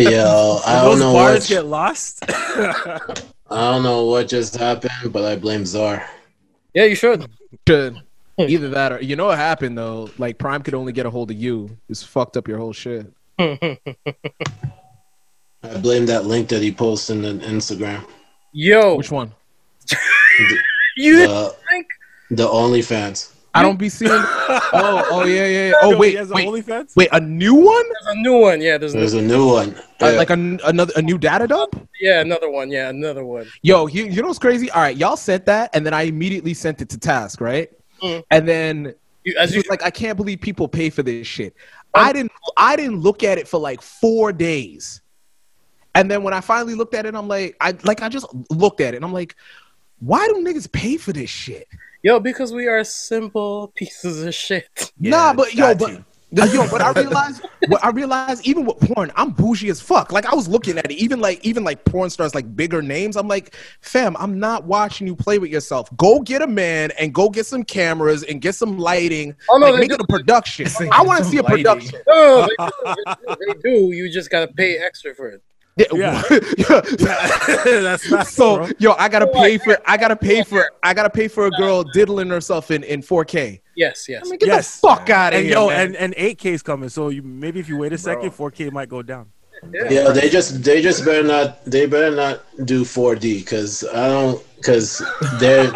Yo, I Those don't know bars what get lost. Oh, I don't know what just happened, but I blame Czar. Yeah, you should. Good. Either that or you know what happened though. Like Prime could only get a hold of you. It's fucked up your whole shit. I blame that link that he posted on Instagram. Yo, Which one? you didn't The, think? the OnlyFans. I don't be seeing. Oh, oh yeah, yeah. yeah. Yo, Oh he wait, has a wait, OnlyFans? wait. A new one? There's a new one. Yeah, there's a new, There's a new one. Uh, Yeah. like a, another a new data dump? yeah another one. Yeah, another one. Yo, you, you know what's crazy? All right, y'all sent that, and then I immediately sent it to Task, right? Mm. And then You, as she you, Um, was like, I can't believe people pay for this shit. I didn't I didn't look at it for like four days. And then when I finally looked at it, I'm like, I like I just looked at it and I'm like, why do niggas pay for this shit? yo, because we are simple pieces of shit. nah, but yo, got but you. yo, but I realized what I realized even with porn, I'm bougie as fuck. Like I was looking at it, even like even like porn stars, like bigger names. I'm like, fam, I'm not watching you play with yourself. Go get a man and go get some cameras and get some lighting. Oh, no, like, they make do- it a production. I want to see a Lighting. production. No, they, do, they do. You just gotta pay extra for it. Yeah. That's not so yo, I gotta Oh, I pay for I gotta pay for I gotta pay for a girl diddling herself in, in 4K. Yes, yes. I mean, get Yes. the fuck out of and here. yo, man. and and eight K's coming. So you maybe if you wait a second, four K might go down. Yeah, they just they just better not they better not do 4D because I don't because they're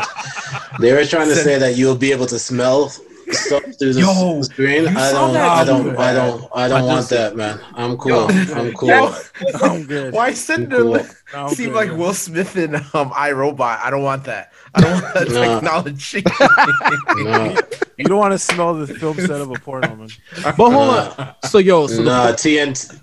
they were trying to say that you'll be able to smell stuff through the Yo, screen. I saw don't, that I don't dude, I don't I don't I want just- that man. I'm cool. I'm cool. Yo. I'm good. Why send Cool. her No, I'm seem good, like yo. Will Smith and um iRobot? I don't want that. I don't want that Nah. technology. No, You don't want to smell the film set of a porno, man. but hold on. So yo, so nah, the TNT.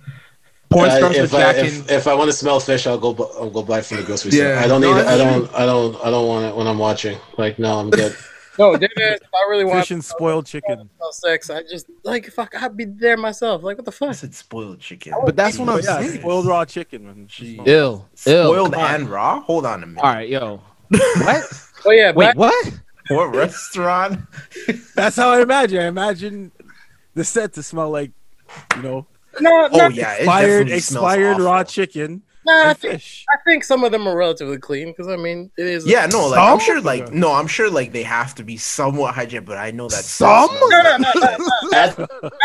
porn I- stars are Mm. if, I, jacking. if, if I want to smell fish, I'll go. bu- I'll go buy from the grocery store. Yeah. I don't need. No, it. I that's don't. I don't. I don't want it when I'm watching. Like no, I'm good. No, dead ass, if I really want Fish and spoiled chicken. sex, I just like fuck. I'd be there myself. Like what the I fuck? said spoiled chicken. But that's what I'm Yeah, saying. spoiled raw chicken, man. Jeez. Yeah. Ill, ill. spoiled come on. and raw. Hold on a minute. All right, yo. What? Oh yeah, Wait, back- what? What restaurant? That's how I imagine. I imagine the set to smell like, you know, no, no, Oh yeah, it expired, definitely smells expired raw awful. chicken no. I and think, fish. I think some of them are relatively clean because I mean it is. Yeah, no, like Some? I'm sure, like no, I'm sure, like they have to be somewhat hygienic, but I know that Some? No, no, no, no, at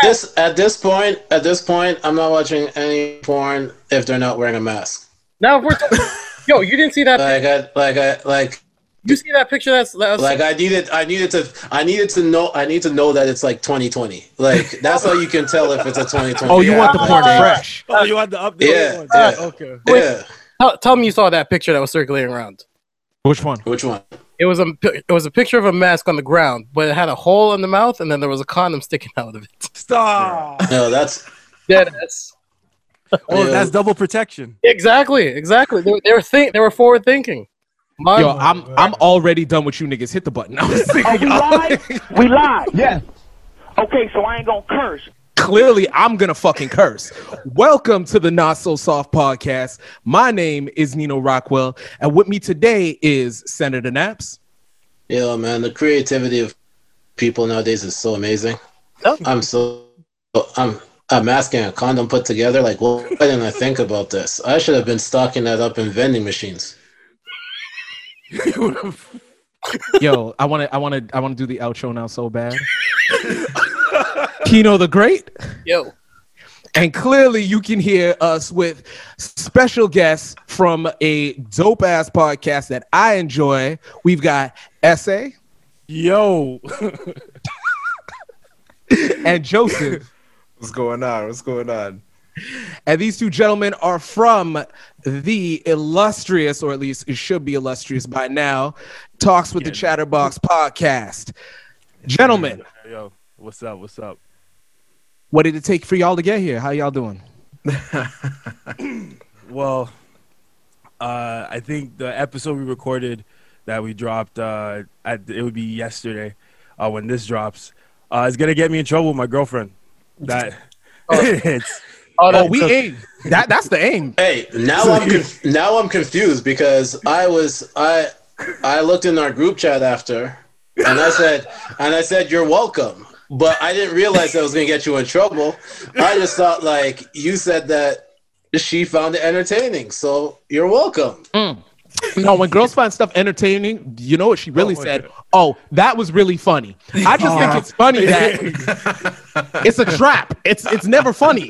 this at this point at this point i'm not watching any porn if they're not wearing a mask Now if we're talking, yo, you didn't see that. pic- like i like i like you see that picture? That's that's like i needed i needed to i needed to know i need to know that it's like 2020 like that's how you can tell if it's a 2020 Oh, you want the Like, porn fresh? Oh, you had the update? Yeah, one. yeah. Oh, Okay. yeah tell, tell me you saw that picture that was circulating around. Which one? which one It was a pi- it was a picture of a mask on the ground, but it had a hole in the mouth, and then there was a condom sticking out of it. Stop. no that's Dead ass. Oh, Yeah. that's double protection. Exactly, exactly. They, were- they were think they were forward thinking. My, Yo, I'm I'm already done with you niggas. Hit the button. I was sick of Oh, we y'all. live? We live. Yes. Okay, so I ain't gonna curse. clearly I'm gonna fucking curse. Welcome to the Not So Soft podcast. My name is Nino Rockwell, and with me today is Senator Naps. yo man the creativity of people nowadays is so amazing Oh. i'm so i'm a mask and a condom put together like why didn't i think about this i should have been stocking that up in vending machines Yo, I wanna, I wanna, I wanna do the outro now so bad. Kino the Great, yo, and clearly you can hear us with special guests from a dope ass podcast that I enjoy. We've got Essay Yo. and Joseph. What's going on? What's going on? And these two gentlemen are from the illustrious, or at least it should be illustrious by now, Talks with the Chatterbox podcast. Gentlemen, Yo. What's up? What's up? what did it take for y'all to get here? How y'all doing? Well, uh, I think the episode we recorded that we dropped uh, at, it would be yesterday uh, when this drops uh, is gonna get me in trouble with my girlfriend. That it's oh, Oh, that, we aim. That that's the aim. Hey, now I'm conf- now I'm confused because I was I I looked in our group chat after, and I said and I said you're welcome, but I didn't realize I was gonna get you in trouble. I just thought like you said that she found it entertaining. So you're welcome. No, when girls find stuff entertaining, you know what she really said? Oh, that was really funny. I just Oh. think it's funny that it's a trap. It's it's never funny.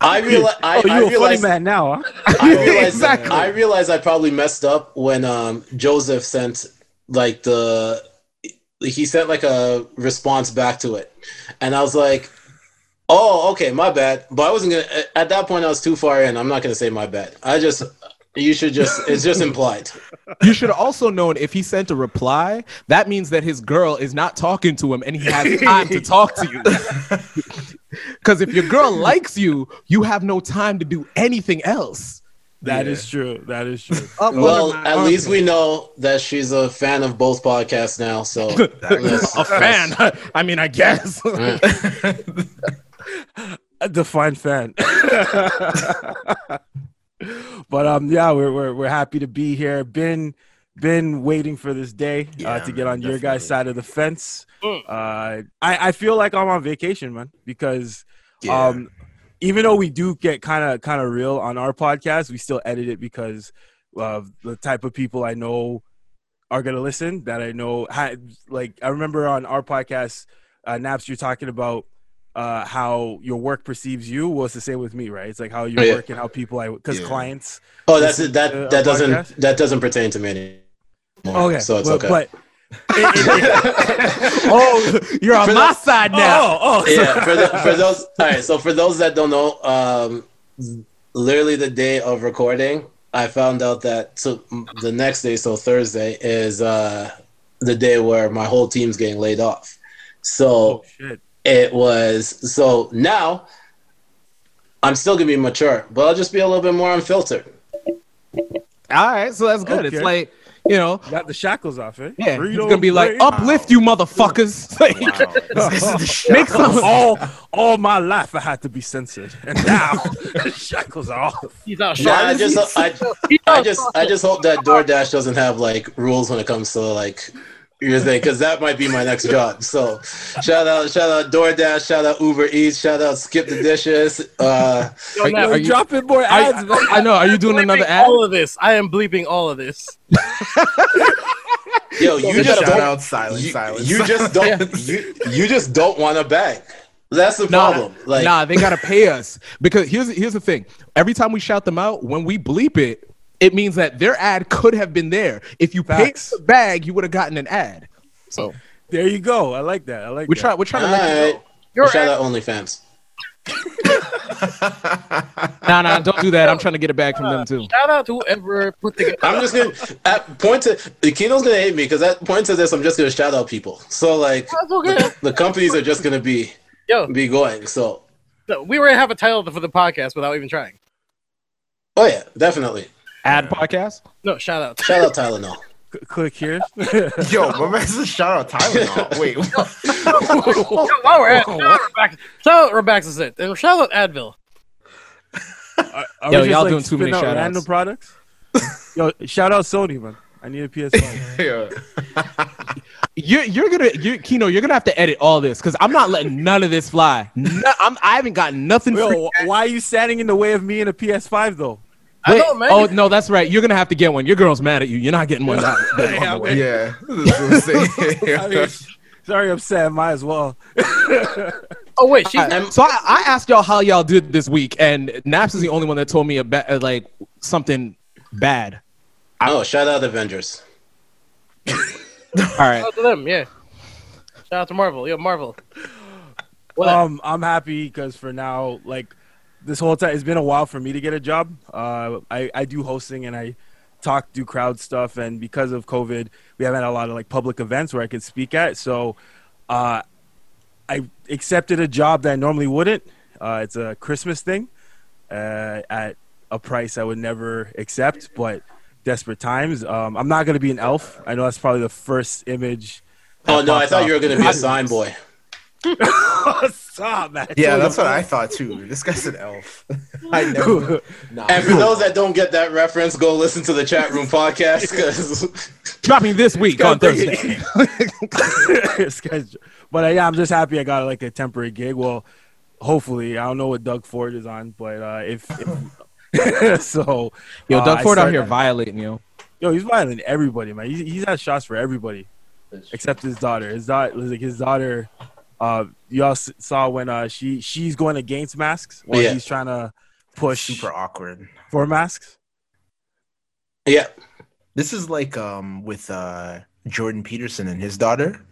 I realize. I, Oh, I you a funny realize. man now, huh? I realize, Exactly. I realize I probably messed up when um, Joseph sent like the he sent like a response back to it, and I was like, "Oh, okay, my bad." But I wasn't gonna. at- At that point, I was too far in. I'm not gonna say my bad. I just you should just it's just implied. You should have also known if he sent a reply, that means that his girl is not talking to him and he has time to talk to you. Because if your girl likes you, you have no time to do anything else. That is true. That is true. Up under Well, my at arm. least we know that she's a fan of both podcasts now. So let's- a fan. I mean, I guess. a defined fan. but um, yeah, we're, we're we're happy to be here. Been been waiting for this day uh, Yeah, to get man, on your guys' definitely. side of the fence. Mm. Uh, I I feel like I'm on vacation, man, because Yeah. um, even though we do get kind of kind of real on our podcast, we still edit it because of the type of people I know are gonna listen. That I know, ha- like I remember on our podcast, uh, Naps, you're talking about uh, how your work perceives you. Well, it's the same with me, right? It's like how you Oh, Yeah. work and how people I because Yeah. clients. oh, that's it. Listen to a That that doesn't podcast? that doesn't pertain to me anymore. Okay, so it's but, okay. But oh, you're on For my the- side now. oh, oh, yeah, for, the, for those, all right. So for those that don't know, um, literally the day of recording, I found out that so the next day, so Thursday, is uh, the day where my whole team's getting laid off. So oh shit. it was. So now, I'm still gonna be mature, but I'll just be a little bit more unfiltered. All right, so that's good. It's Okay. like, you know, Got the shackles off, eh? yeah, Burrito it's gonna be like, brain. uplift you motherfuckers. Like, Make some. all all my life I had to be censored, and now the shackles are off. He's out No, I shopping. just, I, He's I out just, I shopping. just hope that DoorDash doesn't have like rules when it comes to like your thing, because that might be my next job. So, shout out, shout out DoorDash, shout out Uber Eats, shout out Skip the Dishes. Uh, Yo, Are- Matt, are You're you- dropping more I, ads, man. I- I know. Are you doing bleeping another ad? All of this. I am bleeping all of this. yo, you just Shout don't, out silence, you, silence. you just don't, you, you just don't want a bag. That's the Nah, problem. Like, nah, they gotta pay us because here's here's the thing. Every time we shout them out, when we bleep it, it means that their ad could have been there. If you paid Facts. the bag, you would have gotten an ad. So There you go. I like that. I like we're that. trying we're trying all to let you right. know. Your shout ad- out OnlyFans. Nah, nah, don't do that. I'm trying to get a bag from them too. Shout out to whoever put together. I'm just gonna at point to Kino's gonna hate me because at point to this, I'm just gonna shout out people. So like, That's okay. the companies are just gonna be Yo, be going. So no, we were gonna have a title for the podcast without even trying. Oh yeah, definitely. Ad podcast? No, shout out. Shout out Tylenol. C- click here. Yo, my man's a shout out Tylenol. Wait, what? Yo, while we're at, shout out Rebecca. Shout out Rebecca Zit and shout out Advil. Are, are Yo, we just, y'all doing too many spitting out shout-outs. Random products. Yo, shout out Sony, man. I need a PS5. Yeah. You're you're gonna you Kino, you're gonna have to edit all this because I'm not letting none of this fly. No, I'm I haven't got nothing free. Yo, why are you standing in the way of me and a PS5 though? I Wait, know, man. Oh no, that's right. You're gonna have to get one. Your girl's mad at you. You're not getting one. Yeah, man. yeah. This is what I'm saying. I mean, sorry, I'm sad. Might as well. Oh wait, she's I'm- So I, I asked y'all how y'all did this week, and Naps is the only one that told me about uh, like something bad. Oh, shout out Avengers. All right, shout out to them. Yeah. Shout out to Marvel. Yo, Marvel. What up? Um, I'm happy because for now, like this whole time, it's been a while for me to get a job. Uh, I I do hosting and I talk do crowd stuff, and because of COVID, we haven't had a lot of like public events where I could speak at. So, uh, I accepted a job that I normally wouldn't. Uh, it's a Christmas thing uh, at a price I would never accept, but desperate times. Um, I'm not gonna be an elf. I know that's probably the first image. Oh that no, I popped thought you were up. gonna be a sign boy. Stop, man. yeah, that's what I thought too. This guy's an elf. I know. Nah. And for those that don't get that reference, go listen to the chat room podcast because dropping this week on Thursday. This guy's- but uh, yeah, I'm just happy I got like a temporary gig. Well, hopefully, I don't know what Doug Ford is on, but uh, if, if so Yo, Oh, uh, Doug I Ford out started- here violating you. Yo, he's violating everybody, man. He's, he's had shots for everybody except his daughter. His daughter, like his daughter, uh, y'all s- saw when uh she she's going against masks while Yeah. he's trying to push super awkward. for masks. Yeah. This is like um with uh Jordan Peterson and his daughter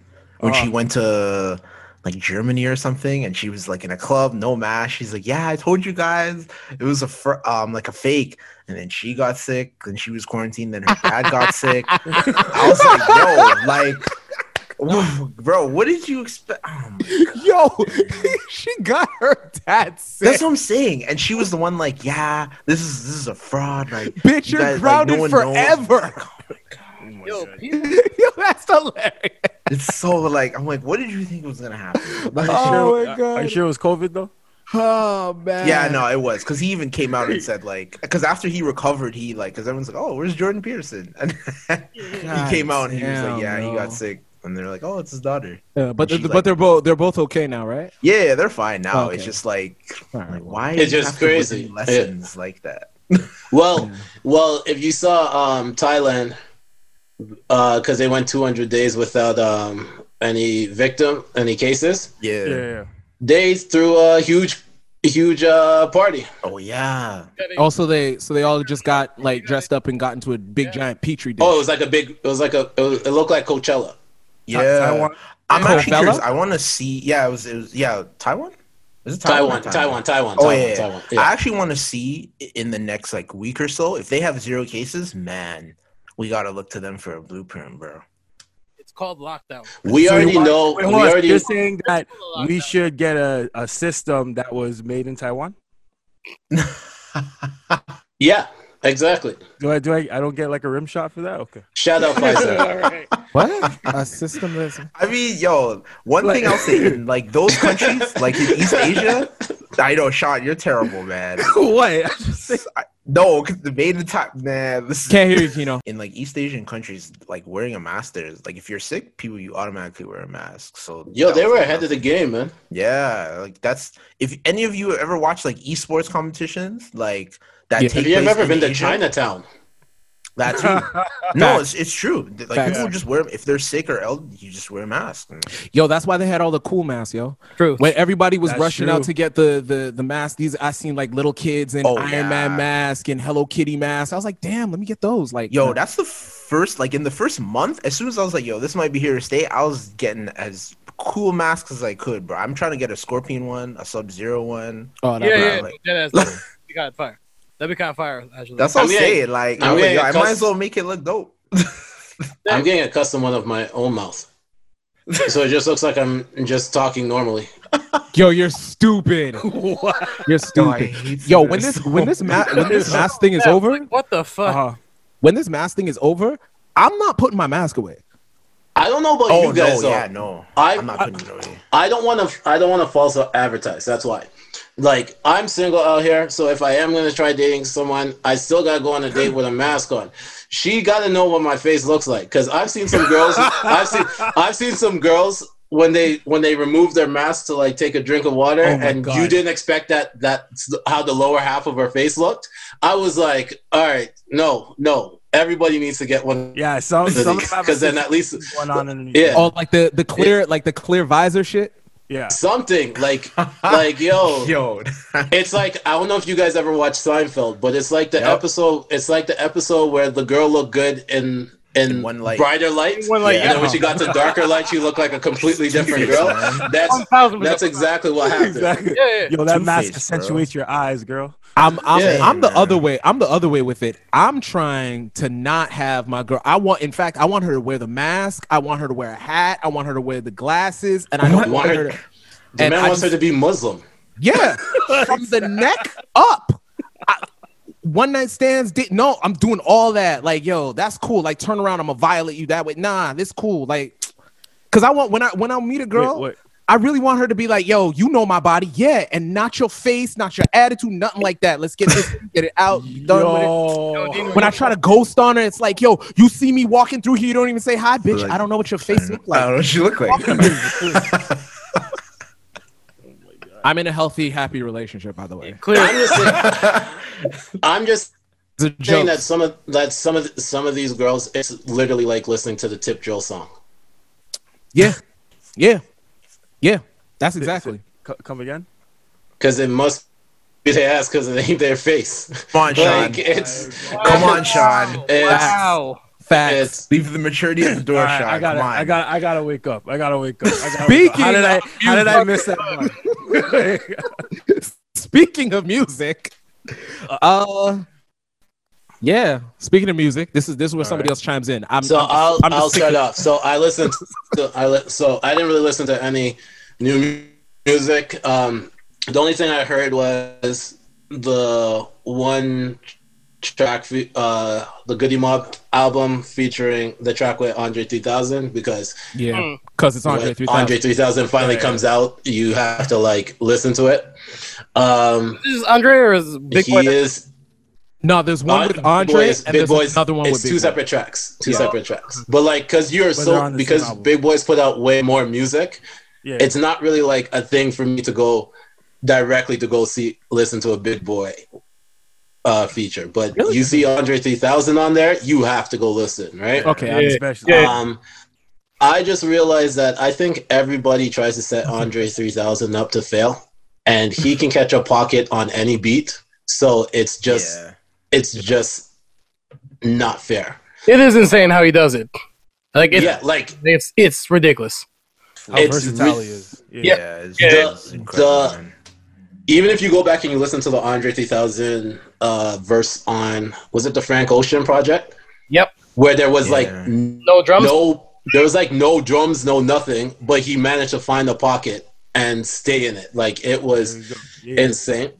when she Uh. went to like Germany or something and she was like in a club, no mask. She's like, "Yeah, I told you guys. It was a fr- um like a fake." And then she got sick and she was quarantined then her dad got sick. I was like, "Yo, like bro, what did you expect?" Oh my Yo, she got her dad sick. That's what I'm saying. And she was the one like, yeah, this is this is a fraud. Like, Bitch, you you're guys, like, grounded no one knows. forever. Yo, Yo, that's hilarious. It's so like, I'm like, what did you think was gonna happen? Like, Oh my Are you god. sure it was COVID though? Oh man. yeah, no, it was because he even came out and said like, because after he recovered, he like, because everyone's like, oh, where's Jordan Peterson? And he came out and he was damn, like, yeah, he bro. got sick. And they're like, oh, it's his daughter. Yeah, Uh, but She's but like- they're both they're both okay now, right? Yeah, yeah, they're fine now. It's Okay. just like, All like right, well. why? It's do you just have to live crazy. in Lessons like that. Well, Yeah. well, if you saw um, Thailand, because they went 200 days without um, any victim, any cases, Yeah. Yeah, yeah. they threw a huge, huge uh, party. Oh yeah. Also, they so they all just got like dressed up and got into a big giant petri dish. Oh, it was like a big. It was like a. It, was, it looked like Coachella. Yeah. Taiwan- I'm actually Coachella? curious. I want to see. Yeah, it was. It was. Yeah, Taiwan. Is it Taiwan, Taiwan, Taiwan? Taiwan, Taiwan, Oh Taiwan. yeah, yeah. Taiwan. I actually want to see i- in the next like week or so if they have zero cases. Man, we gotta look to them for a blueprint, bro. It's called lockdown. We So you already want- know. Wait, we hold on. already. You're saying that Lockdown. we should get a, a system that was made in Taiwan? Yeah, exactly. Do I do I I don't get like a rim shot for that? Okay. Shout out Pfizer. What a system that's I mean, yo, one Like- thing I'll say in like those countries, like in East Asia. I know, Sean, you're terrible, man. what? I, no, 'cause the main attack, man. This is can't hear you, Kino. in like East Asian countries, like wearing a mask there is like if you're sick, people you automatically wear a mask. So Yo, that they was were like ahead of the game, man. Yeah, like that's if any of you ever watch like esports competitions, like that. Yeah. Take Have you place ever in been to Asia, Chinatown? That too. no, it's, it's true. Like Facts. people just wear if they're sick or ill, you just wear a mask. Yo, that's why they had all the cool masks, yo. True. When everybody was That's rushing out true. to get the the the mask, these I seen like little kids in Oh, Iron yeah. Man mask and Hello Kitty mask. I was like, damn, let me get those. Like, Yo, no. that's the first like in the first month. As soon as I was like, yo, this might be here to stay, I was getting as cool masks as I could, bro. I'm trying to get a scorpion one, a sub zero one. oh, that- yeah, yeah, Nah, like- dead ass. You got fire. That'd be kind of fire, actually. That's all I'm I'm getting- saying. I'm Like, I'm like, getting yo, I might custom- as well make it look dope. I'm getting a custom one of my own mouth, so it just looks like I'm just talking normally. yo, you're stupid. You're Yo, I stupid. hate Yo, that. when this when this ma- when this mask thing is Yeah, over, like, what the fuck? Uh-huh. when this mask thing is over, I'm not putting my mask away. I don't know about Oh you guys. no, though. yeah, no. I- I'm not putting it away. I don't want to. I don't want to false advertise. That's why. Like I'm single out here, so if I am gonna try dating someone, I still gotta go on a date with a mask on. She gotta know what my face looks like, cause I've seen some girls. I've seen I've seen some girls when they when they remove their mask to like take a drink of water, Oh my and God. you didn't expect that that's how the lower half of her face looked. I was like, all right, no, no, everybody needs to get one. Yeah, some some Because then at least one on underneath. yeah. Oh, like the the clear like the clear visor shit. Yeah. something like like yo Yo, It's like I don't know if you guys ever watched Seinfeld, but it's like the Yep. episode. It's like the episode where the girl looked good in in, In one light. brighter light, one light, and then when she got to darker light, she looked like a completely different girl. That's 1000%. that's exactly what happened. Exactly. Yeah, yeah. Yo, that mask Two-faced, bro. accentuates your eyes, girl. I'm I'm, Yeah. I'm the other way. I'm the other way with it. I'm trying to not have my girl. I want, in fact, I want her to wear the mask. I want her to wear a hat. I want her to wear the glasses, and I don't want her. To, The And man I wants just- her to be Muslim. yeah, from the neck up. I- one night stands. Did, no, I'm doing all that. Like, yo, that's cool. Like, turn around. I'm gonna violate you that way. Nah, this cool. Like, cause I want when I when I meet a girl. Wait, I really want her to be like, yo, you know my body, yeah, and not your face, not your attitude, nothing like that. Let's get this, get it out, be wait. done with Oh. Yo. it. When I try to ghost on her, it's like, yo, you see me walking through here, you don't even say hi, bitch. Like- I don't know what your face look I don't know like. what she looked like. I'm in a healthy, happy relationship, by the way. I'm Clearly, just saying- I'm just It's a saying joke. that some of that some of some of these girls it's literally like listening to the Tip Drill song. Yeah, yeah, yeah. That's exactly. C- come again? Because it must be their ass because it ain't their face. Come on, Sean. Like it's Come on, Sean. it's, wow. Facts. it's Leave the maturity at the door, All right, Sean. I gotta, Come on. I gotta, I gotta wake up. I gotta wake up. I gotta wake up. Speaking how did I, of how did I you miss that? one? Speaking of music, uh, yeah. Speaking of music, this is this is where somebody right. else chimes in. I'm, so I'm just- I'll I'm just I'll sick shut of- up. So I listened to I li- so I didn't really listen to any new mu- music. Um, the only thing I heard was the one track fe- uh the Goody Mob album featuring the track with Andre 3000 because Mm. Yeah, because it's Andre when 3000. Andre 3000 finally Yeah, yeah. comes out you have to like listen to it um Is Andre or is Big he Boy? is No, there's one Uh, with Big Andre, Boys- and Big there's Boys- another one it's with two Big Boy. separate tracks two Yeah. separate tracks but like because you're But they're so on the same because album. big boys put out way more music yeah. it's not really like a thing for me to go directly to go see listen to a big boy uh feature but you see andre 3000 on there you have to go listen right Okay, I I'm understand. special. Yeah. um i just realized that i think everybody tries to set andre 3000 up to fail and he can catch a pocket on any beat so it's just Yeah. it's just not fair It is insane how he does it. Like it's yeah like it's, it's ridiculous. How it's versatile re- he is. Yeah. Yeah. it's, it's The- incredible, the- man. even if you go back and you listen to the Andre 3000 uh, verse on was it the Frank Ocean project? Yep. Where there was like Yeah. n- No drums. no there was like no drums, no nothing, but he managed to find a pocket and stay in it. Like it There was you go. Yeah. insane.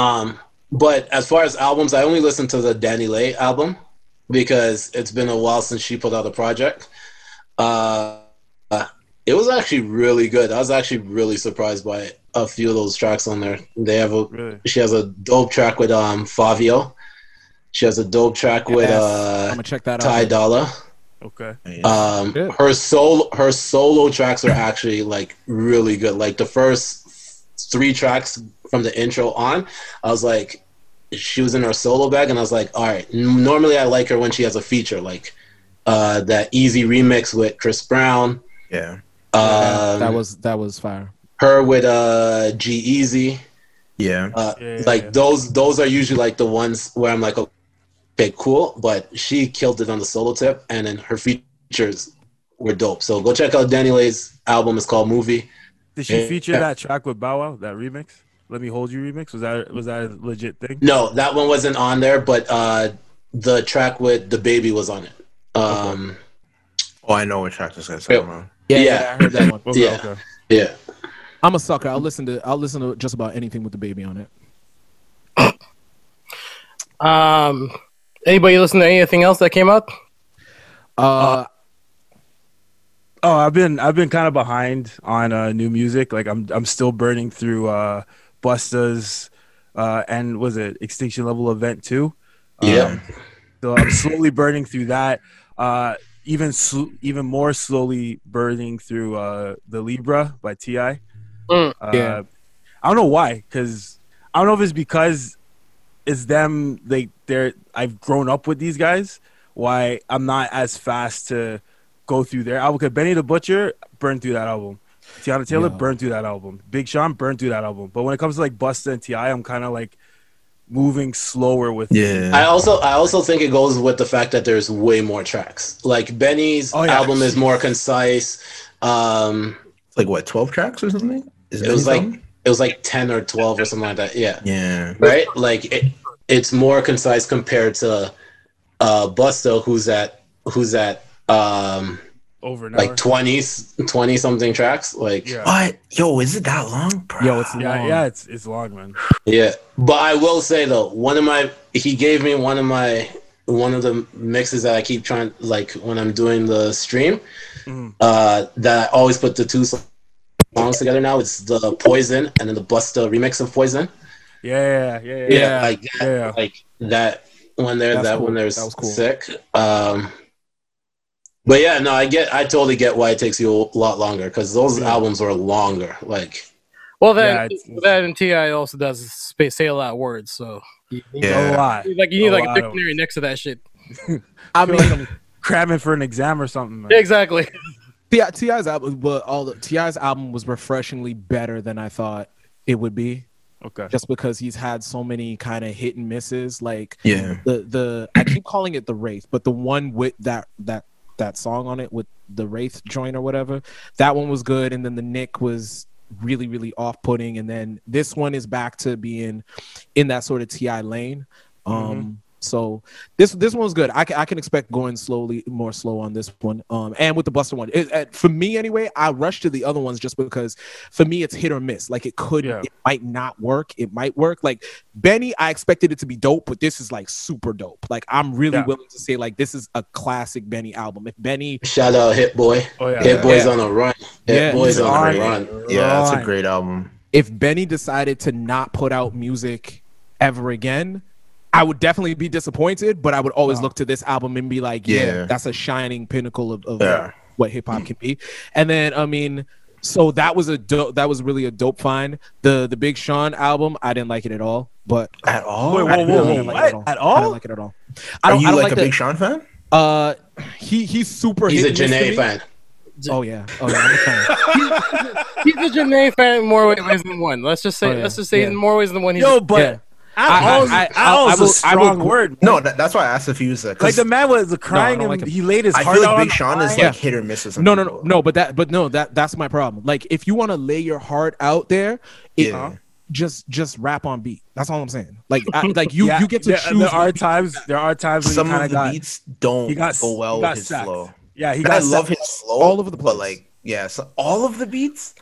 Um but as far as albums, I only listened to the Danny Lay album because it's been a while since she put out a project. Uh, uh, it was actually really good. I was actually really surprised by a few of those tracks on there. They have a Really. she has a dope track with um Fabio. She has a dope track with Yes. I'm uh gonna check that out. Ty Dolla. Okay. Yeah. Um Good. her solo her solo tracks are actually like really good. Like the first three tracks from the intro on, I was like she was in her solo bag and I was like, all right, n- normally I like her when she has a feature like uh that easy remix with Chris Brown. yeah. Um, that was that was fire. her with uh G Easy. Yeah. Uh, Yeah, like yeah. those those are usually like the ones where I'm like okay cool but she killed it on the solo tip and then her features were dope so go check out Danny Lay's album it's called Movie Did she Yeah. feature that track with Bow Wow? That remix? Let me hold you remix. Was that was that a legit thing? no that one wasn't on there but uh the track with the baby was on it um Oh, I know what track this guy's talking about. Yeah, Yeah. yeah, I heard that one. Okay, Yeah. okay. yeah I'm a sucker. I'll listen to I'll listen to just about anything with the baby on it. Um, anybody listen to anything else that came out? Uh, Oh, I've been I've been kind of behind on uh, new music. Like I'm I'm still burning through uh, Busta's uh, and was it Extinction Level Event Two? Um, yeah So I'm slowly burning through that. Uh, even sl- even more slowly burning through uh, the Libra by Ti. Mm. Uh, Yeah. I don't know why, because I don't know if it's because it's them. They they're I've grown up with these guys. Why I'm not as fast to go through their album? Because Benny the Butcher burned through that album. Tiana Taylor Yeah. burned through that album. Big Sean burned through that album. But when it comes to like Busta and Ti, I'm kind of like moving slower with Yeah. I also I also think it goes with the fact that there's way more tracks like Benny's Oh, yeah. album is more concise um It's like what, 12 tracks or something? Is It was like- something? it was like 10 or 12 or something like that yeah Yeah. right? Like it, it's more concise compared to uh Busta, who's at who's at um over an hour. like twenties, twenty something tracks. Like yeah. Yeah. What? Yo, is it that long, bro? yo, it's Yeah, long. yeah, it's it's long, man. But I will say though, one of my he gave me one of my one of the mixes that I keep trying like when I'm doing the stream, Mhm. uh that I always put the two songs together now. It's the Poison and then the Busta remix of Poison. Yeah, yeah, yeah, yeah. Yeah. like that, yeah. like that when they're That's that cool. when they're That was cool. sick. Um, but yeah, no, I get, I totally get why it takes you a lot longer because those albums were longer. Like Well, then, Yeah, it's- that and Ti also does space say a lot of words. So A Yeah. lot. like Oh, you need A like a lot of dictionary next to that shit. I mean, Cramming for an exam or something. man. Exactly. Ti Ti's album, but all the Ti's album was refreshingly better than I thought it would be, Okay. just because he's had so many kind of hit and misses. Like Yeah. the the I keep calling it the Wraith, but the one with that that that song on it with the Wraith joint or whatever, that one was good, and then the Nick was really really off putting, and then this one is back to being in that sort of Ti lane. Um, so this this one's good. I can I can expect going slowly more slow on this one. Um, and with the Buster one, it, uh, for me anyway, I rush to the other ones just because for me it's hit or miss. Like it could, Yeah. it might not work. It might work. Like Benny, I expected it to be dope, but this is like super dope. Like I'm really Yeah. willing to say like this is a classic Benny album. If Benny, Shout out Hit Boy. Oh yeah. Hit Boy's Yeah. on a run. Hit Yeah. Boy's He's on on a it. run. Yeah, that's Right. a great album. if Benny decided to not put out music ever again, I would definitely be disappointed, but I would always look to this album and be like, yeah, Yeah. that's a shining pinnacle of, of Yeah. what hip hop can be. And then, I mean, so that was a dope, that was really a dope find. The the Big Sean album, I didn't like it at all, but At all? Wait, I whoa, didn't- whoa, I whoa, didn't like it what? At I don't all? like it at all. I Are don't, you I don't like, a the- Big Sean fan? Uh, he he's super. He's a hit and miss to Janae me. fan. Oh yeah. Oh yeah. I'm a fan. He's a Janae fan in more ways than one. Let's just say Oh, yeah. let's just say in Yeah. more ways than one. He's Yo, but Yeah. at I- I- all is- I- at I- all I is will- a I will strong gr- word. No, that, that's why I asked if he was a. Like Cause the man was crying don't like and him. he laid his I heart feel like out Big on Sean the is line. like hit or miss or something. No, no, no, no. But that, but no, that that's my problem. Like, if you want to lay your heart out there, it, Yeah. just just rap on beat. That's all I'm saying. Like, I, like you Yeah, you get to there, choose. There are times. There are times when Some he kind of of the got. beats don't He got go well he got with his sacked. flow. Yeah, he And got. I love sacked. his flow all over the but, place. like, yeah, so all of the beats.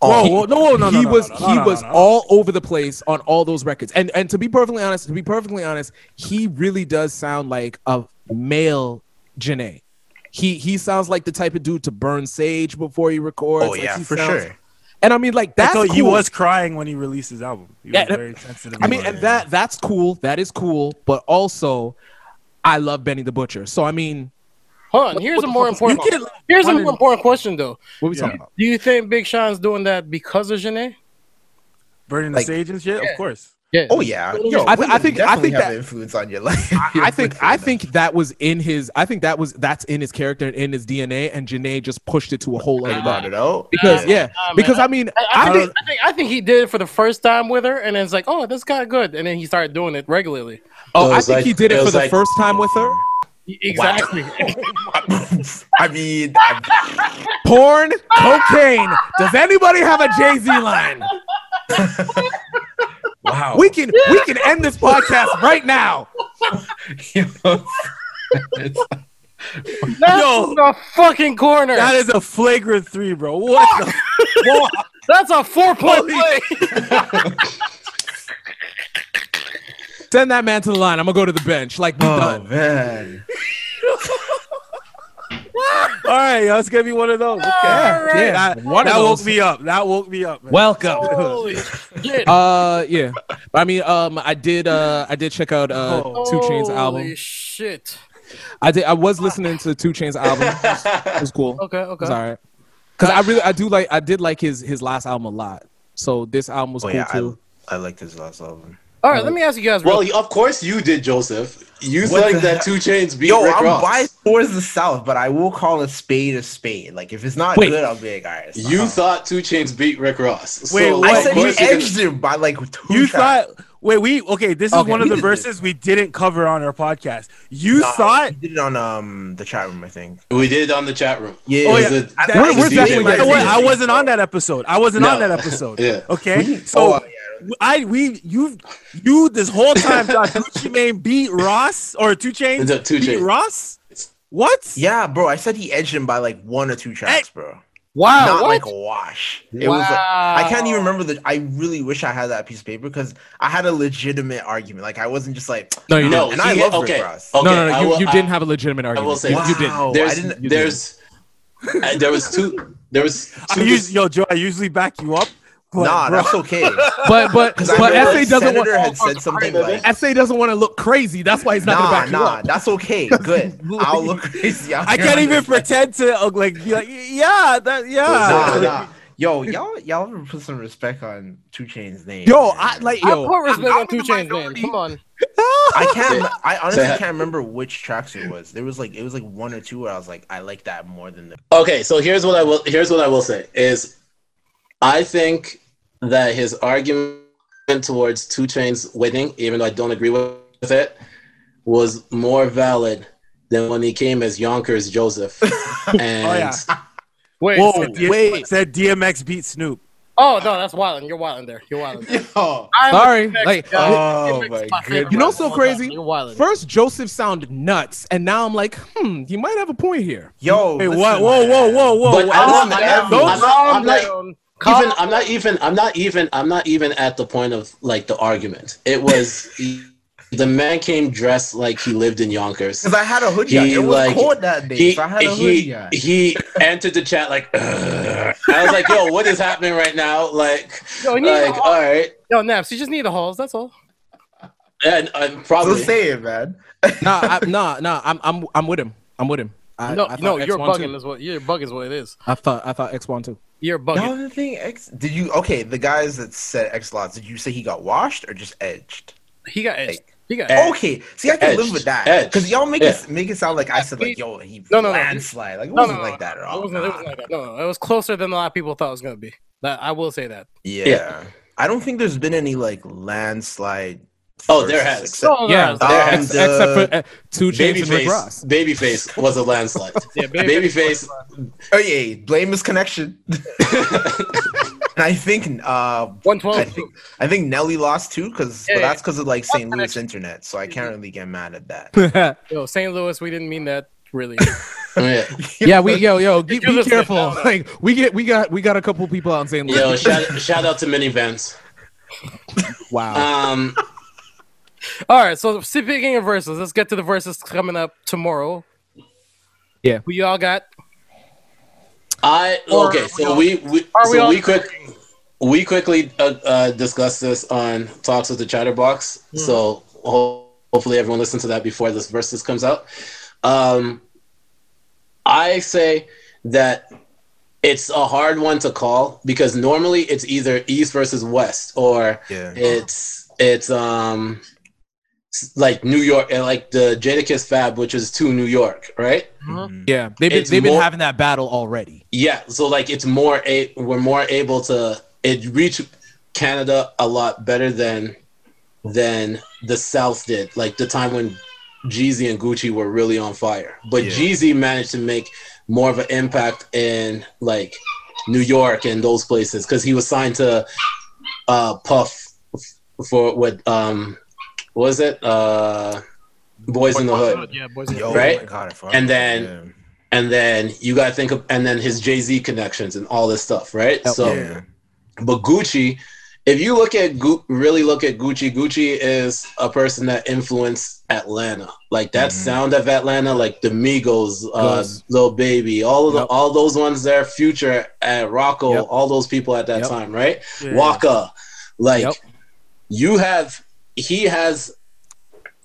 Whoa, Oh, whoa, no, whoa, no, no, he no, was no, no, he no, no, was no. all over the place on all those records. And and to be perfectly honest, to be perfectly honest, he really does sound like a male Janae. He he sounds like the type of dude to burn sage before he records. oh Like, yeah, he for sounds- sure. And I mean, like That's that's so he cool. was crying when he released his album. He Yeah, was that- very sensitive. I mean, about and it. that that's cool. That is cool. But also, I love Benny the Butcher. So I mean, Hold on. Here's a more you important. can Here's a one more in- important question though. what we Yeah. talking about? Do you think Big Sean's doing that because of Janae? burning the like- sage and shit. Of course. Yeah. Oh yeah, I Yo, th- I women think- I definitely think have that- influence on your life. I think I think that was in his. I think that was that's in his character and in his DNA. And Janae just pushed it to a whole they other brought level. it out Because Nah, yeah, nah, man. because I mean, I, I I, think, don't- I think I think he did it for the first time with her, and then it's like, oh, this got good, and then he started doing it regularly. oh, It I was think like- he did it it for was the like- first time with her. Exactly. I mean, I, Porn, cocaine. Does anybody have a Jay Z line? wow. We can we can end this podcast right now. oh, That's Yo. a fucking corner. That is a flagrant three, bro. What? the That's a four point play. Send that man to the line. I'm gonna go to the bench. Like we oh done. man, All right, yo, it's gonna be one of those. Okay. Yeah, yeah, That, one of that those. woke me up. That woke me up. man. Welcome. Holy shit. uh yeah i mean um i did uh i did check out uh Oh. two chains Holy album shit. i did i was listening to two chains album it was cool Okay, okay. it's all right because i really i do like i did like his his last album a lot so this album was oh cool yeah, I, too I liked his last album. All right, let me ask you guys. Real Well, of course you did, Joseph. You What said the that Two Chains beat Yo, Rick I'm Ross. biased towards the South, but I will call a spade a spade. Like if it's not Wait. good, I'll be like, all right. it's not You hot. thought Two Chains beat Rick Ross. Wait, so what? I of said course he you can- edged him by like two. You tracks. thought wait, we okay, this is Okay, one of we the did this. verses we didn't cover on our podcast. You Nah, thought he did it on um the chat room, I think. We did on the chat room. Yeah, Oh, It yeah. was a- That- it was We're- we're a definitely DJ I, getting wa- that. I wasn't on that episode. I wasn't on No. that episode. Yeah. Okay. Oh, So yeah. I we you you this whole time thought Gucci Mane beat Ross or Two Chains No, Two beat Chainz. Ross. What? yeah, bro. I said he edged him by like one or two tracks, bro. wow. Not Oh, what? like a wash. It was like I can't even remember the. I really wish I had that piece of paper because I had a legitimate argument. Like I wasn't just like no you No, And I he- love okay. Rick Ross. Okay, no, no, no. I You, will- you I- didn't have a legitimate I argument. will say, you, Oh, you did. Wow. Oh, I There's, didn't. you there's, uh, there was two, there was I two. usually, yo, Joe, I usually back you up. But Nah, bro, that's okay. But but Because I but remember essay doesn't Senator want had said something like, essay doesn't want to look crazy. That's why he's not "Nah, gonna back you nah, up. that's okay. Good. I'll look crazy. out I here can't on even this. pretend to uh, like be like, yeah, that yeah. Nah, nah. Yo, y'all, y'all ever put some respect on Two Chain's name? Yo, man? I like I yo. put respect I'm on Two the Chain's name. minority. Come on. I can't. I honestly Say- can't remember which tracks it was. There was like it was like one or two where I was like, I like that more than the. Okay, so here's what I will here's what I will say is I think that his argument towards Two Chains winning, even though I don't agree with it, was more valid than when he came as Yonkers Joseph. And yeah. Wait. Whoa, so- D- wait. Said DMX beat Snoop. Oh no, that's wilding. You're wilding there. You're wilding. Oh, Sorry, like uh, oh It's my my favorite goodness. You know rapper so of all time. crazy? You're wilding. first Joseph sounded nuts, and now I'm like, hmm, you might have a point here. Yo, Hey, listen, what? Whoa, man. whoa, whoa, whoa! but I I'm don't, not- I am- don't I'm not, I'm not Calm even I'm not even I'm not even I'm not even at the point of like the argument. It was e, the man came dressed like he lived in Yonkers. Because I had a hoodie. He, on. It was like, cold that day, he, so I had a hoodie. he, on. he entered the chat like "Ugh." i was like yo what is happening right now like Yo, you need like the all halls. right Yo, Naps, you just need the halls. That's all. and i'm So probably say it, man. Nah, I, nah, nah. I'm, I'm, I'm with him. I'm with him. I, No, I thought no, you're X1 too. bugging. Is what you're bugging is what it is. I thought, I thought X1 too. You're bugging. The other thing, X, did you okay? The guys that said X lots, did you say he got washed or just edged? He got edged. He Oh, got. Ed- Okay, see, I can edged, live with that edged. because y'all make Yeah. it make it sound like I said like, yo, he No, no, no. landslide. Like it No, wasn't no, like that at all. It wasn't, it wasn't like that. No, no, it was closer than a lot of people thought it was gonna be. That I will say that. Yeah. Yeah. I don't think there's been any like landslide. Oh, there versus has. success. Yeah, no, Um, Ex- the- except for uh, two chains and Rick babyface Ross. babyface was a landslide Yeah, Babyface babyface Oh yeah, blame his connection. and I think uh, one I twelve. think I think Nelly lost too because Yeah, but yeah. that's because of like St. Louis connection. internet, so I can't really get mad at that. Yo, St. Louis, we didn't mean that really. yeah. yeah, we yo yo be, You be listen, careful. no, no. Like we get we got we got a couple people out in St. Louis. yo shout, shout out to minivans wow. um All right, so speaking of verses, let's get to the verses coming up tomorrow. Yeah. who y'all got? i Or okay are we so all- we we Are we so all we quick we quickly uh, uh, discussed this on talks with the chatterbox Hmm. so ho- hopefully everyone listens to that before this versus comes out um, i say that it's a hard one to call because normally it's either east versus west or Yeah. it's it's um s- like new york and like the jadakiss fab which is to new york right Mhm. Yeah, they've been It's they've been more- having that battle already. yeah, so like it's more a we're more able to it reach Canada a lot better than than the South did. Like the time when Jeezy and Gucci were really on fire, but Yeah. Jeezy managed to make more of an impact in like New York and those places because he was signed to uh, Puff f- for what um what was it uh Boys in the Hood, Yeah, boys. in the Yo, Hood. Right? my God, I forgot And about then- that, and then you got to think of and then his Jay Z connections and all this stuff, right? Yep. So. yeah. Yeah. But Gucci, if you look at Gu- really look at Gucci, Gucci is a person that influenced Atlanta. Like that Mhm. Mm-hmm. sound of Atlanta, like the Migos, uh, Yes. Lil Baby, all of the, Yep. all those ones there, Future, uh, Rocco, Yep. all those people at that Yep. time, right? Yeah. Waka, like Yep. you have, he has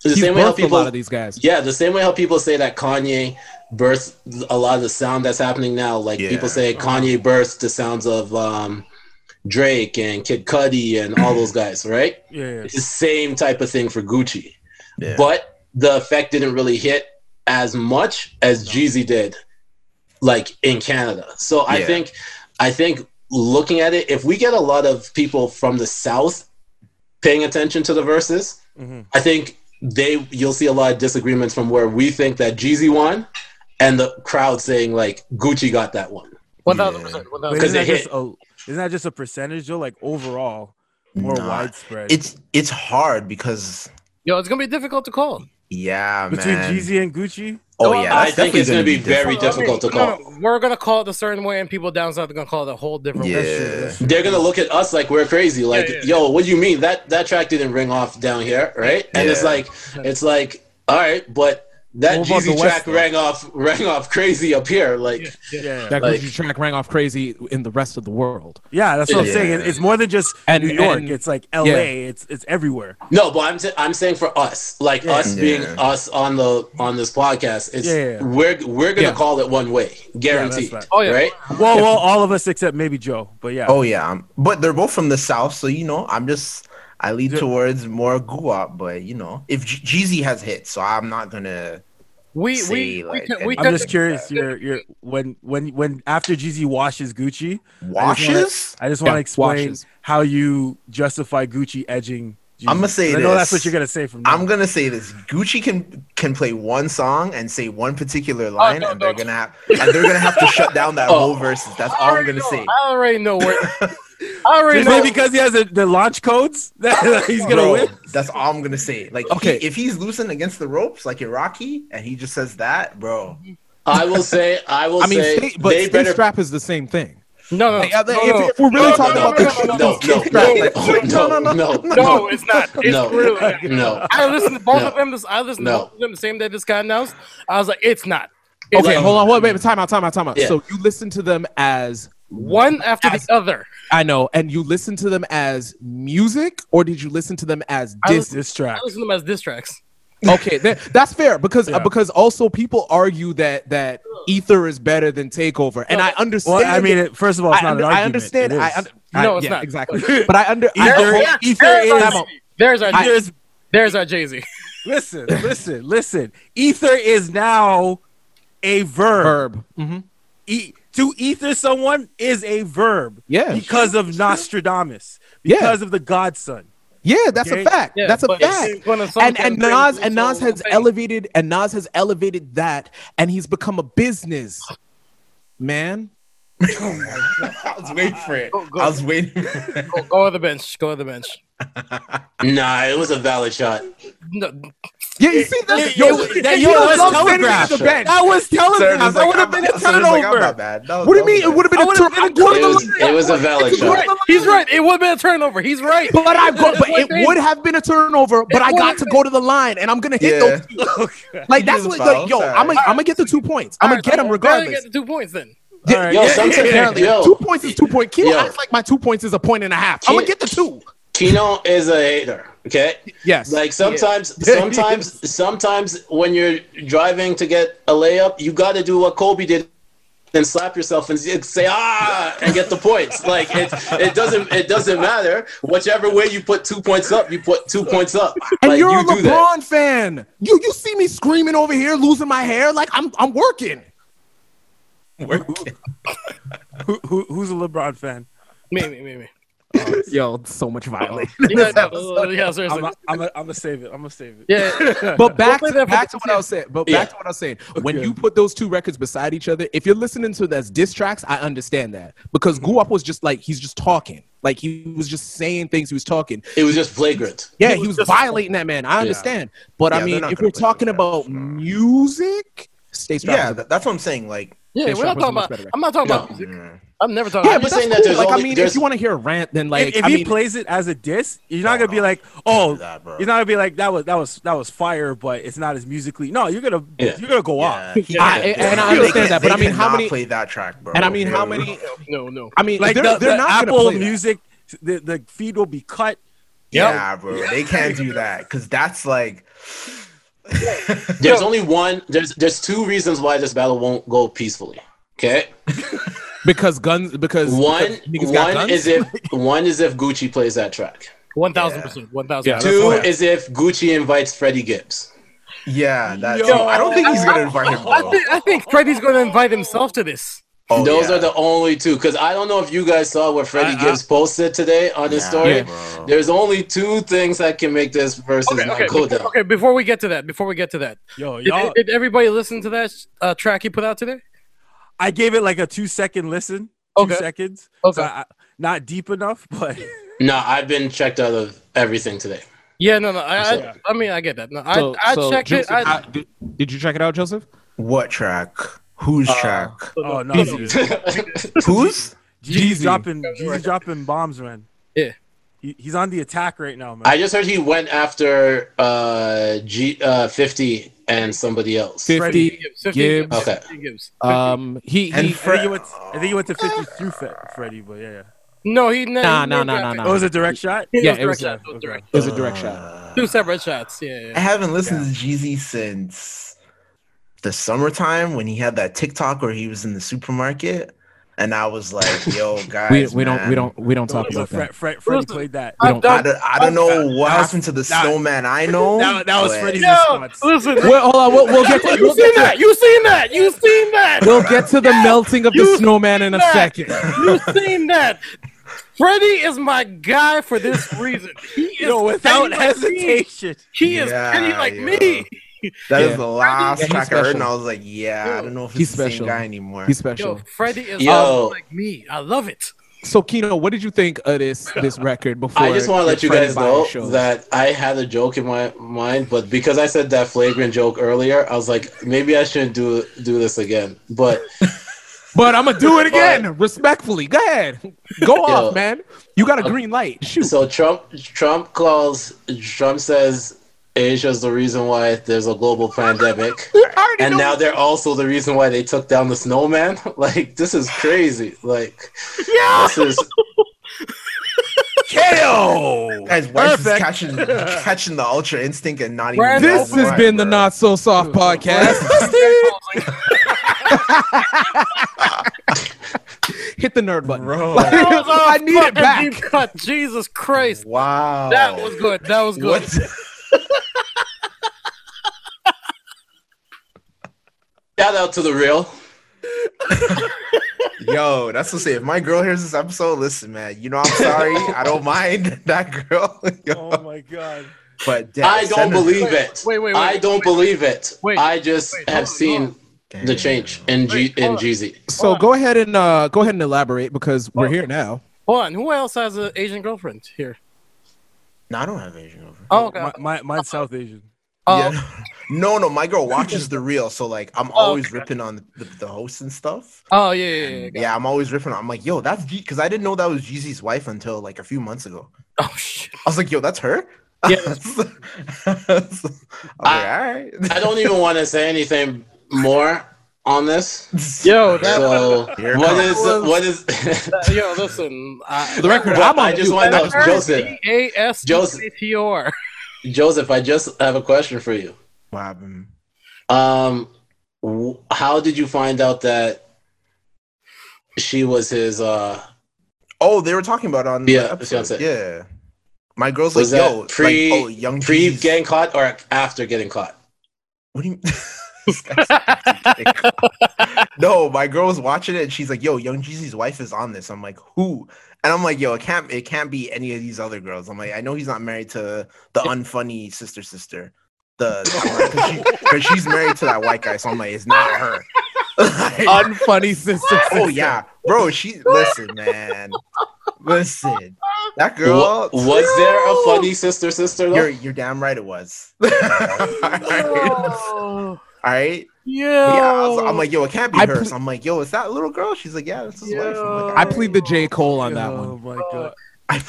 the He's same way how birthed a lot people of these guys. yeah, the same way how people say that Kanye birthed a lot of the sound that's happening now. Like Yeah. people say Kanye birthed the sounds of um, Drake and Kid Cudi and all those guys, right? Yeah, yeah. It's the same type of thing for Gucci. Yeah. But the effect didn't really hit as much as Jeezy did, like in Canada. So I Yeah. think, I think looking at it, if we get a lot of people from the South paying attention to the verses, Mhm. I think they you'll see a lot of disagreements from where we think that Jeezy won, and the crowd saying like Gucci got that one. One thousand percent. One But thousand. Wait. 'Cause isn't that it just a isn't that just a percentage though? Like overall, more Nah. widespread It's it's hard because Yo, it's gonna be difficult to call. yeah, between man. Jeezy and Gucci. Oh No, yeah, I that's think definitely it's going to be very different. difficult to No, no, call. we're gonna call it a certain way, and people down south are gonna call it a whole different way. Yeah. They're gonna look at us like we're crazy. Like, yeah, yeah. yo, what do you mean that that track didn't ring off down here, right? And it's Yeah. like, it's like, all right, but That What about the Jeezy West, track though? rang off, rang off crazy up here. Like, Yeah, yeah. That Like- like, track rang off crazy in the rest of the world. that's what I'm saying. It- It's more than just And- New York. and- it's like L.A. It's it's everywhere. no, but I'm t- I'm saying for us, like us Yeah. being us on the on this podcast, it's Yeah, yeah, yeah. we're we're gonna Yeah. call it one way, guaranteed. right. Oh, yeah. right? Well, well, all of us except maybe Joe. But yeah, Oh yeah, um, but they're both from the south, so you know, I'm just I lean Yeah. towards more guap, but you know, if G- Jeezy has hits, so I'm not gonna. We See, we, like, we, can, we and- I'm can- just curious. Your your when when when after Jeezy washes Gucci, Washes? I just want to Yeah, explain washes. how you justify Gucci edging. Jeezy. I'ma say I know that's this. what you're gonna say from now. I'm gonna say this: Gucci can can play one song and say one particular line, Oh, no, and no, they're no. gonna have and they're gonna have to shut down that whole verses. That's all I'm already gonna know- say. I already know where. I already Just know. maybe because he has the the launch codes that he's gonna Bro, win. That's all I'm gonna say. Like, okay, Okay. if he's losing against the ropes like Iraqi, and he just says that, bro, I will say, I will I mean, say, sta- but they stage better. strap is the same thing. no, no, Like, uh, no, if- no. if we're really No, talking no, about no, the- no, no, no. No, no, no, no, no, no, No, it's not. It's No. really not. no. I listened to both No. of them. This, I listened No. to both of them the same day this guy announced. I was like, it's not. It's Okay, Like- hold on, hold on, wait, wait, time out, time out, time out. Yeah. So you listen to them as one after the other. I know, and you listen to them as music, or did you listen to them as I dis? listen- This track. I listened to them as diss tracks. okay, that, that's fair because Yeah. uh, because also people argue that that ether is better than takeover, and I understand. Well, I mean, it, first of all, it's I, not an under- I argument. understand. It I, is. under- No, I- it's yeah, not. exactly. But I under I- Either- I- Ether there's, is- our, there's our Ether is- there's our Jay Z. listen, listen, listen. Ether is now a verb. verb. Mhm. E- to ether someone is a verb. Yeah. Because of Nostradamus. Yeah. Because of the godson. Yeah, that's Okay? a fact. that's a fact. and and Nas and Nas has elevated and Nas has elevated that and he's become a business man. I was waiting for it. I was waiting. Go, go on the bench. Go on the bench. Nah, it was a valid shot. No, Yeah, you see that? yo, that- yo, that's telegraphed. That was telegraph. I would have been a turnover. What do you mean? It would have been I a would've been a turn. quarter It was, it was a valid he's shot. right. He's right. It would have been a turnover. He's right. But I got, but That's it what they- would have been a turnover. But I got would've to go to the line, and I'm gonna hit Yeah. those. Like that's did what, the foul, like, yo, sorry. I'm gonna, I'm gonna get the two points. I'm gonna get them regardless. Get the two points then. Yeah, All right. Yo, Yeah, sometimes Apparently, yo, two points is two point. Kino Yo. acts like my two points is a point and a half. I'm gonna Kid- get the two. Kino is a hater. Okay, Yes. like sometimes, sometimes, sometimes when you're driving to get a layup, you got to do what Kobe did and slap yourself and say ah and get the points. Like it, it doesn't, it doesn't matter. Whichever way you put two points up, you put two points up. And like, you're a you do that. LeBron fan. You you see me screaming over here, losing my hair, like I'm I'm working. Who, who, who's a LeBron fan? Me, me, me, me. Yo, so much violence. Yeah, no, yeah, seriously. I'm a- I'm going to save it. I'm going to save it. Yeah, But back play to, that for back the to what I was saying. But Yeah. back to what I was saying. When Okay. you put those two records beside each other, if you're listening to that's diss tracks, I understand that because Guap was just like he's just talking, like he was just saying things. He was talking. It was just flagrant. Yeah, he was violating that man. I understand. But Yeah, I they're mean, not if gonna we're play talking that. about No. music, stay strong. Yeah, that- that's what I'm saying. Like, yeah. We're not talking about. I'm not talking about No. music. I'm never talking yeah, about but just that's saying that cool. there's like only- I mean, there's- if you want to hear a rant, then like if if I he mean, plays it as a diss, you're not No, gonna be no. like, oh, do that, bro. you're not gonna be like that was that was that was fire, but it's not as musically. No, you're gonna Yeah. you're gonna go off. yeah, he I- can't and do I it. They understand can't- that, but they I mean, how cannot many- play that track, bro? and I mean, how Yo. many? No, no. I mean, Like they're, the, they're the not gonna Apple play that. Music, the the feed will be cut. Yeah, bro, they can't do that because that's like, There's only one. There's there's two reasons why this battle won't go peacefully. Okay, because guns because one because niggas got one guns? is if one is if Gucci plays that track. One thousand percent. One thousand. Yeah. percent. Two all I have. is if Gucci invites Freddie Gibbs. yeah, that's. Yo. I don't think he's gonna invite him. I Though. think, I think Freddie's going to invite himself to this. Oh, Those yeah. are the only two. Because I don't know if you guys saw what Freddie I- I- Gibbs posted today on his Yeah, story. bro. There's only two things that can make this versus Okay, not okay, go before, down. okay. Before we get to that, before we get to that, Yo, did, y'all, did everybody listen to that uh, track he put out today? I gave it like a two second listen. Two Okay. seconds. Okay. So I- not deep enough, but No, I've been checked out of everything today. Yeah, no, no. I, I, So- I mean, I get that. No, So- I, I so, checked Joseph, it. I, how- did, did you check it out, Joseph? What track? Whose track? oh no, dude. Whose? Jeezy's Jeezy. dropping Jeezy's dropping bombs, man. Yeah. He, he's on the attack right now, man. I just heard he went after uh, G, uh, 50 and somebody else. 50. Gibbs. 50 Gibbs. Gibbs. Okay. 50 Gibbs. Um, he, And he I think, Fre- he went, I think he went to 50 through Fe- Freddie, but yeah, yeah. No, he no, Nah, he nah, made nah, that nah, pick. nah. Oh, it was a direct shot? Yeah, It it was was direct. a- It was direct. it was a direct shot. Two separate shots. Yeah. Uh, I yeah. haven't listened to Jeezy since the summertime when he had that TikTok where he was in the supermarket, and I was like, "Yo, guys, We, we don't we man, don't we don't No, talk no, about Fre- that. Fre- Freddie Listen, played that. We I've don't- I done. don't, I don't know what that was- happened to the that- snowman. I know That, that was but- Freddie's Yo, response. listen. Well, hold on, we'll, we'll get to, You we'll seen get to, that? You seen that? You seen that? we'll get to the melting of the You snowman in a that. second. You seen that? Freddie is my guy for this reason. He is You know, without petty like me. hesitation. He is Yeah, petty like yo. me. That is Yeah. the last Yeah, he's track I heard, and I special. was like, "Yeah, I don't know if it's He's the same special. guy anymore." He's special. Yo, Freddie is Yo. awesome like me. I love it. So Kino, what did you think of this this record before? I just want to let you Freddie guys Bynum know show? that I had a joke in my mind, but because I said that flagrant joke earlier, I was like, maybe I shouldn't do do this again. But But I'm gonna do it again, respectfully. Go ahead, go off, man. You got a green light. Shoot. so Trump Trump calls Trump says Asia's the reason why there's a global pandemic, and now they're also the reason why they took down the snowman. Like this is crazy. Like this is KO! guys, why is catching catching the ultra instinct and not even? Brad, know this has why, been the bro? Not So Soft podcast. Hit the nerd button. Bro, I need it Fucking back. deep cut. Jesus Christ. wow, That was good. That was good. Oh. What? shout out to the real. Yo, that's what I say. If my girl hears this episode, listen, man. You know I'm sorry. I don't mind that girl. Yo, Oh my god. but damn, I don't send her- believe Wait, it. wait, wait, I wait, don't wait. believe it. Wait, I just wait, hold have on, seen Damn. the change in G Wait, in hold on. Jeezy. So go ahead and uh, go ahead and elaborate because we're here now. Hold on. Who else has an Asian girlfriend here? No, I don't have Asian over. Oh, okay. My, my, mine's South Asian. Oh, Uh, Yeah. No, no, my girl watches the real, so like Oh, I'm always ripping on the, the host and stuff. oh yeah, yeah, yeah, yeah. Yeah, I'm always ripping. on I'm like, yo, that's G, because I didn't know that was Jeezy's wife until like a few months ago. Oh shit. I was like, yo, that's her. Yeah. I was like, all right. I don't even want to say anything more on this. Yo, that, So Here it what comes. is what is that- yo, listen. I, the record? I'm on I just mute. want to know, That's Joseph. A-S- Joseph. T-O-R. Joseph, I just have a question for you. What happened? Um, w- how did you find out that she was his? Uh, Oh, they were talking about it on the Yeah, episode. fiancé. Yeah. My girl's Was like, that yo, pre- like, oh, young pre Jeezy's- getting caught or after getting caught? What do you This guy's like- no, my girl was watching it and she's like, "Yo, Young Jeezy's wife is on this." I'm like, "Who?" And I'm like, "Yo, it can't it can't be any of these other girls." I'm like, "I know he's not married to the unfunny sister sister, the because she's married to that white guy." So I'm like, "It's not her." Like, Unfunny sister. oh yeah, bro. She listen, man. Listen, that Wa- girl. was there a funny sister sister? You're Though? you're damn right. It was. Oh, All right. yeah. Yeah, I was, I'm like, yo, it can't be I her. ple- So I'm like, yo, it's that little girl. She's like, yeah, this is wife. I'm like, I plead the J Cole on that oh one. my god. I,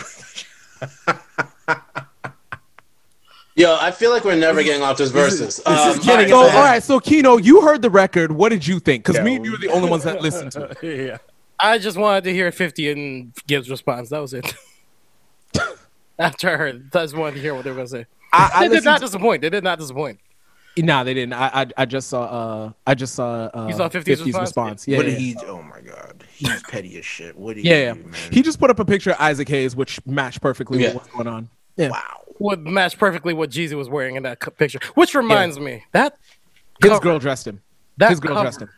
Yo, I feel like we're never getting off this versus. Um, This is all right, getting. So, all so- right, so Kino, you heard the record. What did you think? Because Yeah, me and we- you were the only ones that listened to it. yeah. I just wanted to hear 50 and Gibbs' response. That was it. After I heard, I just wanted to hear what they were going to say. I, I they did listened. not disappoint. They did not disappoint. To, nah, they didn't. I, I I just saw uh I just saw uh You saw 50's response? response. Yeah, what yeah, did yeah. he? Oh my god, he's petty as shit. What did Yeah, he do, yeah. man? He just put up a picture of Isaac Hayes, which matched perfectly Yeah. with what's going on. wow. Would match perfectly what Jeezy was wearing in that cu- picture. Which reminds me, that His cover- girl dressed him. that His girl cover- dressed him.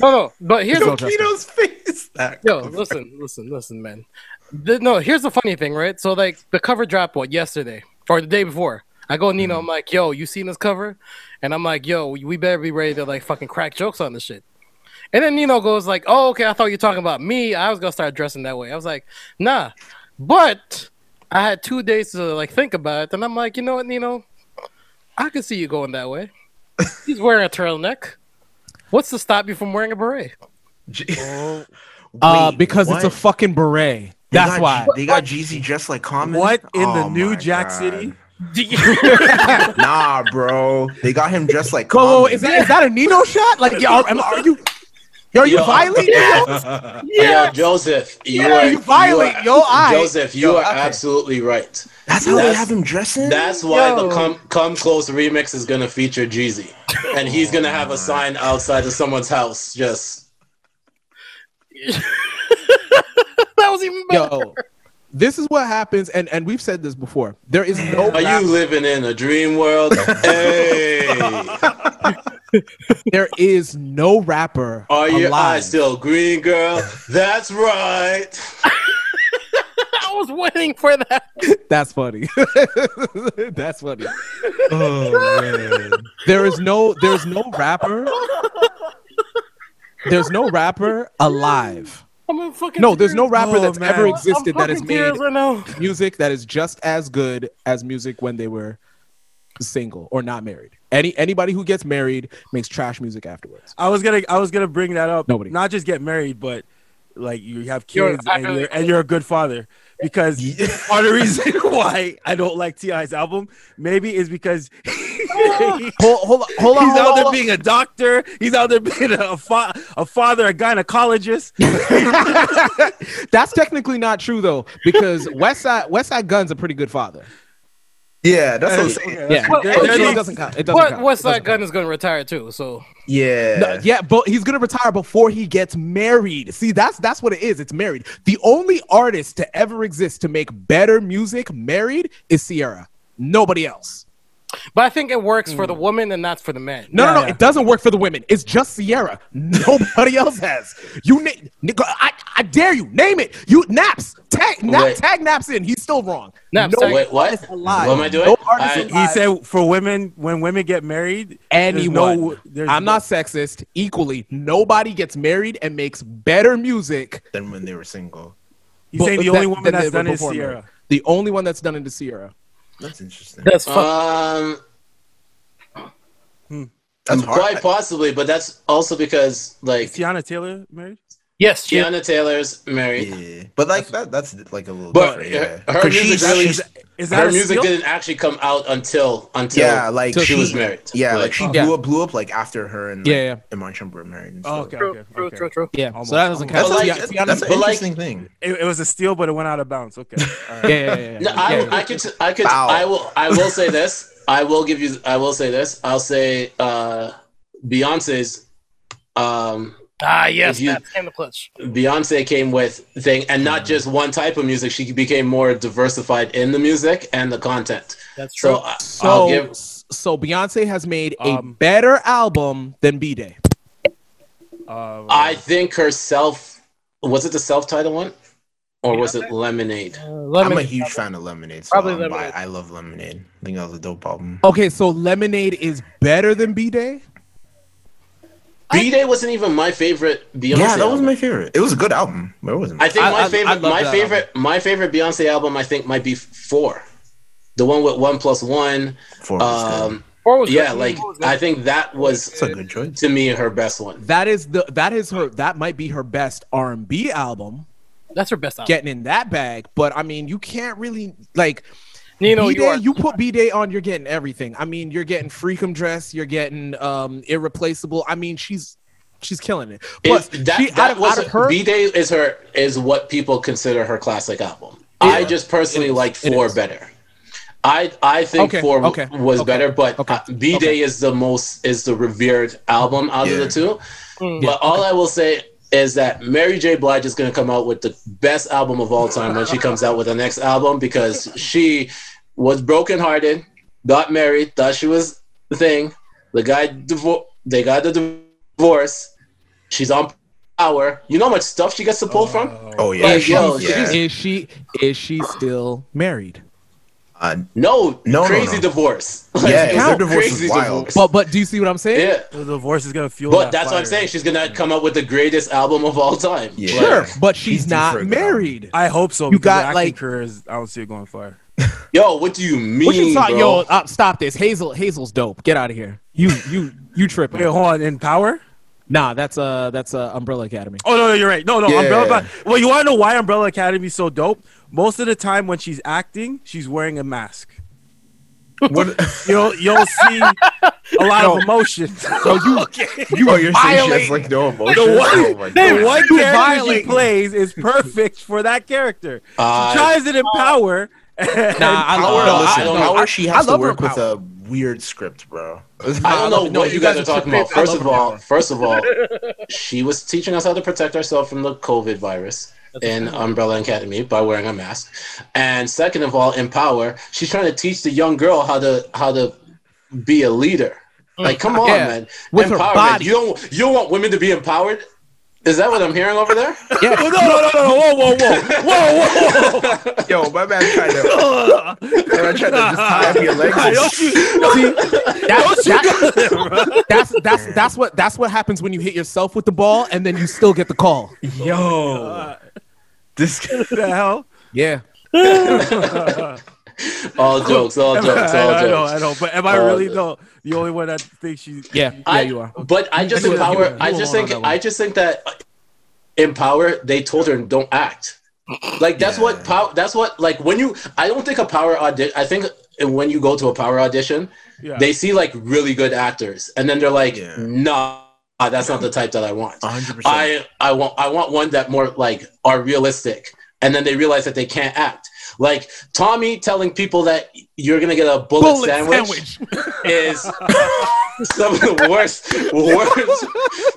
No, no. But here's Yo, the Kino's face. That Yo, listen, listen, listen, man. The, no, here's the funny thing, right? So, like, the cover dropped what yesterday or the day before. I go, Nino, I'm like, yo, you seen this cover? And I'm like, yo, we better be ready to like fucking crack jokes on this shit. And then Nino goes like, oh, okay, I thought you were talking about me. I was gonna start dressing that way. I was like, nah, but I had two days to like think about it, and I'm like, you know what, Nino, I could see you going that way. He's wearing a turtleneck. What's to stop you from wearing a beret? Oh, Uh, Wait, because what? it's a fucking beret. They That's got why. G- they got Jeezy dressed like Common. What in the Oh new my Jack God. City? nah, bro. They got him dressed like. Whoa, whoa, Common. is that is that a Nino shot? Like, yo, am, are you? Yo, are you Yo. violent? Yo? Yo, Joseph, you Yeah, are you violate. are- Yo, I- Joseph, you Yo, are okay. absolutely right. That's how they That's- have him dressing. That's why Yo. the come come close remix is gonna feature Jeezy, and he's gonna have a Ah. sign outside of someone's house. Just that was even better. yo, this is what happens, and and we've said this before. There is no are you living in a dream world? hey, there is no rapper are your alive. eyes still green, girl? That's right. I was waiting for that. That's funny. That's funny. Oh, There is no there's no rapper. There's no rapper alive. I'm in fucking No, there's no tears. rapper Oh, that's man. ever I'm- I'm existed that has fucking tears made Right now. music that is just as good as music when they were single or not married. Any anybody who gets married makes trash music afterwards. I was gonna I was gonna bring that up. Nobody. Not just get married, but like you have You're- kids and, you're, and you're a good father. Because part of the reason why I don't like Ti's album maybe is because he's Hold hold on, hold on. out hold there on. being a doctor. He's out there being a fa- a father, a gynecologist. That's technically not true though, because West Side West Side Gun's a pretty good father. yeah, that's what I'm Okay, saying. that's- Yeah, Well, there- well, there it well, needs- doesn't count. It doesn't What count. West It doesn't Side Gun is gonna retire too? So Yeah. No, yeah, but he's gonna retire before he gets married. See, that's that's what it is. It's married. The only artist to ever exist to make better music married is Sierra. Nobody else. but I think it works for the Mm. woman and not for the man. No, Yeah, no, no. yeah. It doesn't work for the women. It's just Sierra. Nobody else has. You, na- nigga, I, I dare you. Name it. You naps. Tag nap, Wait. tag naps in. He's still wrong. Naps, no tag- Wait, what? artist alive. What am I doing? No artist I- alive. He said for women, when women get married, there's anyone. no- there's I'm no- not sexist. Equally, nobody gets married and makes better music. Than when they were single. He's saying but- the only that- woman than that's they were done is before marriage. Sierra. The only one that's done it is Sierra. That's interesting. That's fuck. Um, That's hard. quite possibly, but that's also because like Is Tiana Taylor married? yes, she- Tiana Taylor's married. yeah. But like that, that's like a little. But different, her, yeah. her 'Cause music she's- really, she's- Is that her a music steal? didn't actually come out until until yeah, like she was married. Yeah, like, uh, she Yeah. blew up, blew up like after her and like, Yeah, yeah. and Marshawn were married. And Oh, stuff. okay, True, okay, true, okay. true, true. Yeah, Almost, so that doesn't count. That's But like like- that's, Tiana- that's an but like- interesting thing. It, it was a steal, but it went out of bounds. Okay. All yeah, right. yeah, yeah, yeah. No, I, Yeah, I could, I could, Wow. I will, I will say this. I will give you, I will say this. I'll say, uh, Beyonce's, um, Ah, yes, If you- that's in the clutch. Beyonce came with thing, and Mm. not just one type of music. She became more diversified in the music and the content. That's true. So, I, So, I'll give. so Beyonce has made a Um, better album than B Day. Uh, I think her self was it the self-titled one, or was it Lemonade? Uh, I'm a Lemonade. huge fan of Lemonade. So Probably I'll buy- Lemonade. I love Lemonade. I think that was a dope album. Okay, so Lemonade is better than B Day. B Day wasn't even my favorite Beyonce. yeah, that was album. my favorite. It was a good album. But it wasn't. I think I- my I- I favorite, love my that favorite, my favorite Beyonce album. I think might be four, the one with one plus one. Four was good. Um, Four was yeah, good. like Four was good. I think that It's was a good choice. to me her best one. That is the that is her that might be her best R and B album. that's her best album. Getting in that bag, but I mean, you can't really like Nino, B you Day, are. you put B Day on, you're getting everything. I mean, you're getting Freakum Dress, you're getting um Irreplaceable. I mean, she's she's killing it. Plus, If that, she, that out, of, was out of her, B Day is her is what people consider her classic album. I just personally like four better. I I think Okay, four okay, was okay, better, but okay, B Day is the most is the revered album out of Yeah. the two. Mm. But all I will say is that Mary J. Blige is going to come out with the best album of all time when she comes out with the next album because she was brokenhearted, got married, thought she was the thing. The guy divor- they got the divorce. She's on power. You know how much stuff she gets to pull from? Oh yeah, Like, yo, yeah. she's- is she is she still married? Uh, No, No, no, crazy no. divorce. yeah, their count. divorce is wild. But but do you see what I'm saying? yeah. the divorce is gonna fuel. But that that's what I'm fire. saying. She's gonna come up with the greatest album of all time. Yeah. Like, Sure, but she's She's due for a not good married. I hope so. You because got, her acting like- career is, I don't see it going far. yo, what do you mean, What you thought, bro? yo? Uh, stop this, Hazel. Hazel's dope. Get out of here. You you you Wait, tripping? hold on. In Power? Nah, that's uh that's uh Umbrella Academy. Oh no, no, you're right. No, no, Yeah. Umbrella. Well, you want to know why Umbrella Academy is so dope? Most of the time when she's acting, she's wearing a mask. What? You'll you'll see a lot of emotion. So you, you oh, you're saying she has like no emotion? oh my The one character You she violate- plays is perfect for that character. Uh, she tries it in Power. Nah, I Power, love no, listen, I, no, Power, I- she I has to love her work with power. a weird script, bro. I don't know love it. No, what you, you guys, guys are talking are about. First tripping. of all, first of all, she was teaching us how to protect ourselves from the COVID virus in Umbrella Academy by wearing a mask. And second of all, in Power, she's trying to teach the young girl how to how to be a leader. Like, come on, Yeah. man! With her Empowerment. body. you don't you don't want women to be empowered. Is that what I'm hearing over there? no, no, no, no, whoa, whoa, whoa, whoa, whoa. Yo, my man tried to, I tried to just tie up your legs. and- That's, that- that's that's that's what that's what happens when you hit yourself with the ball and then you still get the call. Yo, this What the hell? Yeah. All jokes, all jokes, all I, I know, jokes. I know, but am I All really jokes. though the only one that thinks she? Yeah. I, yeah, you are. But I just You were- you empower. were- I you were just wrong think. on that one. I just think that empower. They told her don't act. Like that's what power. That's what like when you. I don't think a power audition. I think when you go to a power audition, Yeah. they see like really good actors, and then they're like, Yeah. nah, that's not the type that I want. 100%. I I want I want one that more like are realistic, and then they realize that they can't act. Like Tommy telling people that you're gonna get a bullet, Bullet sandwich, is some of the worst worst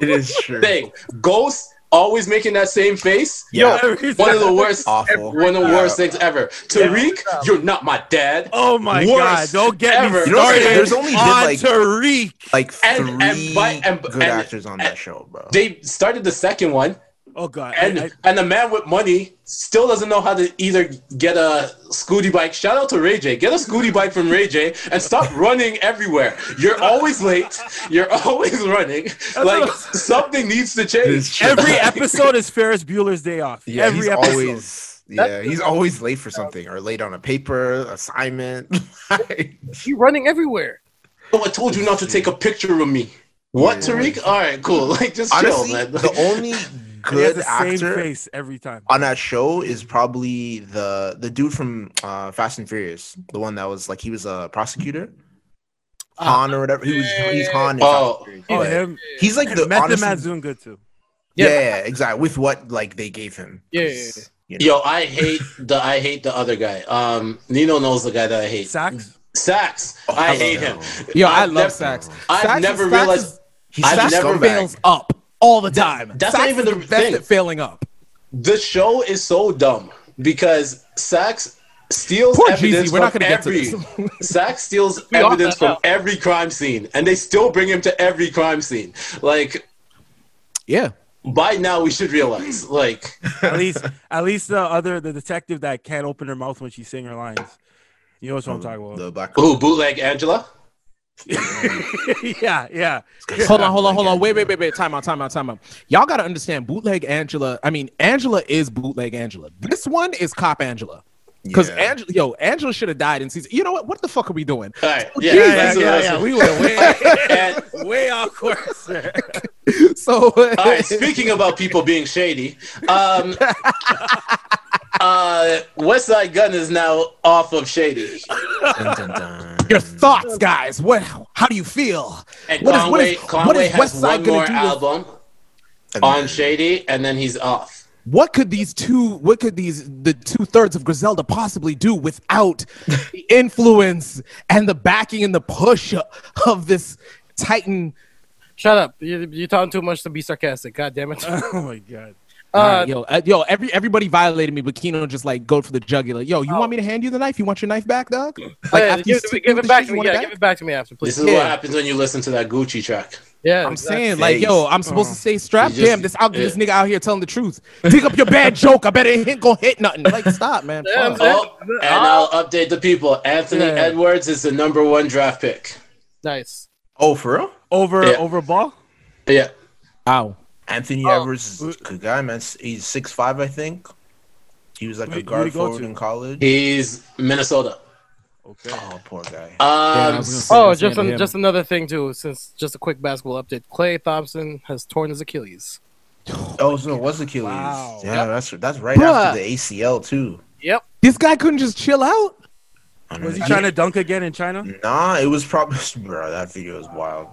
it is true. thing. Ghost always making that same face. Yo, Every One of the time. worst. awful. One of the worst things ever. Tariq, you're not my dad. Oh my god! Worst Don't get ever. me You know, started. there's only been, on like- Tariq. Like And- three and by- and- good and- actors on that and- show, bro. They started the second one, Oh god! and I- I- and the man with money still doesn't know how to either get a Scooty bike. Shout out to Ray J. Get a Scooty bike from Ray J. And stop running everywhere. You're always late. You're always running. Like something needs to It change. is true. every episode is Ferris Bueller's Day Off. yeah, every he's episode. always yeah, he's always late for something or late on a paper assignment. Like, You running everywhere. Oh, I told you not to take a picture of me. What, Yeah. Tariq? All right, cool. Like just honestly, chill, man. the only And he has good the same actor face every time. on that show is probably the the dude from uh, Fast and Furious, the one that was like he was a prosecutor, Han or whatever. He was he's Han. In Fast Oh. and Furious. Oh, Yeah. him. He's like the Method honestly, Man's doing good too. yeah, Yeah. exactly. With what like they gave him. Yeah, 'Cause, you know, Yo, I hate the I hate the other guy. Um, Nino knows the guy that I hate. Sacks. Sax. Oh, I hello. hate him. Yo, I I've love nev- Sax. I've Sax is- never Sax realized is- he's I've I've never never fails up all the time. that's not even is the best thing. at failing up. the show is so dumb because Sax steals Poor evidence Jeezy, we're not from gonna get to every Sax steals evidence from every crime scene, and they still bring him to every crime scene. Like Yeah. by now, we should realize. Like At least, at least the other the detective that can't open her mouth when she's singing her lines. You know what I'm talking about? The black. ooh, bootleg Angela. yeah, yeah. Hold on, hold on, hold on. Wait, wait, wait, wait. Time out, time out, time out. Y'all gotta understand bootleg Angela. I mean, Angela is bootleg Angela. This one is cop Angela. Because Yeah. Angela, yo, Angela should have died in season. You know what? What the fuck are we doing? All right, yeah, Jeezy. that's what I was- We went way, and- way off course. there. So All right. Speaking about people being shady, um, uh, West Side Gun is now off of Shady, Dun, dun, dun. your thoughts, guys. What? How do you feel? and What is- Conway, what is- Conway what is has West Side one gonna more do with- album And on then- Shady, and then he's off. What could these two? What could these the two thirds of Griselda possibly do without the influence and the backing and the push of this Titan? Shut up. You, you're talking too much to be sarcastic. God damn it. Uh, oh my god. Uh, yo, uh, yo, every everybody violated me, but Kino just like go for the jugular. Yo, you want me to hand you the knife? You want your knife back, dog? Like Oh. yeah, after you give, stick it- me give with it the back shit, to you me. want it Yeah, back? give it back to me after, please. This is what Yeah. happens when you listen to that Gucci track. yeah, I'm exactly. saying, like, yo, I'm supposed to stay strapped. You just- Damn, this out this yeah. nigga out here telling the truth. Dig up your bad joke. I bet it ain't gonna hit nothing. Like, stop, man. Yeah, I'm Fuck. saying- Oh, and I'll update the people. Anthony Yeah. Edwards is the number one draft pick. nice. Oh, for real? Over, Yeah. over ball. Yeah, Ow. Anthony Edwards is a good guy, man. He's six five, I think. He was like Who- who a did he guard go forward to? in college. he's Minnesota. Okay. Oh, poor guy. Um, Oh, just an, him. just another thing too. Since just a quick basketball update, Clay Thompson has torn his Achilles. Oh, so it was Achilles. Wow. Yeah, that's that's right Bruh. after the ACL too. Yep. This guy couldn't just chill out. Was he trying to dunk again in China? Nah, it was probably bro. That video is wild.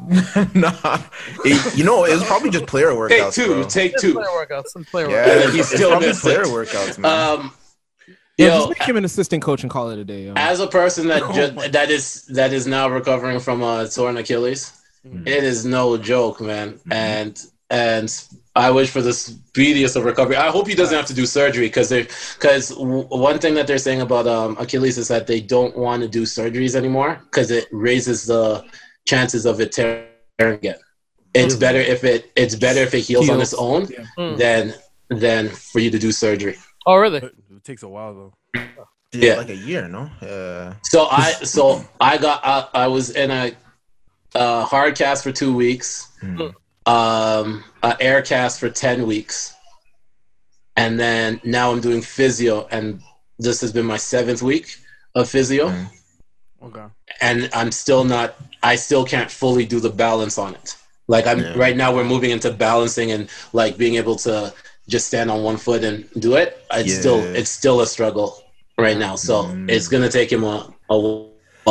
nah, it, you know, it was probably just player Take workouts. two, bro. take Let's two. play workouts. Let's play Yeah, workouts. And it's, he it's still probably missed player it. workouts, man. Um, Yo, yo, just make him an assistant coach and call it a day. Yo. as a person that ju- that is that is now recovering from a torn Achilles, Mhm. it is no joke, man. And and I wish for the speediest of recovery. I hope he doesn't have to do surgery because they because one thing that they're saying about um, Achilles is that they don't want to do surgeries anymore because it raises the chances of it tearing again. It's better if it it's better if it heals, on its own Mm. than than for you to do surgery. Oh, really? It takes a while though. Did yeah. like a year, no? Uh, So I so I got I, I was in a, uh hard cast for two weeks, Hmm. um, a air cast for ten weeks, and then now I'm doing physio, and this has been my seventh week of physio, Hmm. Okay. and I'm still not I still can't fully do the balance on it. Like I'm Yeah. right now, we're moving into balancing and like being able to just stand on one foot and do it. It's still Yeah. it's still a struggle right now. So Mm. it's gonna take him a, a while.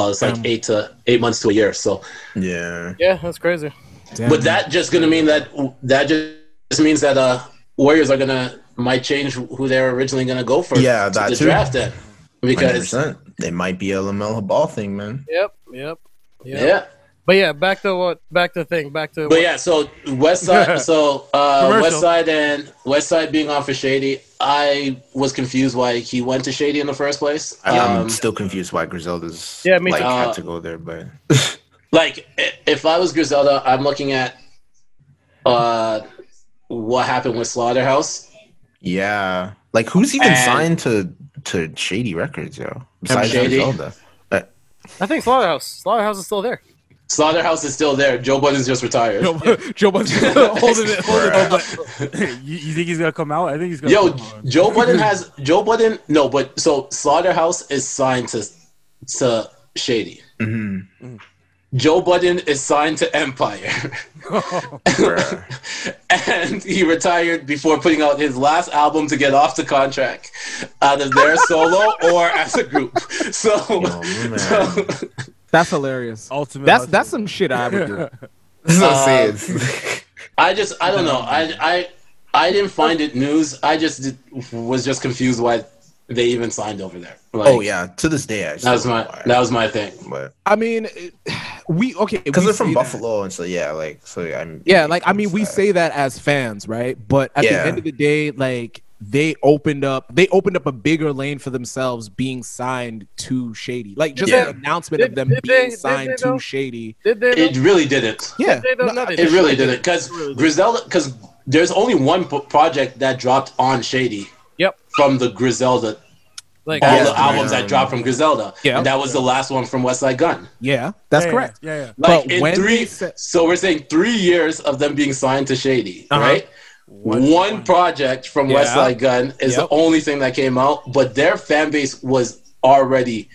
It's like Um, eight to eight months to a year. So, yeah. Yeah, that's crazy. Damn. but that just gonna mean that that just means that uh Warriors are gonna might change who they're originally gonna go for. Yeah, to that the too. draft then because 100%. They might be a Lamella Ball thing, man. Yep, yep, yep. yeah. But yeah, back to what? Back to thing. Back to. But yeah, so West Side, so uh, Commercial. West Side and West Side being on for Shady, I was confused why he went to Shady in the first place. I'm Um, still confused why Griselda's Yeah, me like too. had Uh, to go there, but like, i- if I was Griselda, I'm looking at uh, what happened with Slaughterhouse. yeah, like who's even And- signed to to Shady Records, yo? Besides Shady. Griselda, I think Slaughterhouse. Slaughterhouse is still there. Slaughterhouse is still there. Joe Budden's just retired. Yo, Joe, Joe Budden's holding it. Holding it. you, Oh, you think he's gonna come out? I think he's gonna. come out. Joe Budden has Joe Budden. No, but so Slaughterhouse is signed to to Shady. Mhm. Joe Budden is signed to Empire. Bruh. and he retired before putting out his last album to get off the contract out of their solo or as a group. So, Yo, man. so That's hilarious. Ultimate. Oh, That's that's some shit I would do. This is what Uh, I'm saying. I just I don't know. I I I didn't find it news. I just did, was just confused why they even signed over there. Like, oh yeah, to this day, I that was my that was my thing. but I mean, it- we okay because we they're from say that. Buffalo, and so yeah, like so I'm Yeah, like I mean, we sad. say that as fans, right? But at Yeah. the end of the day, like they opened up, they opened up a bigger lane for themselves being signed to Shady. Like just Yeah. the announcement of Did- them did they- being did they signed though? to Shady. Did they? It though? really didn't. Yeah, They don't- no, they It really didn't because Griselda because there's only one p- project that dropped on Shady. Yep. From the Griselda, like, all Yeah. the albums Yeah. that dropped from Griselda. Yeah. And that was the last one from Westside Gun. yeah, that's Yeah, correct. Yeah, yeah. Like But in when three, they sa- so we're saying three years of them being signed to Shady, Uh-huh. right? One, project from Yeah. Westside Gun is Yep. the only thing that came out, but their fan base was already.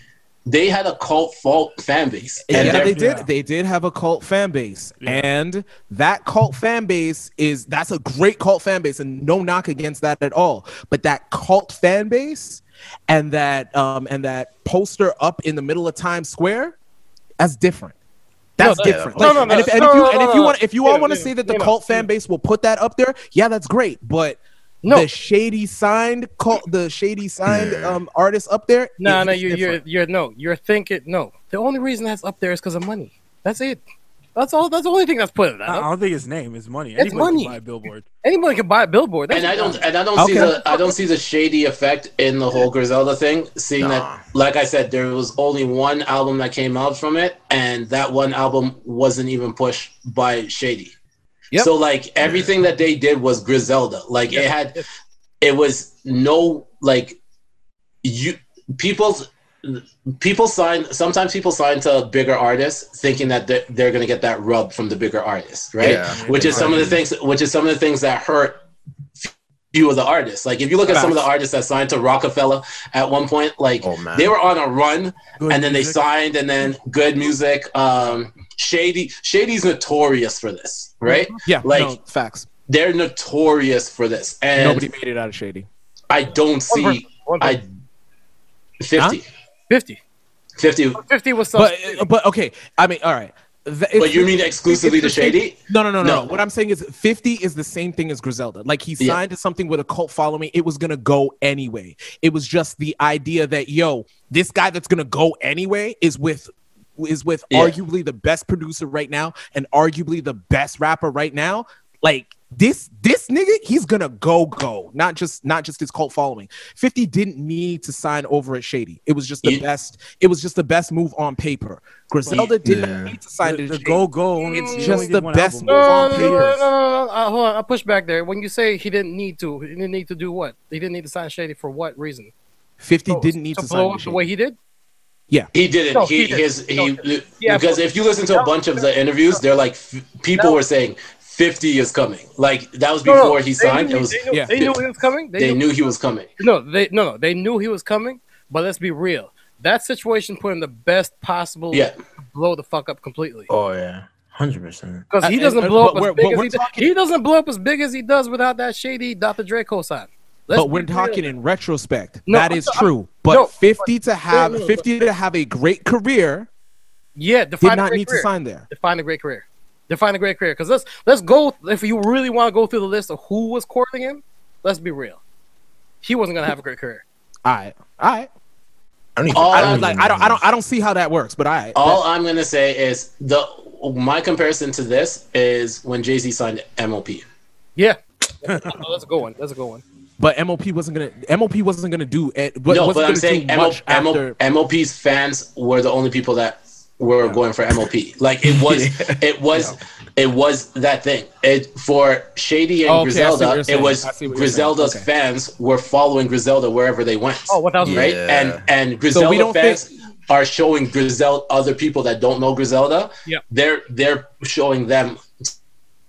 They had a cult fault fan base, and yeah, their- they did. Yeah. They did have a cult fan base, Yeah. and that cult fan base is that's a great cult fan base, and no knock against that at all. But that cult fan base, and that um and that poster up in the middle of Times Square, that's different. That's that- different. no, Like, no, no, And if, and no, if you no, and no, if you no. want if you You all know, want to you say know, that the you know, cult you fan know. base will put that up there, yeah, that's great. But No. the shady signed cult, the shady signed Yeah. um artist up there. no, is no, you, different. you're, you're, no, you're thinking, no. The only reason that's up there is because of money. That's it. That's all. That's the only thing that's put it. I I Uh-huh. Up. don't think his name is money. It's Anybody can money. buy a billboard. Anybody can buy a billboard. That's and I don't and I don't see Okay. the I don't see the shady effect in the whole Griselda thing. Seeing Nah. that, like I said, there was only one album that came out from it, and that one album wasn't even pushed by Shady. Yep. So like everything that they did was Griselda. Like it had, it was no like you people people sign sometimes people sign to bigger artists thinking that they're, they're going to get that rub from the bigger artists right Yeah. which is some of the things which is some of the things that hurt few of the artists like if you look at some of the artists that signed to rockefeller at one point like Oh, man. they were on a run Good and then music. they signed and then good music um shady shady's notorious for this right Mm-hmm. yeah, like- no, facts. they're notorious for this and Nobody made it out of shady. i don't One see person, one person. i 50 50. Fifty. Fifty was some. But but okay, I mean, all right. The- But you mean it's exclusively the the same- shady? No, no, no, no, No. What I'm saying is 50 is the same thing as Griselda. Like he Yeah. signed to something with a cult following. It was going to go anyway. It was just the idea that, yo, this guy that's going to go anyway is with is with Yeah. arguably the best producer right now and arguably the best rapper right now. Like this this nigga, he's going to go go. Not just not just his cult following. 50 didn't need to sign over at Shady. It was just the You- best it was just the best move on paper. Griselda did not need to sign The, to the Shady. go go. It's only, just only the did one best album. no, no, no, no, no, Years. no, no. Uh, hold on, I'll push back there. When you say he didn't need to, he didn't need to do what? He didn't need to sign Shady for what reason? Oh, 50 didn't need to, to, blow sign up with the Jay. way he did. He didn't. No, he he didn't. his he Yeah, because but- if you listen to No, a bunch of no, the interviews, they're like f- people No. were saying fifty is coming. Like that was before No, no, he they signed. knew- It was they knew, yeah. they knew he was coming. they knew he was coming. No, they no no they knew he was coming. But let's be real. That situation put him the best possible Yeah. to blow the fuck up completely. Oh yeah, hundred percent. Because he Uh, doesn't uh, blow but we're- up as but big as we're he does. He doesn't blow up as big as he does without that shady Dr. Dre cosign. Let's but we're be talking real. in retrospect. No, that I'm is not- true. But no, 50 to have no, no, 50 to have a great career Yeah, define did a not great need career. to sign there. Define a great career. Define a great career. Because let's let's go if you really want to go through the list of who was courting him, let's be real. He wasn't gonna have a great career. All right. All right. I don't even. All I I don't don't even like I don't I know. don't I don't see how that works, but all right. All I'm gonna say is the my comparison to this is when Jay Z signed MOP. Yeah. Oh, that's a good one. That's a good one. but MOP wasn't going to MOP wasn't going to do it but no, wasn't but gonna I'm saying do MO, much MO, after MOP's fans were the only people that were going for MOP. Like it was, it was, it was that thing. It for Shady and Oh, Okay, I see what you're Griselda, it saying. was I see what you're saying. Griselda's Okay. fans were following Griselda wherever they went. Oh, one thousand right? Yeah. And and Griselda don't fans are showing Griselda other people that don't know Griselda. Yeah. they're they're showing them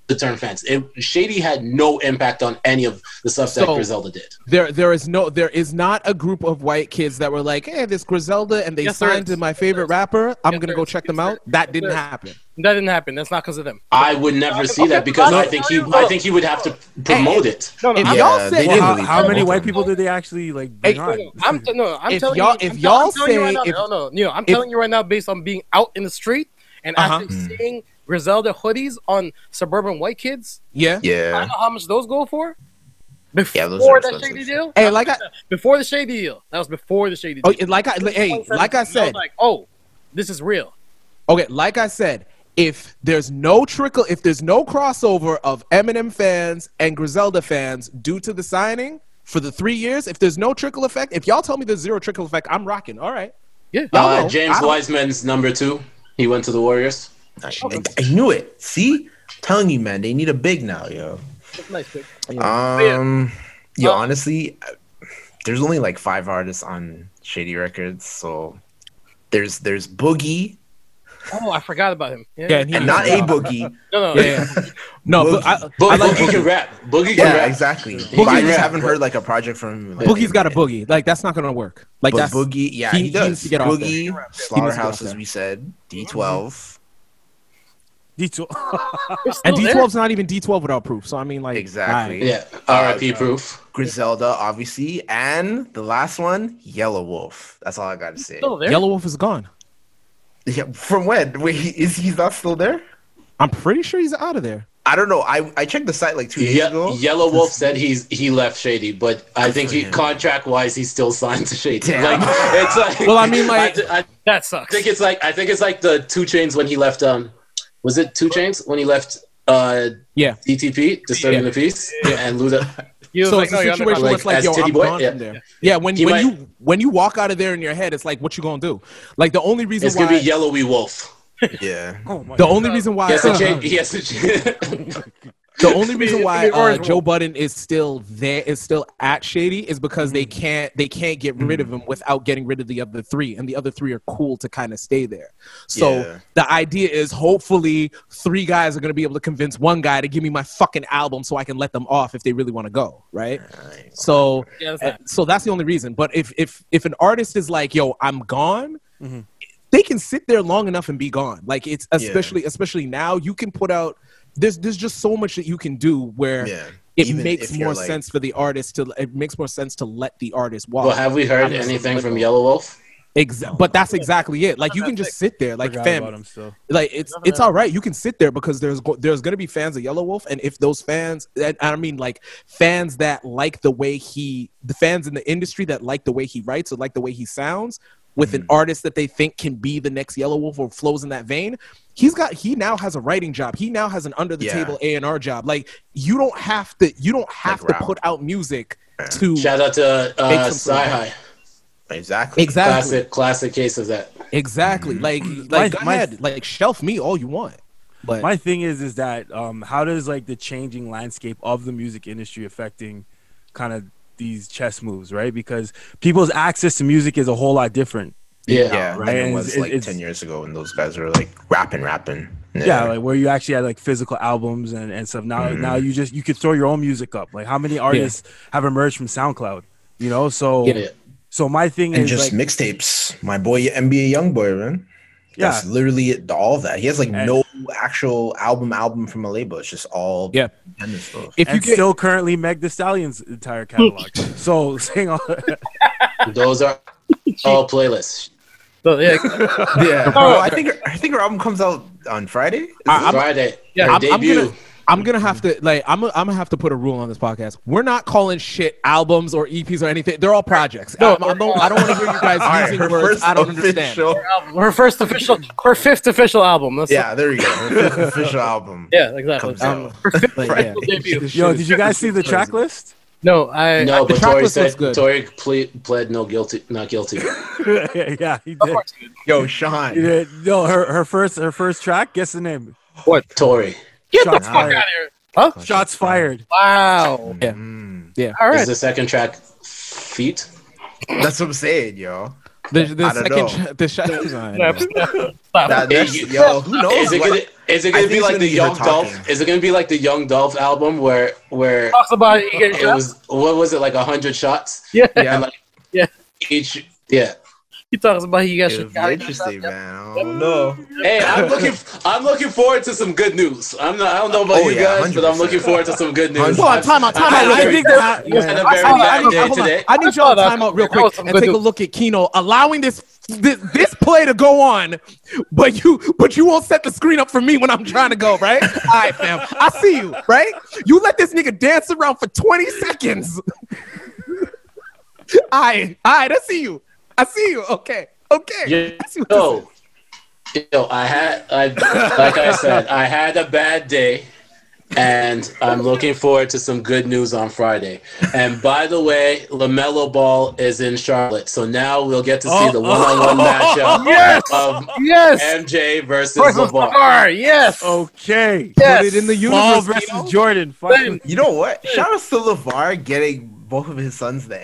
the turn fans. It, Shady had no impact on any of the stuff that So- Griselda did. there there is no there is not a group of white kids that were like, "Hey, this Griselda and they Yes, there signed is. to my Yes, favorite there rapper. Yes, I'm going to there go is. check Yes, them there out." is. That Yes, didn't there is. happen. That didn't happen. That's not because of them. I would never see that because I think he I think he would have to promote it. No, no, If I'm, y'all Yeah, said they didn't Well, really how, how many promote white them. people did they actually like bring no, on? no, I'm, t- no, I'm If telling y'all- you, if I'm tell- y'all I'm telling you right say now, if- no, no, Neo, I'm if- telling you right now, based on being out in the street and Uh-huh. after seeing Griselda hoodies on suburban white kids, Yeah. I Yeah. know how much those go for. Before Yeah, those are that expensive. shady deal, Hey, like I before the shady deal, that was before the shady Oh, deal. and like I hey, like I said, like oh, this is real. okay, like I said, if there's no trickle, if there's no crossover of Eminem fans and Griselda fans due to the signing for the three years, if there's no trickle effect, if y'all tell me there's zero trickle effect, I'm rocking. All right. Yeah, Y'all Uh, know. James I don't- Wiseman's number two. He went to the Warriors. I, I, I knew it. See, telling you, man, they need a big now, yo. that's nice. Pick. Um, yo, Uh, honestly, I- there's only like five artists on Shady Records, so there's there's Boogie Oh, I forgot about him. Yeah, Yeah, and he- and uh, not a Boogie. no, no, Yeah, yeah. No, but I, Bo- I like Boogie can rap. Boogie can Yeah, rap. exactly. But I Boogie just rap, haven't bro. heard like a project from him. Like, Boogie's got a boogie. Like that's not gonna work. Like But that's Boogie, yeah, he- he, he does. needs to get off there. He Boogie, Slaughterhouse, there. as we said, D12. Detour. It's and still there. D12's not even D12 without proof. So I mean, like Exactly. Yeah. Uh, R.I.P. Proof. Griselda, obviously, and the last one, Yellow Wolf. That's all I gotta say. Still all right. there. Yellow Wolf is gone. Yeah, from when? Wait, he, is he not still there? I'm pretty sure he's out of there. I don't know. I, I checked the site like two days Ye- ago. Yellow Wolf said he's he left Shady, but I Good think for he him. contract wise he's still signed to Shady. Like Damn. it's like Well, I mean, like- I, th- I That sucks. think it's like I think it's like the two chains when he left um was it two chains when he left uh Yeah. DTP disturbing the Yeah. peace and Luda He was so like, "Oh, it's no, a you're situation where Like, it's like, as yo, Titty I'm Boy? gone Yeah. from there. Yeah, when, He when might- you when you walk out of there in your head, it's like, what you gonna do? Like the only reason it's why gonna be Yellowy Wolf. Yeah. Oh my the only reason why He has to change. He has to change. the only reason it's why gonna be uh, orange Joe Budden is still there is still at Shady is because they can't they can't get rid of him without getting rid of the other three, and the other three are cool to kind of stay there. So Yeah. the idea is hopefully three guys are gonna be able to convince one guy to give me my fucking album so I can let them off if they really want to go, right? So Yeah, that's Uh, not- so that's the only reason. But if if if an artist is like, "Yo, I'm gone," Mhm. they can sit there long enough and be gone. Like it's Mm-hmm. Yeah. especially especially now you can put out. There's there's just so much that you can do where Yeah. it Even makes if you're, more like- sense for the artist to. It makes more sense to let the artist walk. well, have we heard Obviously, anything like- from Yellow Wolf? Exactly, but that's exactly it. Like you can just sit there, like Forgot about fam, him still. like it's it's all right. You can sit there because there's go- there's gonna be fans of Yellow Wolf, and if those fans, and I mean like fans that like the way he, the fans in the industry that like the way he writes or like the way he sounds, with an artist that they think can be the next Yellow Wolf or flows in that vein, he's got he now has a writing job. He now has an under the table A and R job. Like you don't have to you don't have to rap. put out music to Shout out to Make uh, some Sci High. Exactly. exactly Classic, classic case of that. Exactly. Like, like, My- go my- ahead. like, shelf me all you want. But My thing is, is that um, how does like the changing landscape of the music industry affecting kind of these chess moves, right? Because people's access to music is a whole lot different. Yeah. Yeah, Right, than and it it's- was it- like it's- ten years ago when those guys were like rapping, rapping. Yeah, like where you actually had like physical albums and, and stuff. Now, now you just you could throw your own music up. Like how many artists have emerged from SoundCloud? You know, so Yeah. so my thing and is just like, mixtapes. My boy, NBA YoungBoy, man. Yeah. That's literally it, all that. He has like And- no actual album album from a label. It's just all Yeah. independent stuff. if you and get, still currently Meg The Stallion's entire catalog. so saying all, Those are all playlists. So, yeah, yeah. Bro, I think her, I think her album comes out on Friday. Is it- I'm- Friday. Yeah, her I'm, I'm debut. gonna, I'm gonna have to like, I'm, I'm gonna have to put a rule on this podcast. We're not calling shit albums or EPs or anything. They're all projects. No, I, don't, I don't want to hear you guys all right, using her words. first I don't official- understand. uh, her first official, her fifth official album. That's Yeah, there you go. Her first official album. yeah, exactly. Comes out. Um, Her fifth Like, official yeah. debut. yo, did you guys see the track list? No, I. no, but track Tori list looks said good. Tori ple- pled no guilty, not guilty. yeah, he did. Yo, He Sean. did. No, her her first her first track. Guess the name. Tori, Get the Shots fuck out of fired. here! Huh? Shots fired. Wow. Mm. All is right. the second track feet? That's what I'm saying, yo. The, the I don't know. second, ch- the sh- That, Hey, that's, you- yo, who knows? Is it what- gonna, is it gonna I think be it's like the gonna be her Young Dolph? talking. Oh, Is it gonna be like the Young Dolph album where where Talks about it, you get it shot. was what was it like a hundred shots? Yeah. And like Yeah. each yeah. He talks about he got It shot. would be interesting, man. I don't know. Hey, I'm looking I'm looking forward to some good news. I'm not I don't know about Oh, you yeah, guys, but I'm 100%. looking forward to some good news. Hold on, time out, time out. I- I think that. I had a very I, I, bad I, day hold on. today. I I need y'all saw to that. time out real That was quick some and good take a news. look at Kino allowing this, this this play to go on, but you but you won't set the screen up for me when I'm trying to go, right? All right, fam. I see you, right? You let this nigga dance around for 20 seconds. All right, all right, I see you. I see you. Okay. Okay. Yo, I see what this is. yo, I had, I, like I said, I had a bad day, and I'm looking forward to some good news on Friday. And by the way, Lamelo Ball is in Charlotte, so now we'll get to see the one-on-one matchup Yes! of Yes. MJ versus Versus LeBron. LeVar. Yes. Oh, Okay. yes. Put it in the Paul universe. versus Jordan. Finally. You know what? Shout out to LeVar getting both of his sons in the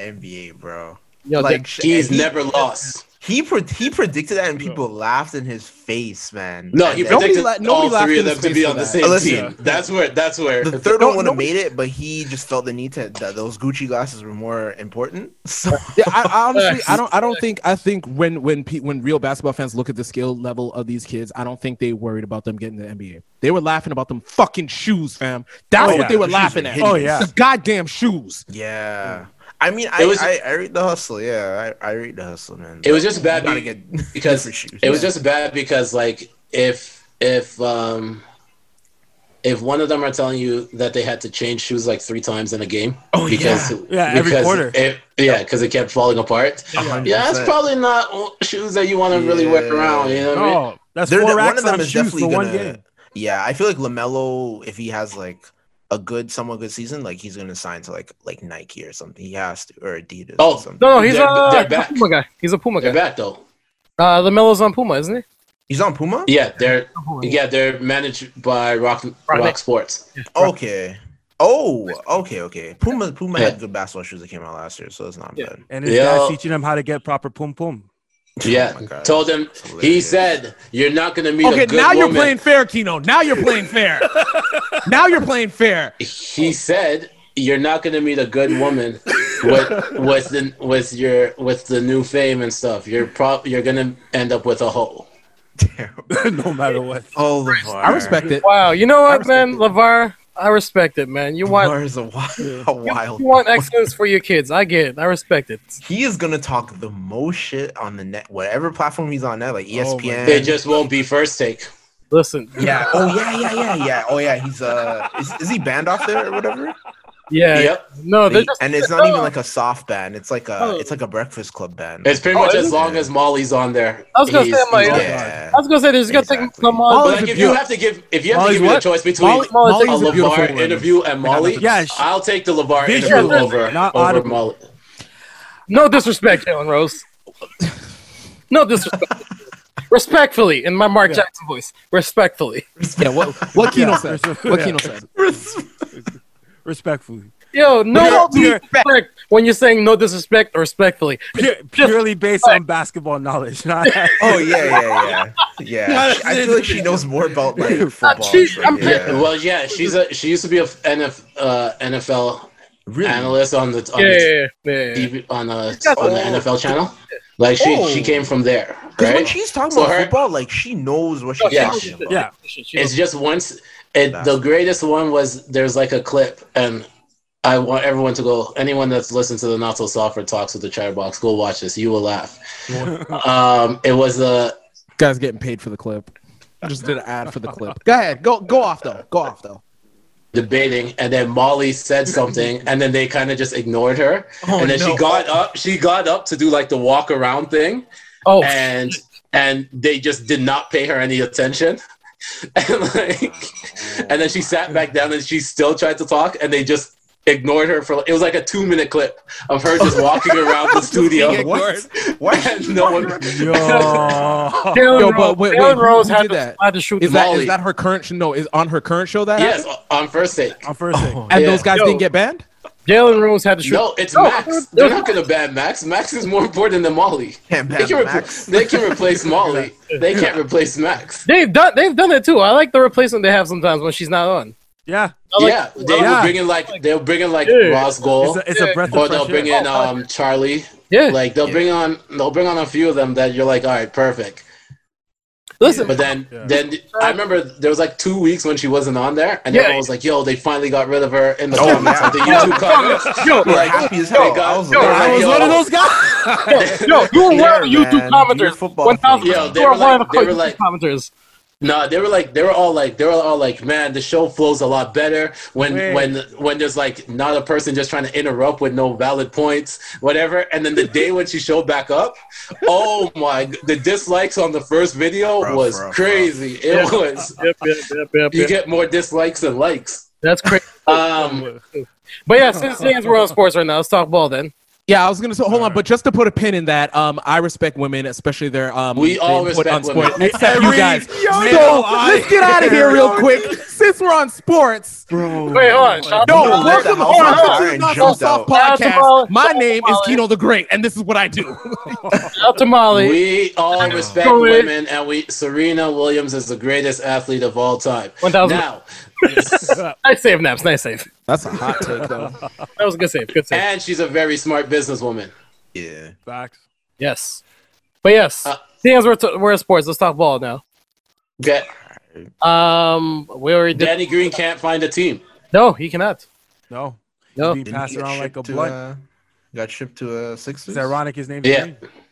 NBA, bro. Yo, like sh- He's he- never lost. He pre- he predicted that, and people laughed in his face, man. No, he And then predicted la- nobody all laughed three of in them his to face be for on the that. same Listen. team. That's where. That's where. the third one no- would have nobody- made it, but he just felt the need to that those Gucci glasses were more important. So Yeah, I, I honestly, I don't, I don't think, I think when when pe- when real basketball fans look at the skill level of these kids, I don't think they worried about them getting the NBA. They were laughing about them fucking shoes, fam. That's Oh, what yeah, they were the shoes laughing are at. hideous. Oh, yeah. the goddamn shoes. yeah, I mean, I, It was- I I read the hustle. Yeah, I, I read the hustle, man. It was just You bad gotta be- get because different shoes. it was just bad because like if if um if one of them are telling you that they had to change shoes like three times in a game Oh, because yeah. Yeah, every because quarter. it, yeah because it kept falling apart A hundred yeah that's percent. probably not shoes that you want to really wear Yeah. around you know what I mean? No, Oh, that's They're four de- one racks of them on is shoes definitely for one gonna. game. Yeah, I feel like Lamelo, if he has like a good, somewhat good season, like he's gonna sign to like like Nike or something. He has to or Adidas. Oh, or something. No, no, he's They're- a, they're he's a back. Puma guy. He's a Puma they're guy. back though Uh, the Melo's on Puma, isn't he? he's on Puma. yeah they're yeah they're managed by Rock Rock, Rock- Sports Okay. Oh, okay, okay. Puma Puma Yeah. had good basketball shoes that came out last year, so it's not Yeah. bad. And his Yeah. dad's teaching him how to get proper pum pum. yeah Oh my God. told him he hilarious. said you're not gonna meet Okay, a good now you're woman." playing fair, Kino. Now you're playing fair. now you're playing fair. he said you're not going to meet a good woman with with the with your with the new fame and stuff you're prob you're going to end up with a hole no matter what. Oh, LeVar. I respect it. Wow. You know what, man? LeVar, I respect it, man. You want Mars a wild, a wild. you want excellence for your kids. I get it. I respect it. He is gonna talk the most shit on the net, whatever platform he's on now, like E Oh my ESPN. They just won't be first take. Listen, yeah. Oh yeah, yeah, yeah, yeah. Oh yeah. He's uh, is, is he banned off there or whatever? yeah, Yep. no, they're just and it's not even like a soft ban. It's like a, it's like a Breakfast Club ban. It's pretty Oh, much is as it? long as Molly's on there. I was gonna he's- say, I'm like, he's- yeah. I was gonna say there's gonna take Exactly. some on. But, Molly's like, a if you beaut- have to give, if you have Molly's to give me the what? choice between Molly- a Molly's a beautiful Levar woman. interview and Molly, Yeah, she- I'll take the Levar Visual, interview over not over audible. Molly. No disrespect, Jalen Rose. No disrespect. respectfully, in my Mark Jackson voice, respectfully. Yeah, what what Kino said. Respect- What yeah. Kino said. respectfully, Yo, no Pure- disrespect when you're saying no disrespect or respectfully. Pu- purely based on basketball knowledge. Not Oh yeah, yeah, yeah, yeah. She- I feel like she knows more about like football. she- It's like, I'm- yeah. Well, yeah, she's a she used to be a NF, uh, NFL Really? analyst on the on the Yeah, yeah, yeah, yeah, yeah. TV, on, a, got on the the- NFL channel. Like she Oh. she came from there, Because when right? she's talking So about her- football, like she knows what No, she's she Yeah. knows talking shit. about. Yeah. She knows It's just once it, Nah. the greatest one was there's like a clip and I want everyone to go anyone that's listened to the Not So Software talks with the chatterbox, go watch this. You will laugh. um it was a Guys getting paid for the clip. I just did an ad for the clip. Go ahead. Go go off though. Go off though. debating and then Molly said something and then they kind of just ignored her. Oh, and then no. she got up she got up to do like the walk around thing Oh, and and they just did not pay her any attention. And like, and then she sat back down and she still tried to talk and they just ignored her for it was like a two minute clip of her just walking around the studio. What? Why is she And no talking one about- Yo. Jalen Yo, Rose, but wait, wait, Jalen who- Rose who had did to, that? had to shoot Is the that Molly. is that her current show? No, is on her current show that Yes, happened? on first take. on first thing. And Yeah. those guys Yo. didn't get banned? Jalen Rose had to shoot. No, it's No, Max. They're not gonna ban Max. Max is more important than Molly. Can't They ban can, repl Max. they can replace Molly. They can't replace Max. They've done they've done it too. I like the replacement they have sometimes when she's not on. Yeah, I like- yeah, they Yeah. will bring in like they'll bring in like Yeah. Ross it's Gold, a, it's a Yeah. breath Oh, or of they'll fresh bring air. in um Charlie. Yeah, Like they'll bring on they'll bring on a few of them that you're like, all right, perfect. listen, But then Yeah. then I remember there was like two weeks when she wasn't on there, and Yeah. everyone was like, yo, they finally got rid of her in the Oh, comments yeah. on the YouTube comments. yo, We're happy as hell. I was, Yo, like, I I was Yo. one of those guys. yo, you were one Yeah, of the YouTube man. You're a commenters. football One thousand. fan. Yo, they you were were one of like- the they were YouTube like- commenters. No, they were like they were all like they were all like, man, the show flows a lot better when Wait. when when there's like not a person just trying to interrupt with no valid points, whatever. And then the day when she showed back up, oh my, g- the dislikes on the first video Bruh, was bruh, bruh. crazy. It was Yep, yep, yep, yep, you yep. get more dislikes than likes. That's crazy. Oh, Um, But yeah, since since we're on sports right now, let's talk ball then. Yeah, I was gonna say hold on, but just to put a pin in that, um, I respect women, especially their um We their all input respect women. sport, except you Every- guys. Yo, so yo, I- let's get out of here real quick. Since we're on sports, Wait, hold on. Shout out no, to Molly. let the welcome house on home fire to the and Not So jumped Soft out. podcast. My Shout out to name is Molly. Kino the Great, and this is what I do. Shout out to Molly. we all respect Go ahead. women, and we Serena Williams is the greatest athlete of all time. 1000. Now, nice save, Naps. Nice save. That's a hot take, though. That was a good save. Good save. and she's a very smart businesswoman. Yeah. Facts. yes. But yes, Uh, seeing as we're, t- we're in sports, let's talk ball now. That Um, we already did. Danny Green can't find a team. No, he cannot. No, Oh. No. he Didn't passed he get around like shipped a to, blunt. uh, Got shipped to a Sixers. It's ironic his name's Yeah.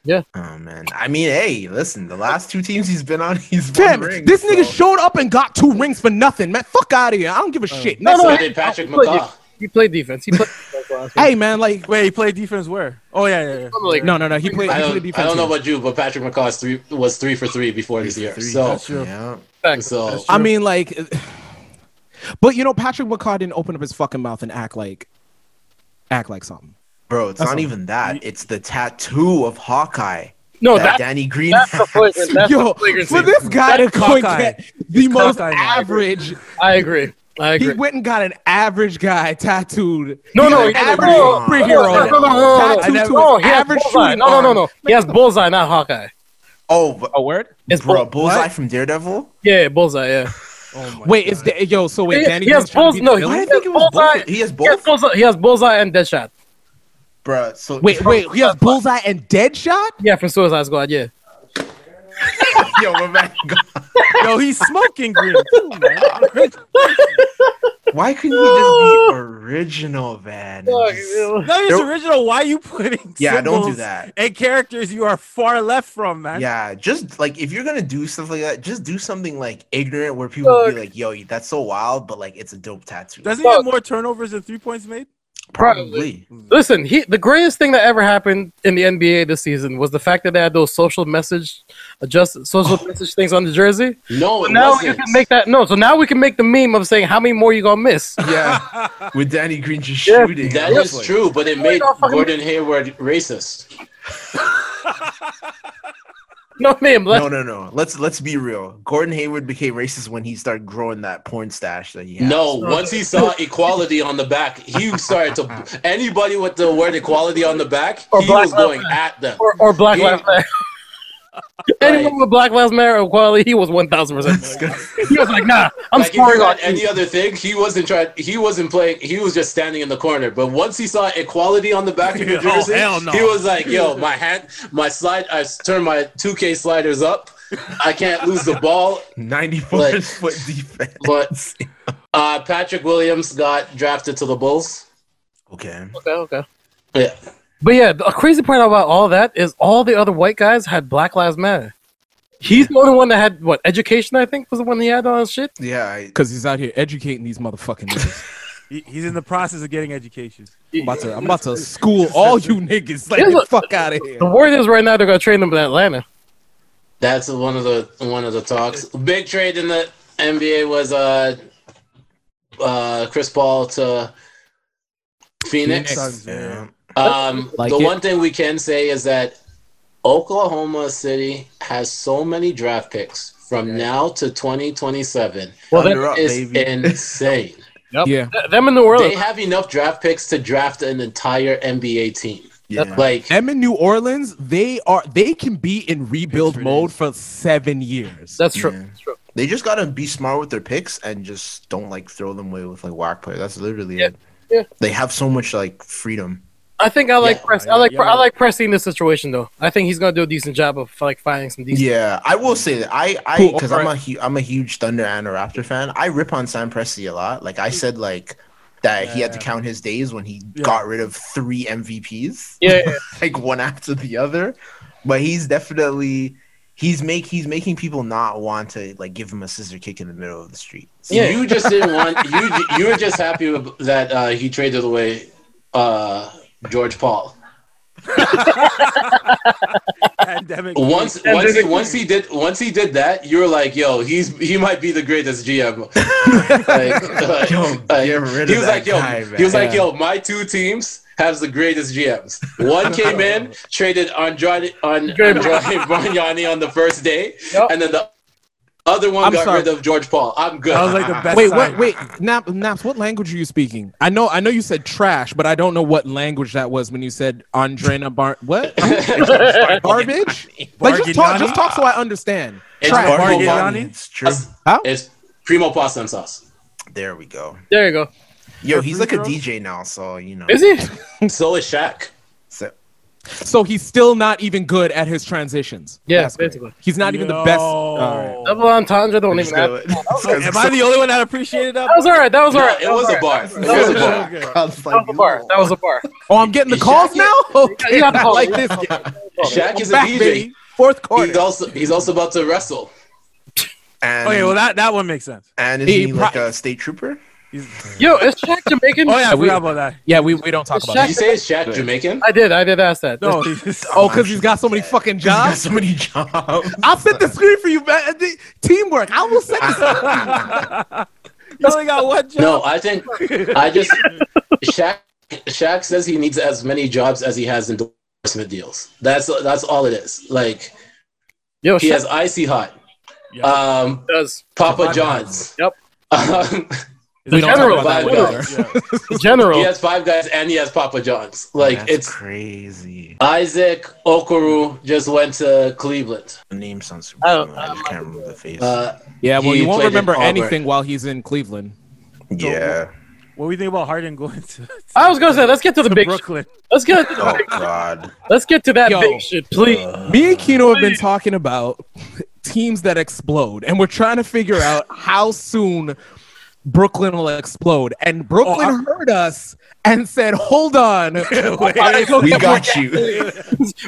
Green. Oh man. I mean, hey, listen. The last two teams he's been on, he's won Damn, rings, this nigga so- showed up and got two rings for nothing, man. Fuck out of here. I don't Oh. give a shit. No, Next- So no, did Patrick he played McCaw. He played defense. He played defense last week. Hey, man, like, Wait, he played defense where? Oh yeah, yeah, yeah. Like, no, no, no. He played. I He played don't, I defense. don't know here. about you, but Patrick McCaw is three, was three for three before this year. Three. So, That's true. Yeah. Fact. so I mean, like, but you know, Patrick McCaw didn't open up his fucking mouth and act like, act like something. Bro, it's not even that. It's the tattoo of Hawkeye no, that that, Danny Green Oh, that's the has. flagrant. That's Yo, the flagrancy. for this guy to That's go and cockeyed. get the most cockeyed. average, I agree. I he agree. went and got an average guy tattooed. No, He no, got he an got average a- no, superhero. no, no, no, no, no, tattooed no, to no, his he has average bullseye. shooting No, no, no, arm. no. He has bullseye, not Hawkeye. Oh, but- A word? It's bro, bull- Bullseye Oh, what? from Daredevil? Yeah, bullseye. Yeah. Oh my Wait, God. is da- yo? So wait, He- Danny he has Green's trying to bullseye. be No, the he Why villain? did has I think it was bullseye. both? He has He has both, bullseye. He has bullseye and Deadshot. bro. So Wait, wait, he has bullseye and Deadshot. Yeah, from Suicide Squad. Yeah. yo, we're back. Yo, he's smoking green too, man. Why couldn't you just be original, man? and just- Fuck, That is There- original. Why are you putting Yeah, don't do symbols that. and characters you are far left from, man? Yeah, just like if you're gonna do stuff like that, just do something like ignorant where people be like, "Yo, that's so wild," but like it's a dope tattoo. Doesn't he have more turnovers than three points made? probably. Listen, he, the greatest thing that ever happened in the NBA this season was the fact that they had those social message, adjust social message things on the jersey. No, it Now you wasn't. can make that no. So now we can make the meme of saying how many more you gonna miss. Yeah, with Danny Green just Yeah. shooting. That I'm is just like, true, but it my made God, fucking- Gordon Hayward racist. No name left. No, no, no. Let's let's be real. Gordon Hayward became racist when he started growing that porn stash that he had. No, once he saw equality on the back, he started to anybody with the word equality on the back, Or he Black was going at them. Or, or Black He- Lives Matter. Anyone with Black Lives Matter or equality, he was one thousand percent. He was like, nah, I'm Like if scoring you on had you. any other thing, he wasn't trying. He wasn't playing. He was just standing in the corner. But once he saw equality on the back of your Oh, jersey, hell no. he was like, "Yo, my hand, my slide. I s- turned my 2K sliders up. I can't lose the ball." 94 Like- foot defense. But uh, Patrick Williams got drafted to the Bulls. Okay. Okay, okay. Yeah. But yeah, the crazy part about all that is all the other white guys had Black Lives Matter. He's the only one that had what education? I think was the one he had on his shit. Yeah, I, Because he's out here educating these motherfucking niggas. He- he's in the process of getting education. I'm about to, I'm about to school all you niggas. Like, Here's the a- fuck out of here. The Warriors right now they're gonna train them in Atlanta. That's one of the one of the talks. Big trade in the NBA was uh uh Chris Paul to Phoenix. Suns, yeah. yeah. Um, Like the it. one thing we can say is that Oklahoma City has so many draft picks from now to 2027. Well, Thunder then, up, It's baby. insane. Yeah. th- them in New Orleans. they have enough draft picks to draft an entire NBA team. yeah. Like Them in New Orleans, they are they can be in rebuild Picks for mode for seven years. that's true. Yeah. That's true. They just gotta be smart with their picks and just don't like throw them away with like whack players. That's literally Yeah. it. Yeah. They have so much like freedom. I think I like press. yeah, I like. yeah. I like pressing in this situation though. I think he's gonna do a decent job of like finding some decent. Yeah, I will say that I I Cool, because I'm a alright. hu- I'm a huge Thunder and a Raptor fan. I rip on Sam Presti a lot. Like I said, like that he had to Yeah. count his days when he Yeah. got rid of three MVPs. Yeah, yeah. like one after the other. But he's definitely he's make he's making people not want to like give him a scissor kick in the middle of the street. So, Yeah. You just didn't want you. You were just happy with- that uh, he traded away uh, George Paul. Pandemic. Once, once, he, once he did, once he did that, you were like, "Yo, he's he might be the greatest GM." Like, like, Yo, like, get rid of he was that like, "Yo," guy, he was man. like, "Yo, my two teams has the greatest GMs. One came in, traded Andrade on Good. Andrade Bargnani on the first day, Yep. and then the other one I'm got sorry. rid of George Paul. I'm good." That was like the best. Wait, sign. what? Wait, Nap, Naps, what language are you speaking? I know, I know you said trash, but I don't know what language that was when you said Andrena Bar. What? Garbage? like just talk, just talk so I understand. It's Trash. Bar- Bargain Bargain- on it? It's true. It's primo pasta and sauce. There we go. There you go. Yo, he's like a Bruno? DJ now, so you know. Is he? So is Shaq. So, So he's still not even good at his transitions. Yeah, That's great. basically. He's not even the Yo. best. All Double entendre don't I'm even just happen. gonna- Am I the only one that appreciated that? That was all right. That was all No, right. it that was a all bar. right. It That was a bar. I That was was a bar. yo. That was a bar. right. Oh, I'm getting the Is calls Shaq- now. You Okay, got the I call. like You this. got the call. Shaq is a Back, DJ. baby. Fourth He's quarter. also he's also about to wrestle. And, Okay, well that that one makes sense. and is he he, like pro- a state trooper? He's- Yo, is Shaq Jamaican? oh yeah, I we- forgot about that. Yeah, we, we don't talk about Did that. you say it's Shaq Jamaican? I did. I did ask that. No, he's, Oh, because he's got so many fucking He's got jobs. so many jobs. I'll set the screen for you, man. The- Teamwork. I will set this. you only got one job. No, I think I just Shaq Shaq says he needs as many jobs as he has endorsement deals. That's that's all it is. Like Yo, he Oh, Shaq has icy hot, Yeah. um, does. Papa John's. Yep. Um, Is We that don't talk General about that Vibe one either. Guys. General. He has five guys and he has Papa John's. Like That's it's crazy. Isaac Okoro just went to Cleveland. The name sounds super Oh, familiar. I just can't remember the face. Uh, Yeah, well, He you won't played in remember Auburn. anything while he's in Cleveland. yeah. What do we think about Harden going to, I was gonna say, let's get to the to big. Shit. Brooklyn? Let's get. To Oh the, God. let's get to that Yo. big shit, please. Me and Kino have been talking about teams that explode, and we're trying to figure out how soon Brooklyn will explode. And Brooklyn heard us and said, Hold on. we got you.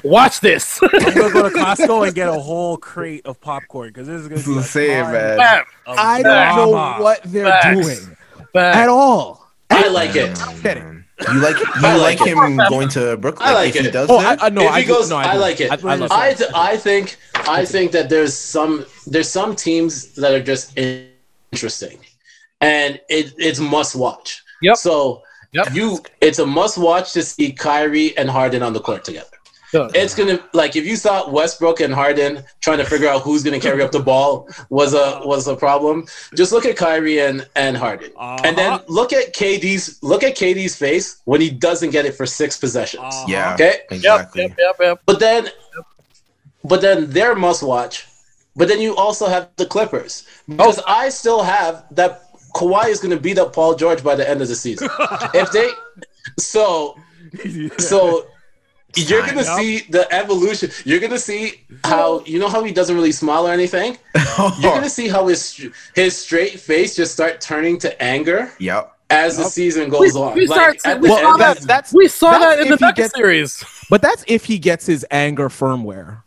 Watch this. I'm gonna go to Costco and get a whole crate of popcorn because this is gonna It's be a insane, ton man. Bam, of I don't drama. know what they're Facts. doing bam. at all. I like it. Get it. You like you I like, like it. him going to Brooklyn I like if he it. does Oh, that? I, I, no, if I he do- goes, no, I, do. like it. I, I love I, it. th- I think I think that there's some there's some teams that are just in- interesting, and it it's must watch. Yep. So Yep. you it's a must watch to see Kyrie and Harden on the court together. Yeah. It's gonna like if you saw Westbrook and Harden trying to figure out who's gonna carry up the ball was a was a problem. Just look at Kyrie and and Harden, and then Uh-huh. look at KD's look at KD's face when he doesn't get it for six possessions. Uh-huh. yeah, Okay, exactly. Yep, yep, yep. but then, but then they're must watch. But then you also have the Clippers because Oh. I still have that Kawhi is going to beat up Paul George by the end of the season. if they, so so. You're Time gonna up. see the evolution. You're gonna see how you know how he doesn't really smile or anything. You're gonna see how his his straight face just start turning to anger yep. as the season goes We- on. we Like, start- at we the saw end, that- of- that's We saw That's that in the if he docu gets- series. but that's if he gets his anger firmware.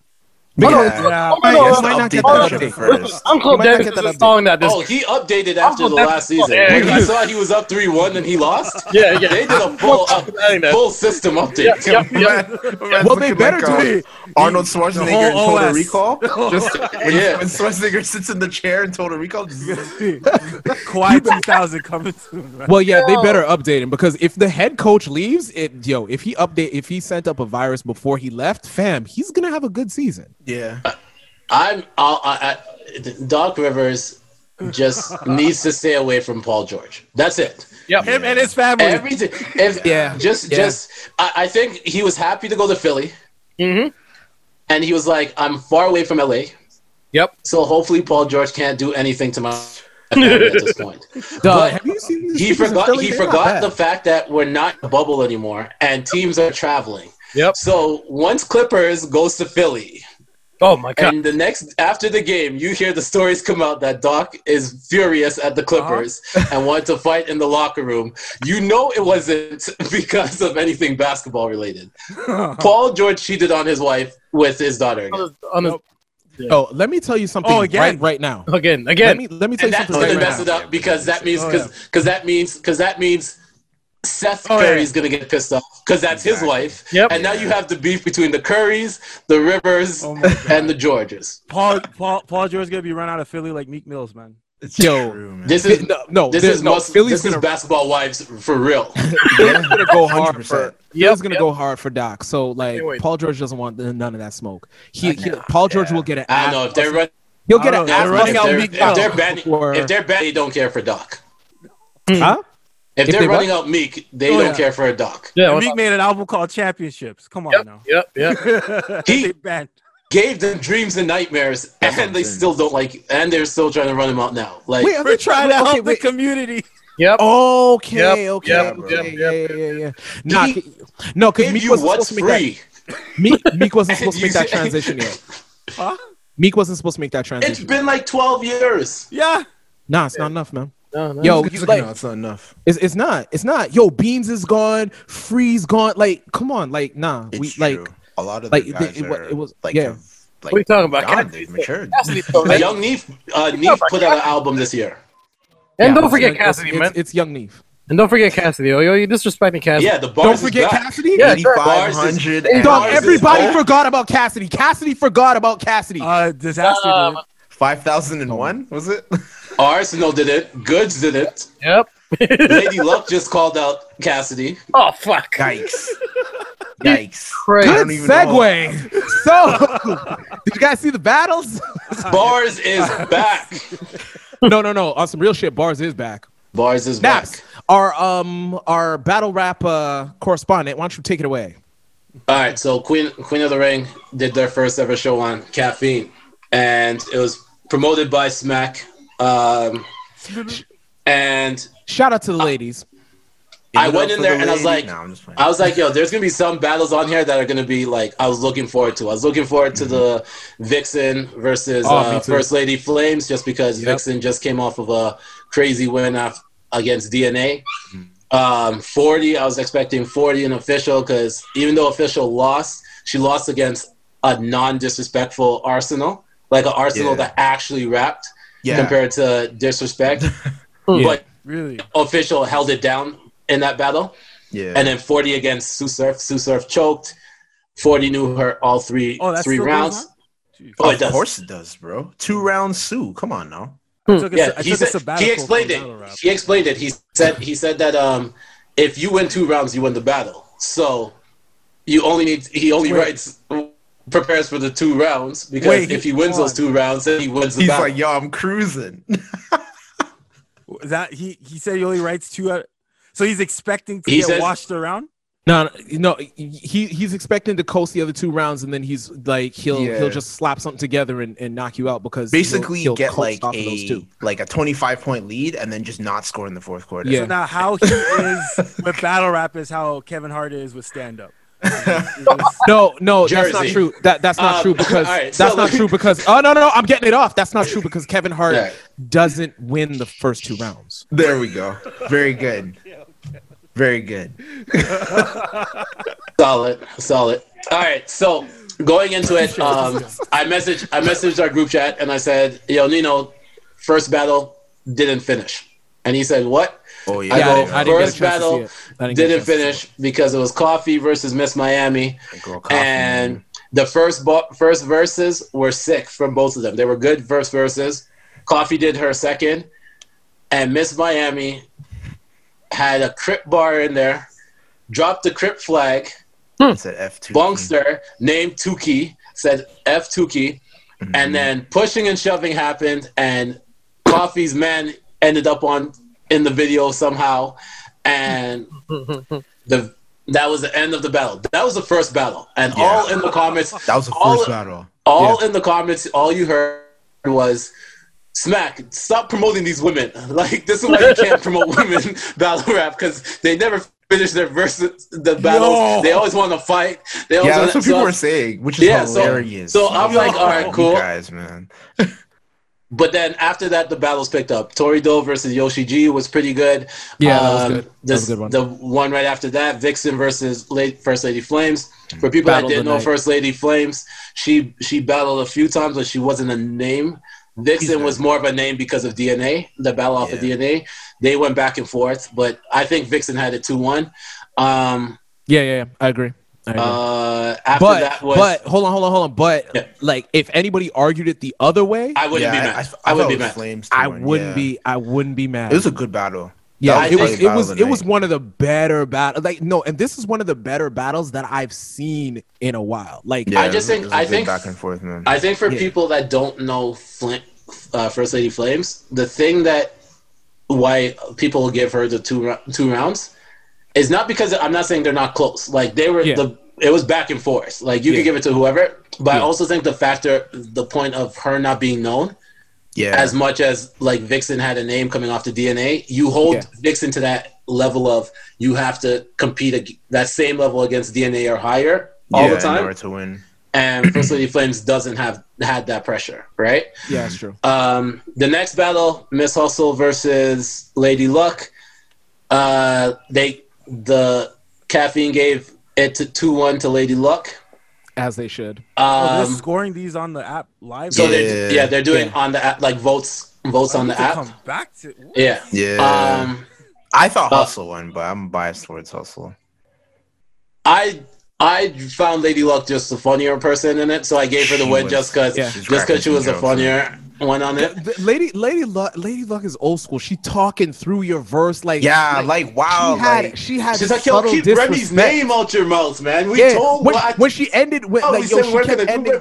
Yeah. Yeah. Oh, no, He has no, might to not update get that that shit update. first. Oh, Uncle You might not Dennis get is that update. installing that this. Oh, he updated after Oh, the that's- last season. yeah, When yeah. he saw he was up 3 1 and he lost, Yeah, yeah. they did a full, up, I know. full system Yeah, update. yeah, yeah. well, they better do it. Arnold Schwarzenegger in whole Total OS. Recall. Just when, Yeah. when Schwarzenegger sits in the chair in Total Recall. zzz. Kawhi 2000 coming soon. man. Well, yeah, they better update him because if the head coach leaves, it yo, if he update, if he sent up a virus before he left, fam, he's gonna have a good season. Yeah. I'm, I'll, I, I, Doc Rivers just needs to stay away from Paul George. That's it. Him and his Hmm. family. Everything. If, Yeah, Just, yeah. just. I, I think he was happy to go to Philly, Mhm. and he was like, "I'm far away from LA, Yep. so hopefully Paul George can't do anything to my family at this point." Duh, But- have you seen these Uh, he streets in forgot Philly? he They're not forgot bad. the fact that we're not a bubble anymore and teams are traveling. Yep. So once Clippers goes to Philly Oh my god. and the next after the game you hear the stories come out that Doc is furious at the Clippers and wanted to fight in the locker room. You know it wasn't because of anything basketball related. Paul George cheated on his wife with his daughter. Again. On his, on his, Oh, let me tell you something. Oh, again. right, right now. again, Let again. me let me tell And you that's something gonna right mess now. it up because that means because that means because that means Seth Oh, yeah. Curry's gonna get pissed off because that's his Exactly. wife. Yep. And now you have the beef between the Currys, the Rivers, Oh my God. and the Georges. Paul, Paul, Paul George gonna be run out of Philly like Meek Mills, man. It's Yo, true, man. This is No, no, this there- is no, must, Philly's this is basketball wives for real. Philly's gonna go hard 100%. for. Yep, Philly's gonna yep. go hard for Doc. So like, Wait. Paul George doesn't want none of that smoke. He, he Paul George will get an. I don't know if they're run, He'll get I don't an know. ass They're if running out they're, Meek if they're Mill banning before- if they're banning, they don't care for Doc. Huh? If, If they're they what? running out Meek, they Oh, don't yeah. care for a Doc. yeah, what's Meek up? made an album called Championships. Come on now. yep, yep. They banned- Gave them dreams and nightmares, and they still don't like, and they're still trying to run him out now. Like, Wait, uh, are We're they trying to okay, help the wait. community. Yep. Oh, Okay, Yep, okay, yep, okay, yep, yep, yeah, yeah, yeah, yeah. Nah, c- no, because give Meek you wasn't what's supposed to make that. free. Meek, Meek And wasn't supposed to you make that say- transition yet. Meek wasn't supposed to make that It's transition. been like 12 years. Yeah. Nah, it's not enough, man. No, no. Yo, It's you, like, like, no, it's not enough. it's, it's not, it's not. Yo, Beans is gone, Free's gone. Like, come on, like, nah, we It's like. true. a lot of like, the it- guys it wa- are, it was- like yeah. have, what like are you talking about? God, Cassidy, they've matured. Cassidy, so, But right? Young Neef, uh, Neef put out an album this year. yeah, and don't it's forget young- Cassidy, it's, man. It's, it's Young Neef. and don't forget Cassidy. Oh, Yo, yo, you disrespecting Cassidy. Yeah, the bars Don't forget is back. Cassidy. Yeah, sure. 8,500. Bars is- Dog, Bars is everybody back. forgot about Cassidy. Cassidy forgot about Cassidy. Uh, disaster. Uh, dude. 5,001, was it? Arsenal did it. Goods did it. Yep. Lady Luck just called out Cassidy. oh fuck. Yikes. Yikes. Crazy. I Good don't even know. segue. So, did you guys see the battles? Bars is back. no, no, no. On some real shit, Bars is back. Bars is Naps, back. our um our battle rap uh, correspondent, why don't you take it away? All right, so Queen Queen of the Ring did their first ever show on Caffeine, and it was promoted by Smack. Um, and Shout out to the ladies. I it went up in for there the and I was lady. like- No, I'm just playing. I was like, yo, there's gonna be some battles on here that are gonna be like I was looking forward to. I was looking forward to the Vixen versus Mm-hmm. Oh, me uh, too. First Lady Flames, just because Yep. Vixen just came off of a crazy win af- against DNA. Mm-hmm. Um, 40, I was expecting 40 in official because even though official lost, she lost against a non-disrespectful Arsenal, like an Arsenal Yeah. that actually rapped yeah, compared to disrespect. Yeah, But really. official held it down in that battle. yeah. And then 40 against Sue Surf. Sue Surf choked. 40 knew her all three Oh, that's three still rounds. Goes on? Oh, of it does. course it does, bro. Two rounds, Sue. Come on now. I took a, Yeah, I he, took a said, sabbatical he explained from battle it. rap. He explained it. He said he said that um, if you win two rounds, you win the battle. So you only need he only Wait. writes prepares for the two rounds because Wait, if he wins hold those two rounds, then he wins the He's battle. like, yo, I'm cruising. That he he said he only writes two out. So he's expecting to He get said- washed around. No, no, no, he he's expecting to coast the other two rounds, and then he's like he'll Yeah. he'll just slap something together and, and knock you out because he'll- Basically, he'll get coast like off of those a two. like a 25 point lead and then just not score in the fourth quarter. Yeah. So now how he is with battle rap is how Kevin Hart is with stand up. No, no, that's not Jersey. true. That that's not Uh, true because all right, so that's not let- true because oh no no no, I'm getting it off. That's not true because Kevin Hart Yeah. doesn't win the first two rounds. There we go. Very good. Very good. Solid, solid. All right, so going into it, um, I messaged I messaged our group chat and I said, "Yo, Nino, first battle didn't finish," and he said, "What?" Oh I Yeah, go, I didn't- I didn't get a first chance to see battle it. I didn't, didn't get a chance to see finish because it was Coffee versus Miss Miami, Girl, coffee, and man. the first bo- first verses were sick from both of them. They were good first verses. Coffee did her second, and Miss Miami had a crip bar in there, dropped the crip flag. It said F2. Bongster named Tuki said F Tuki, Mm-hmm. and then pushing and shoving happened, and Coffee's man ended up on in the video somehow, and the that was the end of the battle. That was the first battle, and Yeah. all in the comments, That was the all- first battle. all in the comments, all you heard was. Smack! Stop promoting these women. Like this is why you can't promote women battle rap because they never finish their verses. The battles Yo. they always want to fight. They always Yeah, wanna, that's what so people I- were saying, which is Yeah, so- hilarious. so I'm Yo, like, all right, you cool. guys, man. But then after that, the battles picked up. Tori Doe versus Yoshi G was pretty good. Um, Yeah, that was good. That this- was a good one. The one right after that, Vixen versus Late First Lady Flames. For people Mm. Battle that of didn't the know, night. First Lady Flames, she she battled a few times, but she wasn't a name. Vixen was more of a name because of DNA, the battle off of Yeah. DNA. They went back and forth, but I think Vixen had it two one. Um, Yeah, yeah, yeah. I agree. I agree. uh, after but that was but hold on, hold on, hold on. But Yeah. like if anybody argued it the other way, I, I wouldn't yeah, be I, I, mad. I I, wouldn't thought be it was mad. Flames too, wouldn't yeah. be I wouldn't be mad. It was a good battle. Yeah, That it was was the it battle was of it the was night. one of the better battle like no, and this is one of the better battles that I've seen in a while. Like Yeah, I just it was think- a- it was a I good think- back and forth, man. I think for Yeah. people that don't know Flint, uh, First Lady Flames, the thing that why people give her the two rou- two rounds is not because I'm not saying they're not close. Like they were Yeah. the it was back and forth. Like you Yeah. could give it to whoever, but I Yeah. also think the factor, the point of her not being known, yeah, as much as like Vixen had a name coming off the DNA, you hold Yeah. Vixen to that level of you have to compete ag- that same level against DNA or higher all yeah, the in time order to win. and First Lady Flames doesn't have had that pressure, right? yeah, that's true. Um, the next battle, Miss Hustle versus Lady Luck. Uh, they the caffeine gave it to two one to Lady Luck. As they should. Oh, Um, they're scoring these on the app live. so Right? they're Yeah. yeah they're doing Yeah. on the app like votes votes I on need the to app. Come back to what? Yeah. Yeah, Um, I thought uh, Hustle won, but I'm biased towards Hustle. I I found Lady Luck just a funnier person in it, so I gave her the She win was- just because yeah. just because she was a funnier one on it. The- lady Lady Luck Lady Luck is old school. She talking through your verse like Yeah, like, wow, she had like, she had She's like, yo, subtle keep disrespect. Remy's name out your mouth, man. We yeah, told when, what I- when she ended with Oh, we like yo, said she we're kept gonna do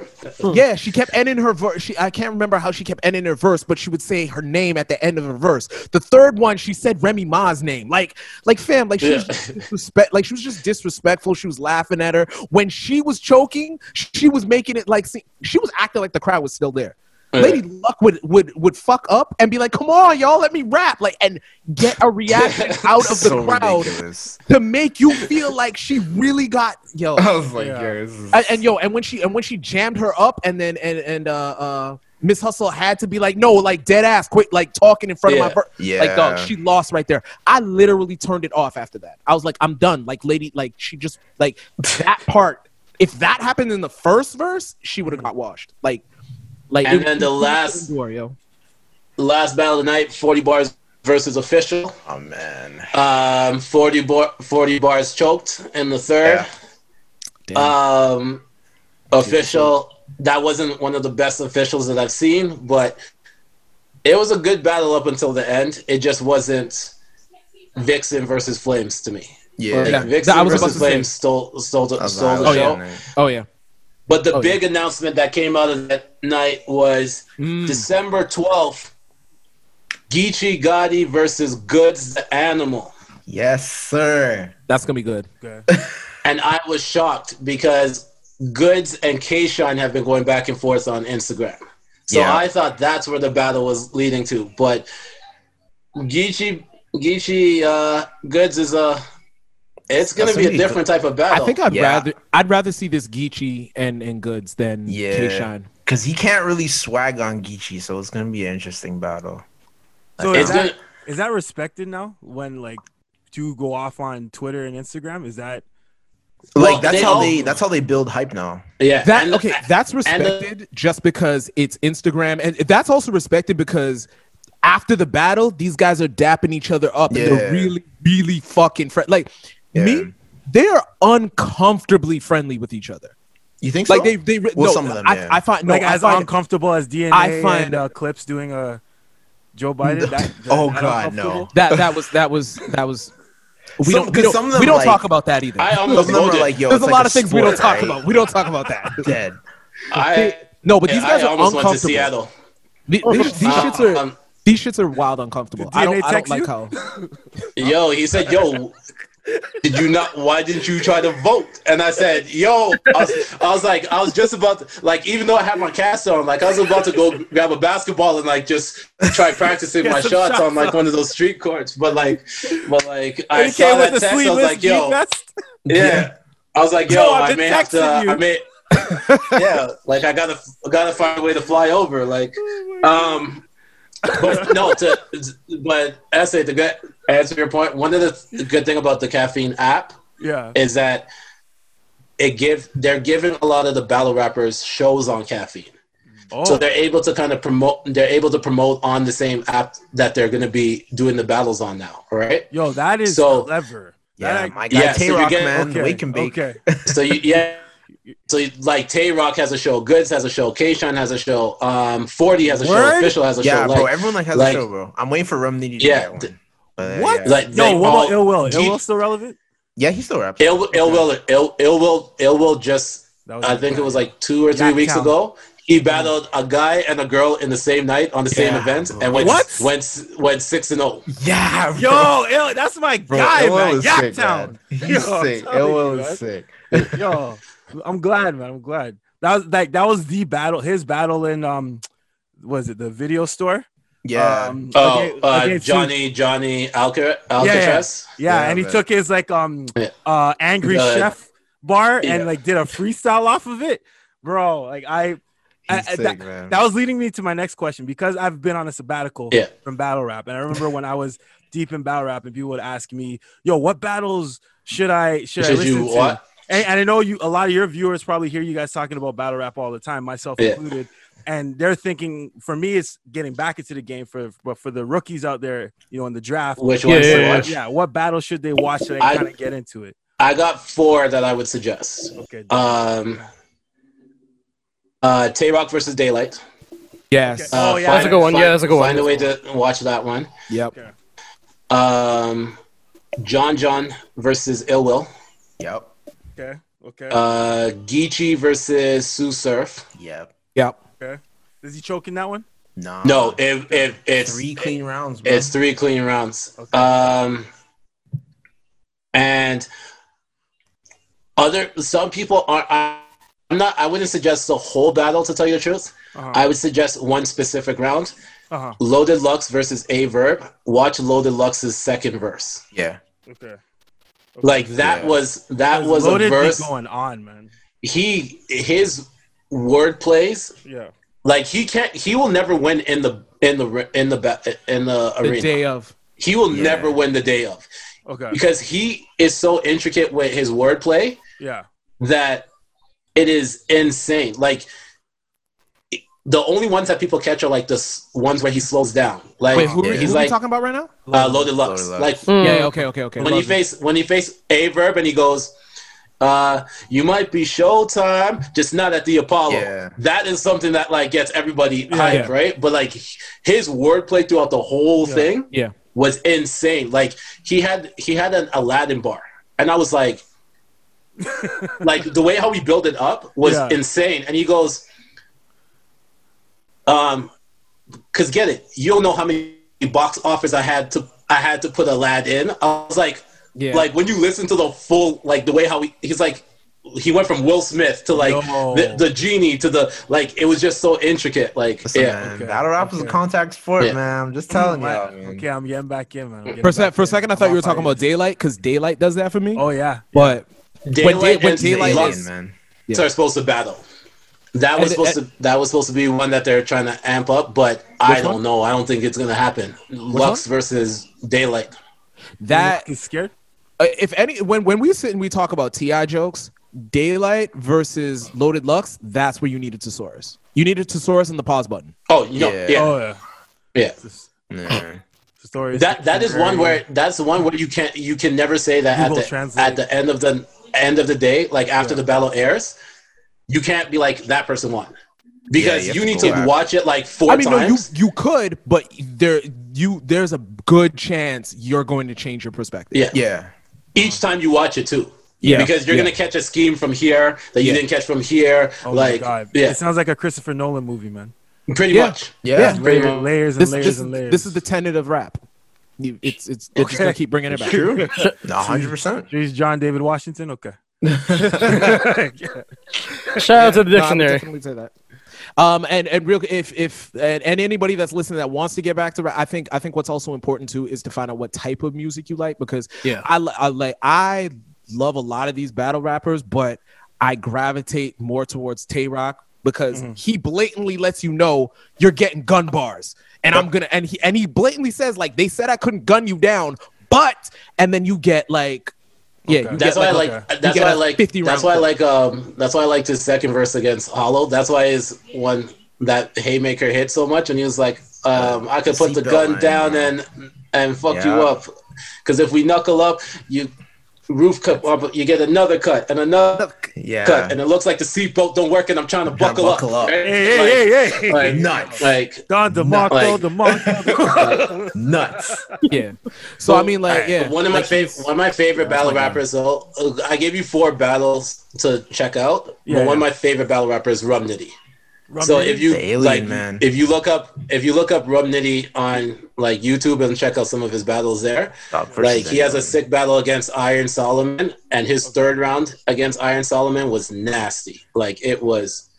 ending, yeah, she kept ending her verse. She I can't remember how she kept ending her verse, but she would say her name at the end of her verse. The third one, she said Remy Ma's name, like like fam, like she was Yeah. just disrespect, like she was just disrespectful. She was laughing at her when she was choking. She was making it like see, she was acting like the crowd was still there. Yeah. Lady Luck would would would fuck up and be like, "Come on, y'all, let me rap!" Like and get a reaction out of the so crowd ridiculous. to make you feel like she really got yo. I was like, Yeah. yeah, this is and, and yo, and when she and when she jammed her up, and then and and uh uh Miss Hustle had to be like, no, like dead ass, quit like talking in front of Yeah. my ver- yeah. like dog. She lost right there. I literally turned it off after that. I was like, I'm done. Like lady, like she just like that part. If that happened in the first verse, she would have got washed. Like, like And it- then the last- door, yo. Last battle of the night, 40 bars versus official. oh man. Um, 40, bar, 40 bars choked in the third. Damn. Um, official. That wasn't one of the best officials that I've seen, but it was a good battle up until the end. It just wasn't Vixen versus Flames to me. Yeah. Like, Yeah. Vixen I was about versus to Flames stole stole I the, was stole like, the oh, show. yeah. Oh yeah, But the Oh, big announcement that came out of that night was Hmm. Mm, December 12th, Geechee Gotti versus Goods the Animal. Yes, sir. that's gonna be good. Okay. And I was shocked because Goods and Kayshawn have been going back and forth on Instagram. So Yeah. I thought that's where the battle was leading to. But Geechee, Geechee uh, Goods is a. It's going That's to be a gonna be different type of I battle. think I'd Yeah. rather I'd rather see this Geechee and and Goods than Yeah. Kayshawn. Because he can't really swag on Geechee, so it's gonna be an interesting battle. So it's is gonna, that, is that respected now? When like to go off on Twitter and Instagram, is that Well, like that's they how all- they that's how they build hype now. yeah. That And- okay, that's and the- respected just because it's Instagram, and that's also respected because after the battle, these guys are dapping each other up, and Yeah. they're really, really fucking friend. Like Yeah. me, they are uncomfortably friendly with each other. You think Like so? they, they, Well, no, some of them, I, yeah. I find no, like I as find uncomfortable as DNA I find- and uh, clips doing a Joe Biden? That, Oh, that God, uncomfortable? no. that that was that was that was. We Some- don't, we 'cause don't, some of them, we don't like- talk about that either. I Some of almost them are voted. like, yo, There's it's a like lot of things we don't sport, talk right? about. We don't talk about that. Dead. I, No, but these yeah, guys I are almost uncomfortable. went to Seattle. The- These, these Uh, shits are um, these shits are wild uncomfortable. Did I don't, DNA I don't text like you? how. yo, he said, yo, did you not? Why didn't you try to vote? And I said, yo, I was, I was like, I was just about to, like, even though I had my cast on, like, I was about to go grab a basketball and like just try practicing Get my some shots, shots on like one of those street courts. But like, but like, I he saw came that with a text. I was sleeveless like, geek yo, vest. yeah. I was like, Yo, yo, I've I been may have to, texting you. I may, yeah, like I gotta, I gotta find a way to fly over, like, Oh um, but no, to, but as I say to get, answer your point, one of the th- good thing about the caffeine app Yeah. is that it give they're giving a lot of the battle rappers shows on caffeine, Oh, so they're able to kind of promote, they're able to promote on the same app that they're gonna be doing the battles on now, right? yo, that is So- clever. Yeah, That- my guy yeah, so K you Rock get- man, okay, wake and bake. Okay. So you, yeah. So like Tay Rock has a show, Goods has a show, Kayshawn has a show, um, Forty has a Word? show, Official has a Yeah, show. bro. Like, Everyone like has like- a show, bro. I'm waiting for Rum Nitty to Yeah, get th- one. But, What? Yeah. like Yo, they what all- about Ill Will? Do Ill you- Will still relevant? yeah, he still raps. Ill, Ill Will, Ill, Ill Will, Ill Will just. That I think it was like two or three Got weeks count. ago. Mm. He battled a guy and a girl in the same night on the same Yeah, event bro. and went What? went went six and oh. zero. yeah, bro. Yo, Ill, that's my guy, Ill Will man. is sick, Yaktown. man. Yo, He's I'm sick. telling Ill Will you, is man. sick. Yo, I'm glad, man. I'm glad. That was like that was the battle. His battle in um, was it the video store? Yeah. Um, Oh, against- uh, against Johnny Johnny Alca- yeah. Alcatraz. who- Yeah, Yeah, and he man. took his like um Yeah. uh angry Uh, chef bar yeah. and like did a freestyle off of it, bro. Like I I- He's I- sick, that- man. that was leading me to my next question because I've been on a sabbatical Yeah. from battle rap, and I remember when I was deep in battle rap, and people would ask me, "Yo, what battles should I should, I Should listen you to?" what? And, and I know you, a lot of your viewers probably hear you guys talking about battle rap all the time, myself Yeah. included. And they're thinking, for me, it's getting back into the game. For but for the rookies out there, you know, in the draft, Which yeah, ones to yeah, watch? yeah, what battle should they watch to I- kind of get into it? I got four that I would suggest. Okay, Um, uh, Tay Rock versus Daylight. Yes. Uh, Oh, yeah. That's a good one. find- Yeah, that's a good Find a one. way to watch that one. Yep. Um, John John versus Ill Will. Yep. okay, okay. Uh, Geechee versus Sue Surf. Yep. Yep. Is he choking that one? Nah. No, if if it's three clean rounds, bro. it's three clean rounds. Um, and other some people aren't. I'm I'm not. I wouldn't suggest the whole battle to tell you the truth. I would suggest one specific round. Uh-huh. Loaded Lux versus A Verb. Watch Loaded Lux's second verse. Yeah. Okay. Like that Yeah. was that was loaded a be verse. going on, man. He his word plays Yeah. like he can't. He will never win in the in the in the ba- in the the arena. day of. He will Yeah. never win the day of Okay. because he is so intricate with his wordplay Yeah. that it is insane. Like the only ones that people catch are like the s- ones where he slows down. Like Wait, who, are- yeah. who he's are we like talking about right now? uh, loaded lux. Loaded Lux. Like Mm. Yeah, yeah, okay, okay, okay. when he Love it. face when he face a verb and he goes, uh, "You might be Showtime, just not at the Apollo." Yeah. That is something that like gets everybody Yeah, hyped, yeah. right? But like his wordplay throughout the whole Yeah, thing yeah. was insane. Like he had he had an Aladdin bar, and I was like, like the way how he built it up was Yeah. insane. And he goes, um, cause get it, you don't know how many box offers I had to I had to put Aladdin. I was like, Yeah. like when you listen to the full like the way how he, he's like he went from Will Smith to like Yo. the, the genie to the like it was just so intricate like Listen, yeah man, okay, battle rap is a okay. Mm, contact sport, Yeah. man. I'm just telling you. Wow. man. Okay, I'm getting back in, man. I'm getting For a, sec- back for a in. second, I I'm thought you on were talking fire. about daylight because daylight does that for me. Oh yeah. But daylight Day- when and Daylight Daylight Lux in, man. So are supposed to battle. That was And- supposed to that was supposed to be one that they're trying to amp up, but I don't know. I don't think it's gonna happen. Lux versus Daylight. that, You scared? uh, if any, when when we sit and we talk about Ti jokes, daylight versus loaded lux, that's where you need a thesaurus. You need a thesaurus and the pause button. Oh you know, Yeah. yeah, yeah. Oh yeah. This- Yeah. the story. is That that is one where that's one where you can't you can never say that at Google the Translate. at the end of the end of the day, like after Yeah. the battle airs, you can't be like that person won. Because you have you, to need go to back. watch it like four I mean, times. no, you you could, but there you there's a good chance you're going to change your perspective. yeah. Yeah. Each time you watch it too. Yeah. Because you're Yeah. gonna catch a scheme from here that you Yeah. didn't catch from here. Oh like my god. yeah, It sounds like a Christopher Nolan movie, man. pretty Yeah. much. Yeah. Pretty Layer- much. layers and This, layers this, and layers. this is the tenet of rap. You, it's it's they're just gonna keep bringing it back. True. No, hundred percent. He's John David Washington. Okay. Shout out to the No, I would dictionary. definitely say that. Um, and and real if if and, and anybody that's listening that wants to get back to rap, I think I think what's also important too is to find out what type of music you like because Yeah. I li- I like I love a lot of these battle rappers, but I gravitate more towards Tay Rock because Mm-hmm. he blatantly lets you know you're getting gun bars, and I'm gonna and he and he blatantly says like they said I couldn't gun you down, but and then you get like yeah, Okay. you That's get, why I like, like. a- That's you get why I a like. 50 That's round why I clip. like. Um. That's why I liked his second verse against Hollow. That's why his one that haymaker hit so much, and he was like, um, "I could The put the seatbelt gun line, down man. and and fuck you Yeah. up, because if we knuckle up, you roof cut up, you get another cut and another Yeah. cut, and it looks like the seatbelt don't work, and I'm trying to trying to buckle, buckle up. up. right? hey, hey, hey, hey. Like, Nuts. like, Don DeMarco, Like- DeMarco. DeMarco. Nuts. yeah. So I mean like yeah, One of my like, favorite, one of my favorite battle rappers. Though uh, I gave you four battles to check out, Yeah, but one yeah. of my favorite battle rappers, Rum Nitty. Rum so Nitty? if you The alien, like, man. if you look up, if you look up Rum Nitty on like YouTube and check out some of his battles there, Stop versus like he has a anyone. sick battle against Iron Solomon, and his third round against Iron Solomon was nasty. Like it was,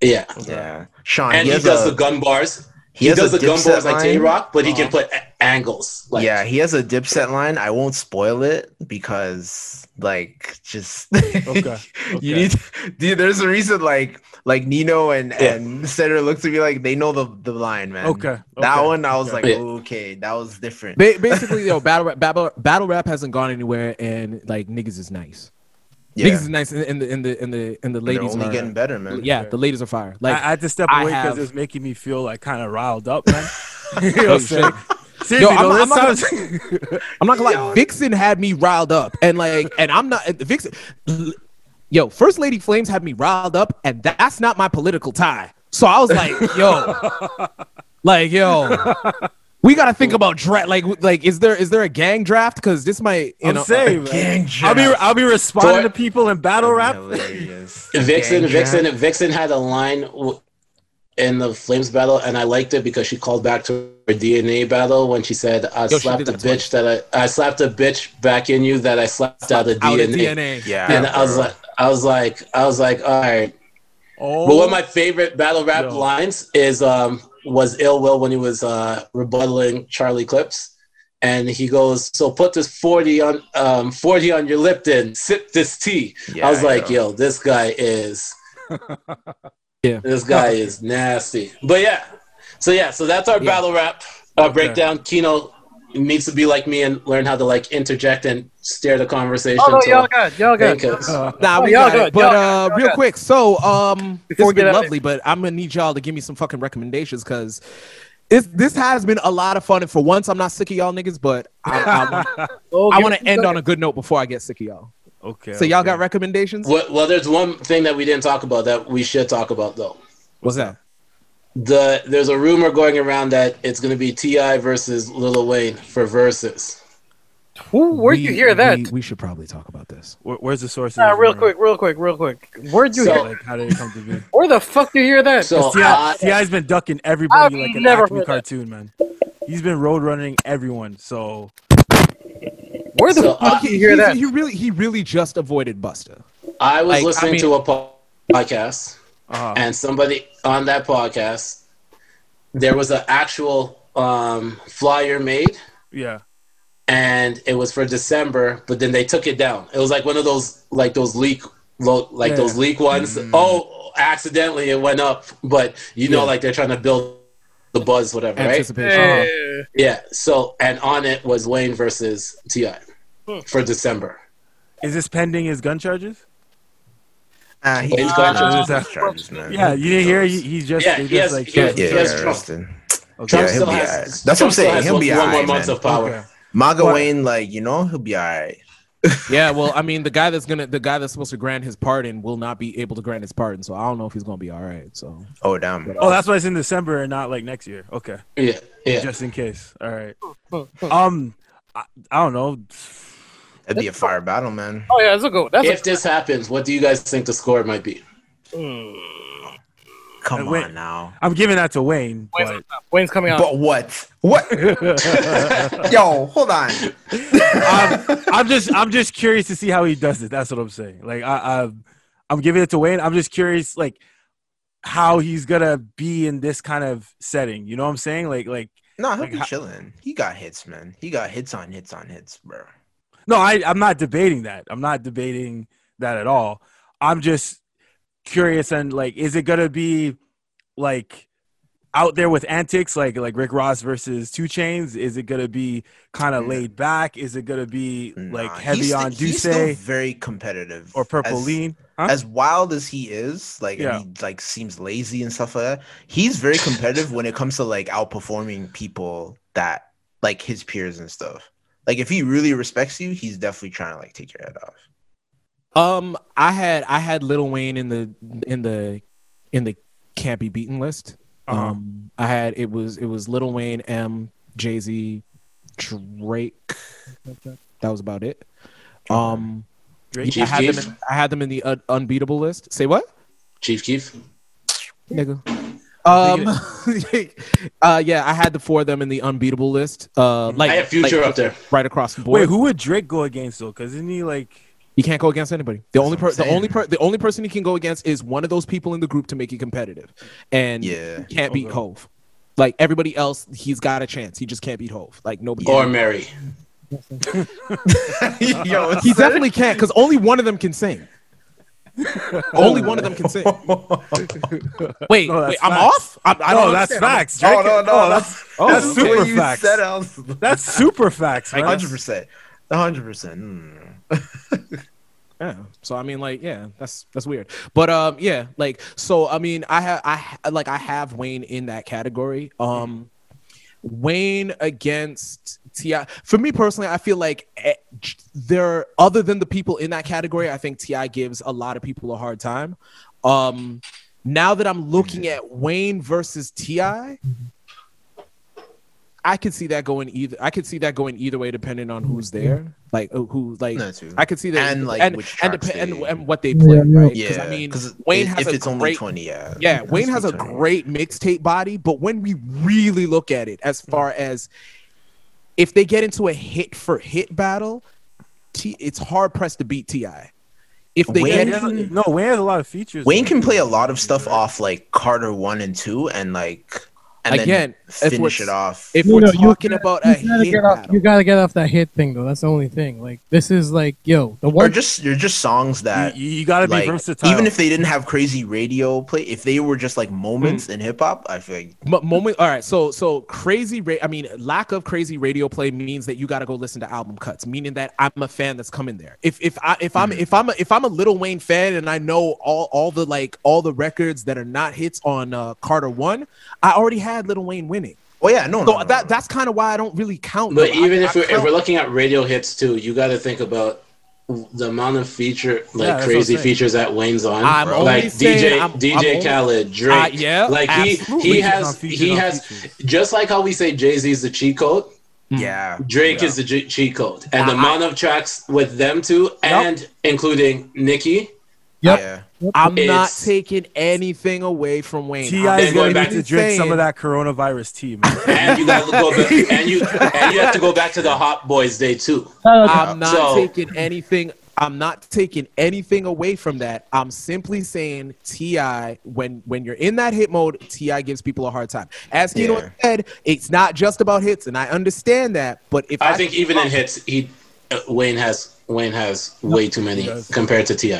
yeah. Yeah. Sean. And he, he, has does a, the gun bars. He, has does a the gun Dipset bars like Tay line. Rock, but he can put a- angles. Like, yeah, he has a dipset line. I won't spoil it because like just Okay, you okay. need dude, there's a reason like like Nino and Yeah. and Senator looked at me like they know the, the line, man. Okay, That okay, one I was okay. like, Yeah. okay, that was different. Ba- basically, yo, battle rap, battle, battle rap hasn't gone anywhere, and like niggas is nice. Niggas yeah. is nice, and the and the and the and the They're ladies only are getting better, man. yeah, the ladies are fire. I, I Like had to step I away because have- it's making me feel like kind of riled up, man. you Oh, know what I'm saying? Seriously, Yo, I'm though, that not- I'm not sounds- I'm not gonna lie, Vixen had me riled up, and like, and I'm not Vixen. Yo, First Lady Flames had me riled up, and that's not my political tie. So I was like, yo, like yo. We gotta think about draft. Like, like, is there is there a gang draft? Because this might, you I'm know, saying, man. Gang I'll be draft. I'll be responding Boy. to people in battle rap. Hilarious. Vixen, Gang Vixen, draft. Vixen had a line w- in the Flames battle, and I liked it because she called back to her DNA battle when she said, "I she slapped did a that bitch that I, I slapped a bitch back in you that I slapped out of out DNA." of DNA. Yeah. And I was bro. like, I was like, I was like, all right, Oh, But one of my favorite battle rap No. lines is um, was Ill Will when he was uh, rebuttaling Charlie Clips, and he goes, "So put this forty on um, forty on your Lipton, sip this tea." I was like, yeah. "Yo, this guy is, Yeah. this guy is nasty." But yeah, so yeah, so that's our Yeah. battle rap uh, Okay. breakdown. Kino needs to be like me and learn how to like interject and steer the conversation. Oh no, to y'all got, y'all thank got. us. uh, Nah, Oh, we y'all got good, it. But y'all uh, good, y'all real good. quick, so um, this Before has we get been out of lovely, but I'm gonna need y'all to give me some fucking recommendations because this this has been a lot of fun, and for once, I'm not sick of y'all niggas, but I, I'm, Oh, I give want us to a end on second. a good note before I get sick of y'all. okay. So y'all okay. got recommendations? Well, well, there's one thing that we didn't talk about that we should talk about though. What's that? the there's a rumor going around that it's going to be Ti versus Lil Wayne for versus. Who, where'd you We- hear that? We, we should probably talk about this. Where, where's the source? of Nah, this real rumor? quick, real quick, real quick. Where'd you So- hear? Like, how did it come to be? Where the fuck do you hear that? So Ti, I, Ti's been ducking everybody I've like an never Acme heard that. cartoon, man. He's been road running everyone. So Where the so fuck I- do you hear He- that? He really he really just avoided Buster. I was Like, I listening mean- to a po- podcast, uh, and somebody on that podcast, there was an actual um, flyer made, yeah, and it was for December, but then they took it down. It was like one of those like those leak lo- like Yeah. those leak ones. Oh, accidentally it went up, but you know, like they're trying to build the buzz, whatever, right? Anticipation. Yeah. Yeah. So and on it was Wayne versus Ti Hmm. for December. Uh-huh. is this pending his gun charges? Ah, he He's just got got charges. charges. charges, man. Yeah, you didn't hear. He, he's just Yeah, they he has- just like he has- Yeah, he has- Justin. okay. Trump Yeah, still he'll be has. alright. That's what I'm Trump still saying. has He'll one, be one more alright, month man. of power. Okay. Maga What? Wayne, like you know, he'll be all right. yeah, well, I mean, the guy that's gonna the guy that's supposed to grant his pardon will not be able to grant his pardon, so I don't know if he's gonna be all right. So Oh damn. Oh, that's why it's in December and not like next year. Okay, Yeah, yeah. just in case. All right. Oh Um, I, I don't know. That'd be a fire battle, man. Oh, yeah, that's a go. That's If this happens, what do you guys think the score might be? a, mm, Come Wait. on now. I'm giving that to Wayne. Wayne's, But, Wayne's coming out. But what? What? Yo, hold on. I'm, I'm just I'm just curious to see how he does it. That's what I'm saying. Like I, I I'm giving it to Wayne. I'm just curious like how he's gonna be in this kind of setting. You know what I'm saying? Like like No, he'll Like, be how- chilling. He got hits, man. He got hits on hits on hits, bro. no, I I'm not debating that. I'm not debating that at all. I'm just curious and like is it gonna be like out there with antics like like Rick Ross versus Two Chains? Is it gonna be kind of Mm. laid back? Is it gonna be like Nah, heavy he's sti- on he's still Duce very competitive. or Purple as, Lean? Huh? As wild as he is, like Yeah. and he like seems lazy and stuff like that. He's very competitive when it comes to like outperforming people that like his peers and stuff. Like if he really respects you, he's definitely trying to like take your head off. um I had I had Little Wayne in the in the in the can't be beaten list. Uh-huh. Um I had it was it was Little Wayne, M, Jay Z, Drake. That was about it. Um Drake? I had them in, I had them in the un- unbeatable list. Say what? Chief Keef? nigga. I Um, uh, yeah, I had the four of them in the unbeatable list. Uh, like Mm-hmm. I have Future like, up there. right across the board. Wait, who would Drake go against though? Because isn't he like? You can't go against anybody. The only what I'm per- the only saying. per- the only person you can go against is one of those people in the group to make you competitive, and Yeah. you can't beat Okay. Hove. Like everybody else, he's got a chance. He just can't beat Hove. Like nobody. Or Mary. Yo, he definitely can't because only one of them can sing. only one of them can sing. Wait, No, that's wait, I'm facts. off. I'm, I no, don't that's understand. I'm- facts. Drake, no, no, oh, that's- that's that's super facts. One That's super facts, man. hundred percent. One hundred percent. Hmm. Yeah. So I mean, like, yeah, that's that's weird. But um, yeah, like, so I mean, I have I ha- like I have Wayne in that category. Um, Wayne against Ti. For me personally, I feel like eh, j- there, other than the people in that category, I think Ti gives a lot of people a hard time. Um, now that I'm looking at Wayne versus Ti. I could see that going either. I could see that going either way, depending on who's there, like uh, who, like No, too. I could see that, And, like, and which and, tracks depe- and, they- and what they play, right? Yeah, 'Cause, I mean, 'cause Wayne if, has if a it's only great, twenty, yeah, yeah, it Wayne has has to a be 20. great mixtape body, but when we really look at it, as far as if they get into a hit for hit battle, T, it's hard pressed to beat Ti. if they Wayne- get Wayne it. has, no, Wayne has a lot of features. Wayne man. can play a lot of stuff off like Carter one and two, and like and Again, then finish what's- it off. If No, we're no, you talking gotta- about a You gotta, hit get off, battle, you gotta get off that hit thing though. That's the only thing. Like this is like yo the or one. just you're just songs that You, you gotta be like versatile. Hmm. even if they didn't have crazy radio play, if they were just like moments in hip hop, I feel like Mo- moment. All right, so so crazy. Ra- I mean, lack of crazy radio play means that you got to go listen to album cuts. Meaning that I'm a fan that's coming there. If if I if Mm-hmm. I'm if I'm a, if I'm a Little Wayne fan and I know all all the like all the records that are not hits on uh, Carter One, I already had Little Wayne winning. oh yeah, no, no, So no, that no. that's kind of why I don't really count. But them. I- even I if, we're, if count- we're looking at radio hits too, you got to think about the amount of feature, like that's what I'm crazy saying. features that Wayne's on. I'm Bro. only like saying- DJ I'm- DJ I'm only- Khaled, Drake. Uh, yeah, like he absolutely. he Features on has features he on has features. just like how we say Jay Z is the cheat code. Hmm. yeah, Drake yeah. is the J- cheat code, and the I- amount of tracks with them two, and including Nicki, Yep. yeah. I'm not It's- taking anything away from Wayne. Ti I'm is Then gonna going need back to to drink some saying- of that coronavirus tea, man. and you got to go back, and you and you have to go back to the Hot Boys day too. I'm not So- taking anything. I'm not taking anything away from that. I'm simply saying Ti. When when you're in that hit mode, Ti gives people a hard time. As Kino Yeah. said, it's not just about hits, and I understand that. But if I think even in hits, he uh, Wayne has Wayne has way too many does. compared to Ti.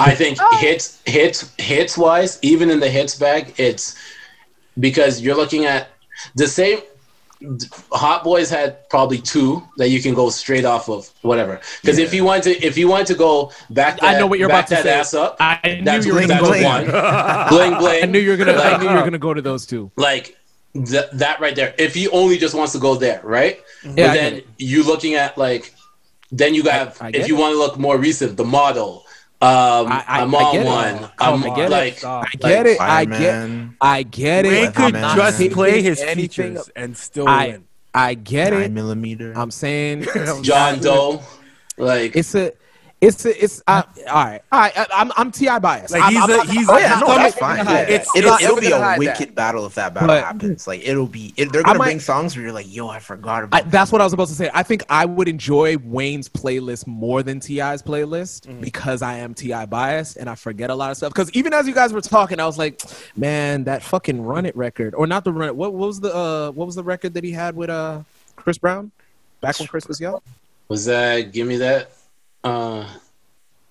I think Oh. hits hits hits wise, even in the hits bag, it's because you're looking at the same. Hot Boys had probably two that you can go straight off of, whatever. Because if you want to, if you want to go back, I that, know what you're back about to that say. ass up. I that's knew you were Bling gonna that's go bling. there. one. bling bling. I knew you were gonna. I Like- knew you were gonna go to those two. like th- that right there. If he only just wants to go there, right? Yeah, I but get then you looking at like, then you have I get if you want to look more recent, the model, um, I- I- I'm I on get it. one, Come I'm on, get it. like, stop. I get it. I get. Fireman, I get it. Wayne could I'm not just taking play his anything- features and still I- win. I get nine it. Um, millimeter. I'm saying John Doe, like it's a. It's a, it's I, all right. All right. I, I'm I'm Ti biased. Like, I'm- he's I'm a- not- he's- Oh I'm yeah, not no, gonna that's hide fine. that. Yeah. It's- it'll it's- it'll I'm be gonna a hide wicked battle if that battle But- happens. Like it'll be it, they're gonna might- bring songs where you're like, yo, I forgot I, about. that. that's what I was about to say. I think I would enjoy Wayne's playlist more than Ti's playlist because I am Ti biased and I forget a lot of stuff. Because even as you guys were talking, I was like, man, that fucking Run It record, or not the Run It. What, what was the uh, what was the record that he had with uh Chris Brown back when Chris was young? was that? Give me that. Uh,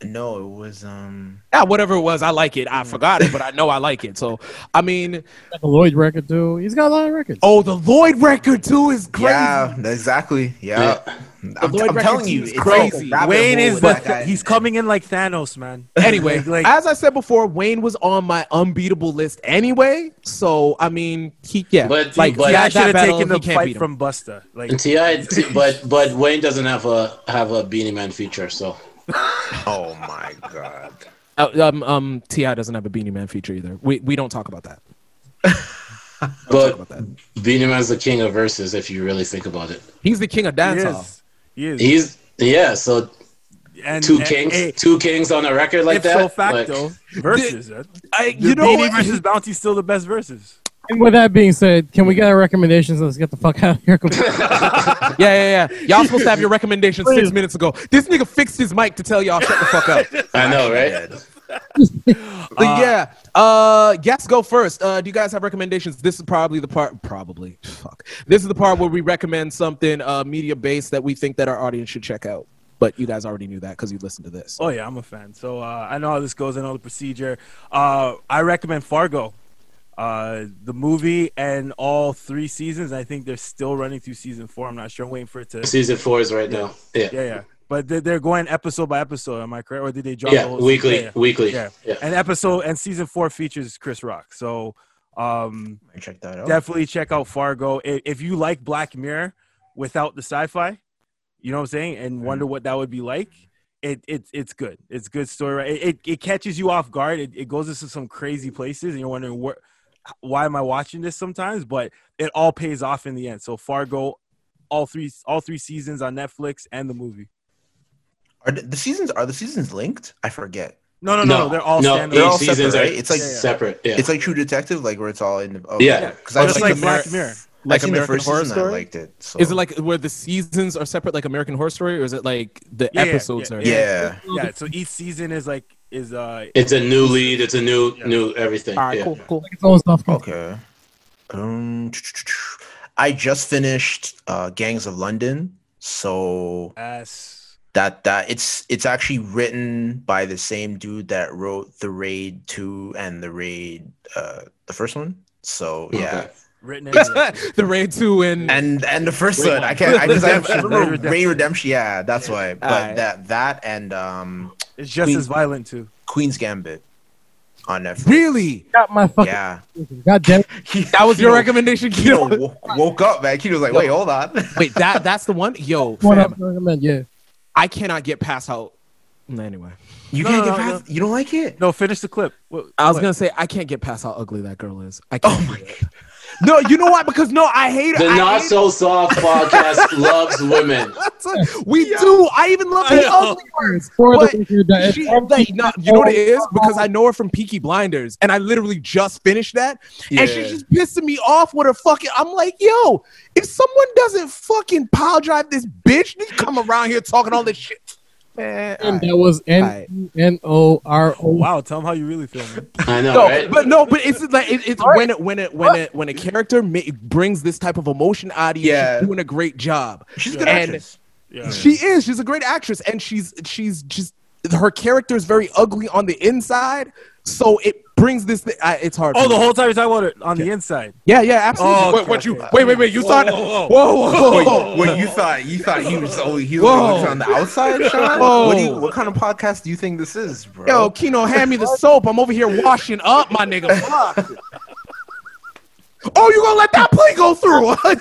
No, it was um. Yeah, whatever it was, I like it. I forgot it, but I know I like it. So I mean, the Lloyd record too. He's got a lot of records. oh, the Lloyd record too is crazy. Yeah, exactly. Yeah, I'm, Lloyd I'm record telling team you, is it's crazy. that Wayne bit is with the that guy. he's coming in like Thanos, man. Anyway, like as I said before, Wayne was on my unbeatable list anyway. So I mean, he yeah, But- like but- he yeah, I had that should have battle, taken the he can't beat fight him. from Busta. Like and Ti, t- but but Wayne doesn't have a have a Beanie Man feature, so Oh my god. Uh, um um Ti doesn't have a Beanie Man feature either. We we don't talk about that. but About that. Beanie Man's the king of verses if you really think about it. He's the king of he dancehall. is, he is, He's yeah, so and, two and- kings, hey, two kings on a record like that. ipso facto like- versus. man. I, you you know, what? versus Bounty's still the best versus. And with that being said, can we get our recommendations? Let's get the fuck out of here. yeah, yeah, yeah. Y'all supposed to have your recommendations six minutes ago. This nigga fixed his mic to tell y'all shut the fuck up. I know, right? But yeah, uh, guests go first. Uh, do you guys have recommendations? This is probably the part. Probably, fuck. This is the part where we recommend something uh, media based that we think that our audience should check out. But you guys already knew that because you listened to this. Oh yeah, I'm a fan. So uh, I know how this goes. I know the procedure. Uh, I recommend Fargo, uh, the movie, and all three seasons. I think they're still running through season four. I'm not sure. I'm waiting for it to. Season four is right now. Yeah. Yeah, yeah. But they- they're going episode by episode. Am I correct? Or did they drop? Yeah, the whole weekly, Yeah, yeah. weekly. Yeah. Yeah. And episode and season four features Chris Rock. So um, Check that out. definitely check out Fargo. I- If you like Black Mirror without the sci-fi, you know what I'm saying, and Mm-hmm. wonder what that would be like. It, it it's good. It's a good story. Right? It, it it catches you off guard. It, it goes into some crazy places, and you're wondering what, why am I watching this sometimes? But it all pays off in the end. So Fargo, all three all three seasons on Netflix and the movie. Are the, the seasons are the seasons linked? I forget. No, no, no. No, they're all no, standalone. each They're all seasons separate, are right? It's like- separate. Yeah. It's like True Detective, like where it's all in. The, oh, Yeah. because Just like Black Mirror. Like like I've seen the American first Horror season, I Story? liked it. So. Is it like where the seasons are separate, like American Horror Story, or is it like the Yeah, yeah, episodes yeah, are? Yeah, Yeah, so each season is like is uh It's a new lead. It's a new new everything. All right, yeah. cool, cool. It's all Hmm. stuff. Oh, okay. Um, I just finished uh, Gangs of London, so ass. that that it's it's actually written by the same dude that wrote the raid 2 and the raid uh the first one so yeah Okay. Written and directed. the Raid Two and and and the first Raid one i can't i, 'cause I, I Redemption, remember Raid Redemption. raid redemption yeah that's why but Alright. that that and um it's just Queen- as violent too. queen's gambit on netflix really, Got my fucking. yeah God damn. it. that was your Kino- recommendation, Kino Kino. wo- woke up man Kino was like wait hold on Wait, that that's the one. Yo, What I fam, recommend, yeah. I cannot get past how. Anyway, you No, can't no, get no, past you don't like it No, finish the clip. What, I was what? gonna say I can't get past how ugly that girl is. I can't oh do my it. god No, you know why? Because no, I hate The I Not hate- So Soft podcast loves women. That's it. We do. I even love I the know. ugly ones. Or But the- the- She, I'm like, she not- you know what it is? Because I know her from Peaky Blinders, and I literally just finished that, and she's just pissing me off with her fucking. I'm like, yo, if someone doesn't fucking pile drive this bitch, they come around here talking all this shit. Man, and that was Alright. E N N O R O. Oh, Wow, tell them how you really feel, man. I know, No, right? but no, but it's like it, it's when it when it when it when a character ma- brings this type of emotion out of you, Yeah. she's doing a great job. she's a good And- actress Oh, Yeah. She is. She's a great actress, and she's she's just her character is very ugly on the inside, so it brings this. Thing, I, it's hard. Oh, for the me. whole time you're talking about it on the inside. yeah, yeah, absolutely. Oh, What- okay, what you? okay. Wait, wait, wait. You thought? whoa, Whoa, whoa, Oh, whoa, Wait, wait, you thought you thought he was only he was Whoa. only looking on the outside, Sean? What, do you, Whoa. what kind of podcast do you think this is, bro? Yo, Kino, hand me the soap. I'm over here washing up, my nigga. Fuck. Oh, you gonna let that play go through? like,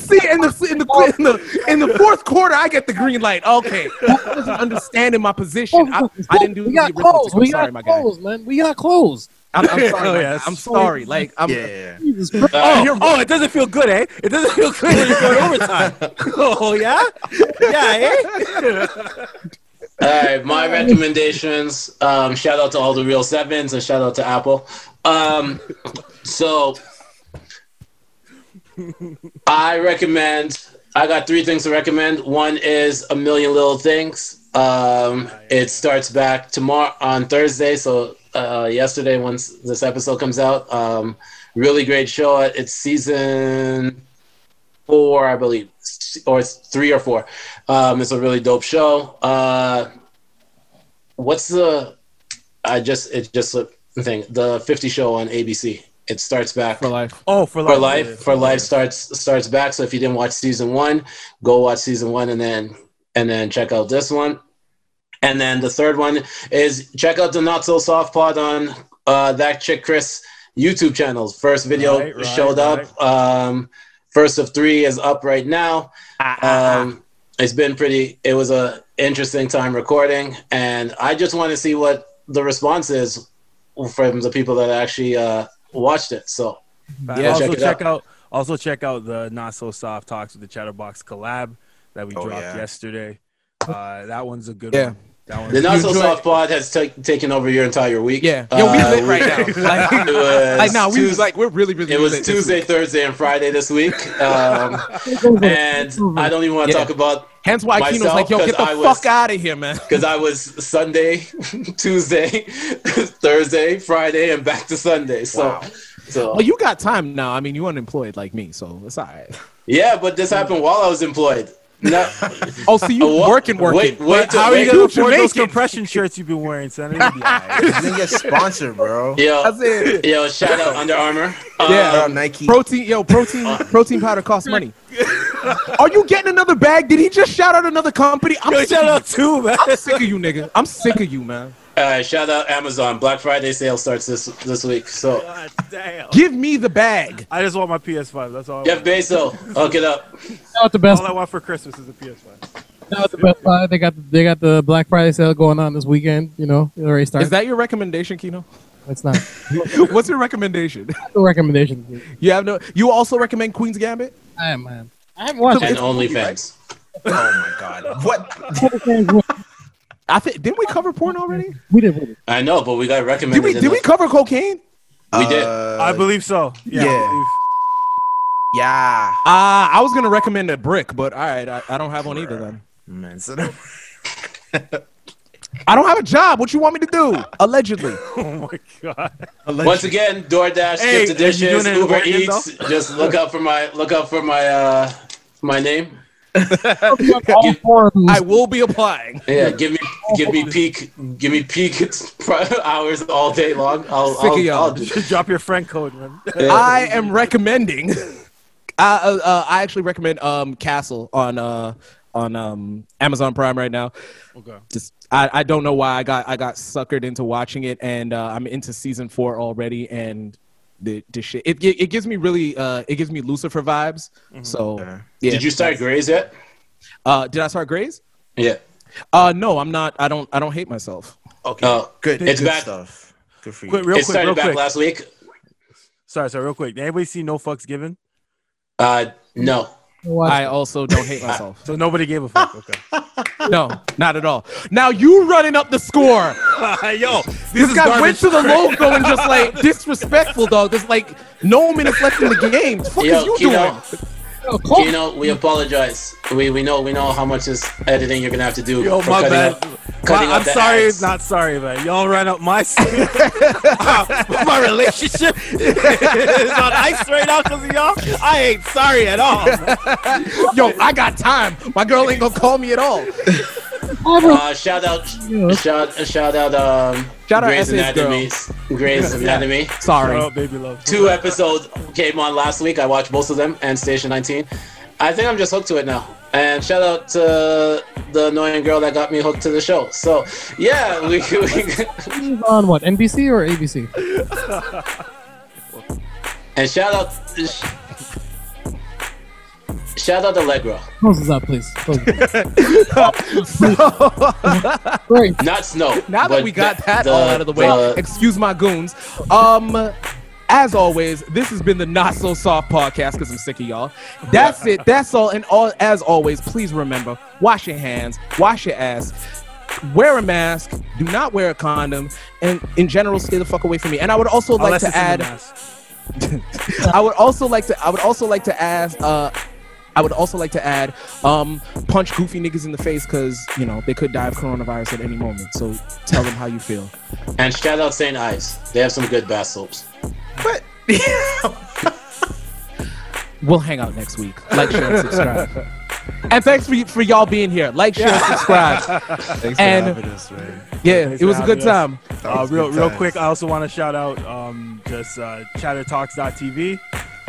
see, in the in the in the in the fourth quarter, I get the green light. Okay, I wasn't understanding my position. I, I didn't do We the got arithmetic. clothes. I'm We sorry, got my guy. clothes, man. We got clothes. I'm, I'm sorry. Oh, my yeah, guy. it's I'm so- sorry. Like, I'm. yeah, yeah, Jesus Christ. Uh, Oh, oh, it doesn't feel good, eh? It doesn't feel good when you're going overtime. oh, yeah? Yeah, eh? All right, my recommendations. Um, shout out to all the real sevens and shout out to Apple. Um, so I recommend. I got three things to recommend. One is A Million Little Things. Um, it starts back tomorrow on Thursday, so uh, yesterday once this episode comes out. Um, really great show. It's season four, I believe, or it's three or four. Um, it's a really dope show. Uh, what's the? I just it just slipped the thing. The Fifty Show on ABC. It starts back For life. Oh, for life. for life. For life starts starts back. So if you didn't watch season one, go watch season one, and then and then check out this one. And then the third one is check out the Not So Soft Pod on uh, that chick Chris YouTube channel. First video Right, right, showed up. Um, first of three is up right now. Ah, Um, it's been pretty. It was a interesting time recording, and I just want to see what the response is from the people that actually uh, watched it. So Yeah, also check check, it out. also check out the Not So Soft Talks with the Chatterbox collab that we Oh, dropped yeah. yesterday. Uh, that one's a good Yeah. one. That one's The not so enjoy- soft pod has ta- taken over your entire week. Yeah. Yo, we Uh, lit right now. Like, it was like now we Tues- like we're really really. it was lit this week. Tuesday, Thursday, and Friday this week, um, and I don't even want to Yeah. talk about Hence why Kino's myself, like, yo, 'cause get the I was- fuck out of here, man. because I was Sunday, Tuesday, Thursday, Friday, and back to Sunday. So, so Well, Oh, you got time now. I mean, you unemployed like me, so it's all right. yeah, but this happened while I was employed. No, Oh, so you Wha- working, working. Wait, wait, How are you wait. gonna afford those Jamaican. compression shirts you've been wearing, son? It'll be all right. yeah. Didn't get sponsored, bro. Yo, That's it. yo, shout out Under Armour. Shout Um, out Nike. Protein, yo, protein, Uh. protein powder costs money. Are you getting another bag? Did he just shout out another company? I'm Yo, sick, shout out too, man. I'm sick of you, nigga. I'm sick of you, man. uh, shout out Amazon. Black Friday sale starts this this week. So, God damn. Give me the bag. I just want my PS5. That's all. I Jeff want. Bezos, hook it up. Shout out to Best All I want for Christmas is a PS5. Shout out to Best Buy. They got the, they got the Black Friday sale going on this weekend. You know, it already started. Is that your recommendation, Kino? it's not What's your recommendation? a recommendation. You have no. You also recommend Queen's Gambit? I am, man. I haven't watched and it. OnlyFans. Oh my god. What? I think didn't we cover porn already? we did. We did. I know, but we got recommended. Did we? in Did we the- cover cocaine? We did. Uh, I believe so. Yeah. I yeah. believe- Yeah. Uh, I was gonna recommend a brick, but all right, I, I don't have one either. Then Man, so no- I don't have a job. What you want me to do? Allegedly, Oh my god. Once again, DoorDash, Hey, get the are you dishes, doing it in Uber Oregon, Eats. Just look up for my look up for my uh my name. All forms. I will be applying. Yeah, give me give me peak give me peak hours all day long. I'll Sick of I'll, y'all. I'll do- Drop your friend code, man. I am recommending. I uh, uh, I actually recommend um Castle on uh on um Amazon Prime right now. Okay. Just I, I don't know why I got I got suckered into watching it, and uh, I'm into season four already, and. The, the shit it, it, it gives me really uh it gives me Lucifer vibes. So Okay. yeah. Did you start Grays yet? Uh, did I start Grays? Yeah. Uh, no, I'm not. I don't. I don't hate myself. okay. Oh, good. It's good back. stuff. Good for you. Quick, real it quick, started real back quick. last week. Sorry, sorry, real quick. Did anybody see No Fucks Given? Uh, no. Watch I also don't hate myself. So nobody gave a fuck. Okay. No, not at all. Now you running up the score. Yo, This, guy went to the logo and just like disrespectful, dog. There's like no minutes left in the game. The fuck is Yo, you Kino, Oh, Cole- Kino, we apologize. We we know we know how much is editing you're gonna have to do. Yo, for my cutting bad. up- My- cutting up I'm the sorry, ads. not sorry, man. Y'all ran up my my relationship is on ice right now because of y'all. I ain't sorry at all. man. doing? Yo, I got time. My girl ain't gonna call me at all. Uh, shout out, shout shout out, um, Shout out Grey's SS girl. Anatomy. Grey's Anatomy. Sorry. Shout out, baby love. Two episodes came on last week. I watched both of them and Station 19. I think I'm just hooked to it now. And shout out to the annoying girl that got me hooked to the show. So yeah, we, we he's on what? NBC or ABC? and shout out. Shout out Allegra. Close this up, please. Close this up. Great. Not Snow. now that but we got the- that all out of the way, the- excuse my goons. Um, as always, this has been the Not So Soft podcast because I'm sick of y'all. That's it. That's all. And all as always, please remember: wash your hands, wash your ass, wear a mask, do not wear a condom, and in general, stay the fuck away from me. And I would also Unless like to it's in the add. mask. I would also like to. I would also like to ask. Uh, I would also like to add, um, punch goofy niggas in the face because you know they could die of coronavirus at any moment. So tell them how you feel. and shout out St. Ives. They have some good bath soaps. We'll hang out next week. Like, share, and subscribe. and thanks for for y'all being here. Like, share, and subscribe. Thanks for and- having us, man. Yeah, Thanks it was for a good having time. That Uh, was real, good real times. quick. I also want to shout out um, just uh, ChatterTalks.tv.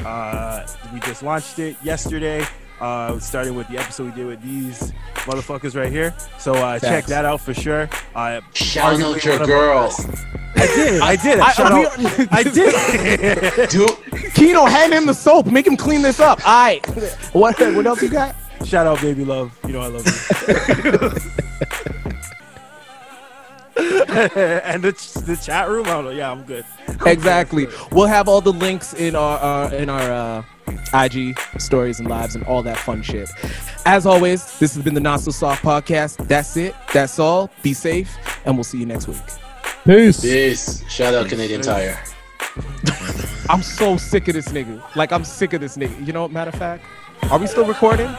Uh, we just launched it yesterday. Uh, started with the episode we did with these motherfuckers right here. So uh, check Facts. that out for sure. Uh, Shout Arguably out one your of girl. I did. I did. I, shout out. I did. Do Kino, hand him the soap. Make him clean this up. All right. What what else you got? shout out, baby love. You know I love you. and the, ch- the chat room. I don't know. Yeah, I'm good. Exactly. We'll have all the links in our, our in our uh, IG stories and lives and all that fun shit. As always, this has been the Not So Soft podcast. That's it. That's all. Be safe, and we'll see you next week. Peace. this. Shout out Canadian Tire. I'm so sick of this nigga. Like I'm sick of this nigga. You know, matter of fact, are we still recording?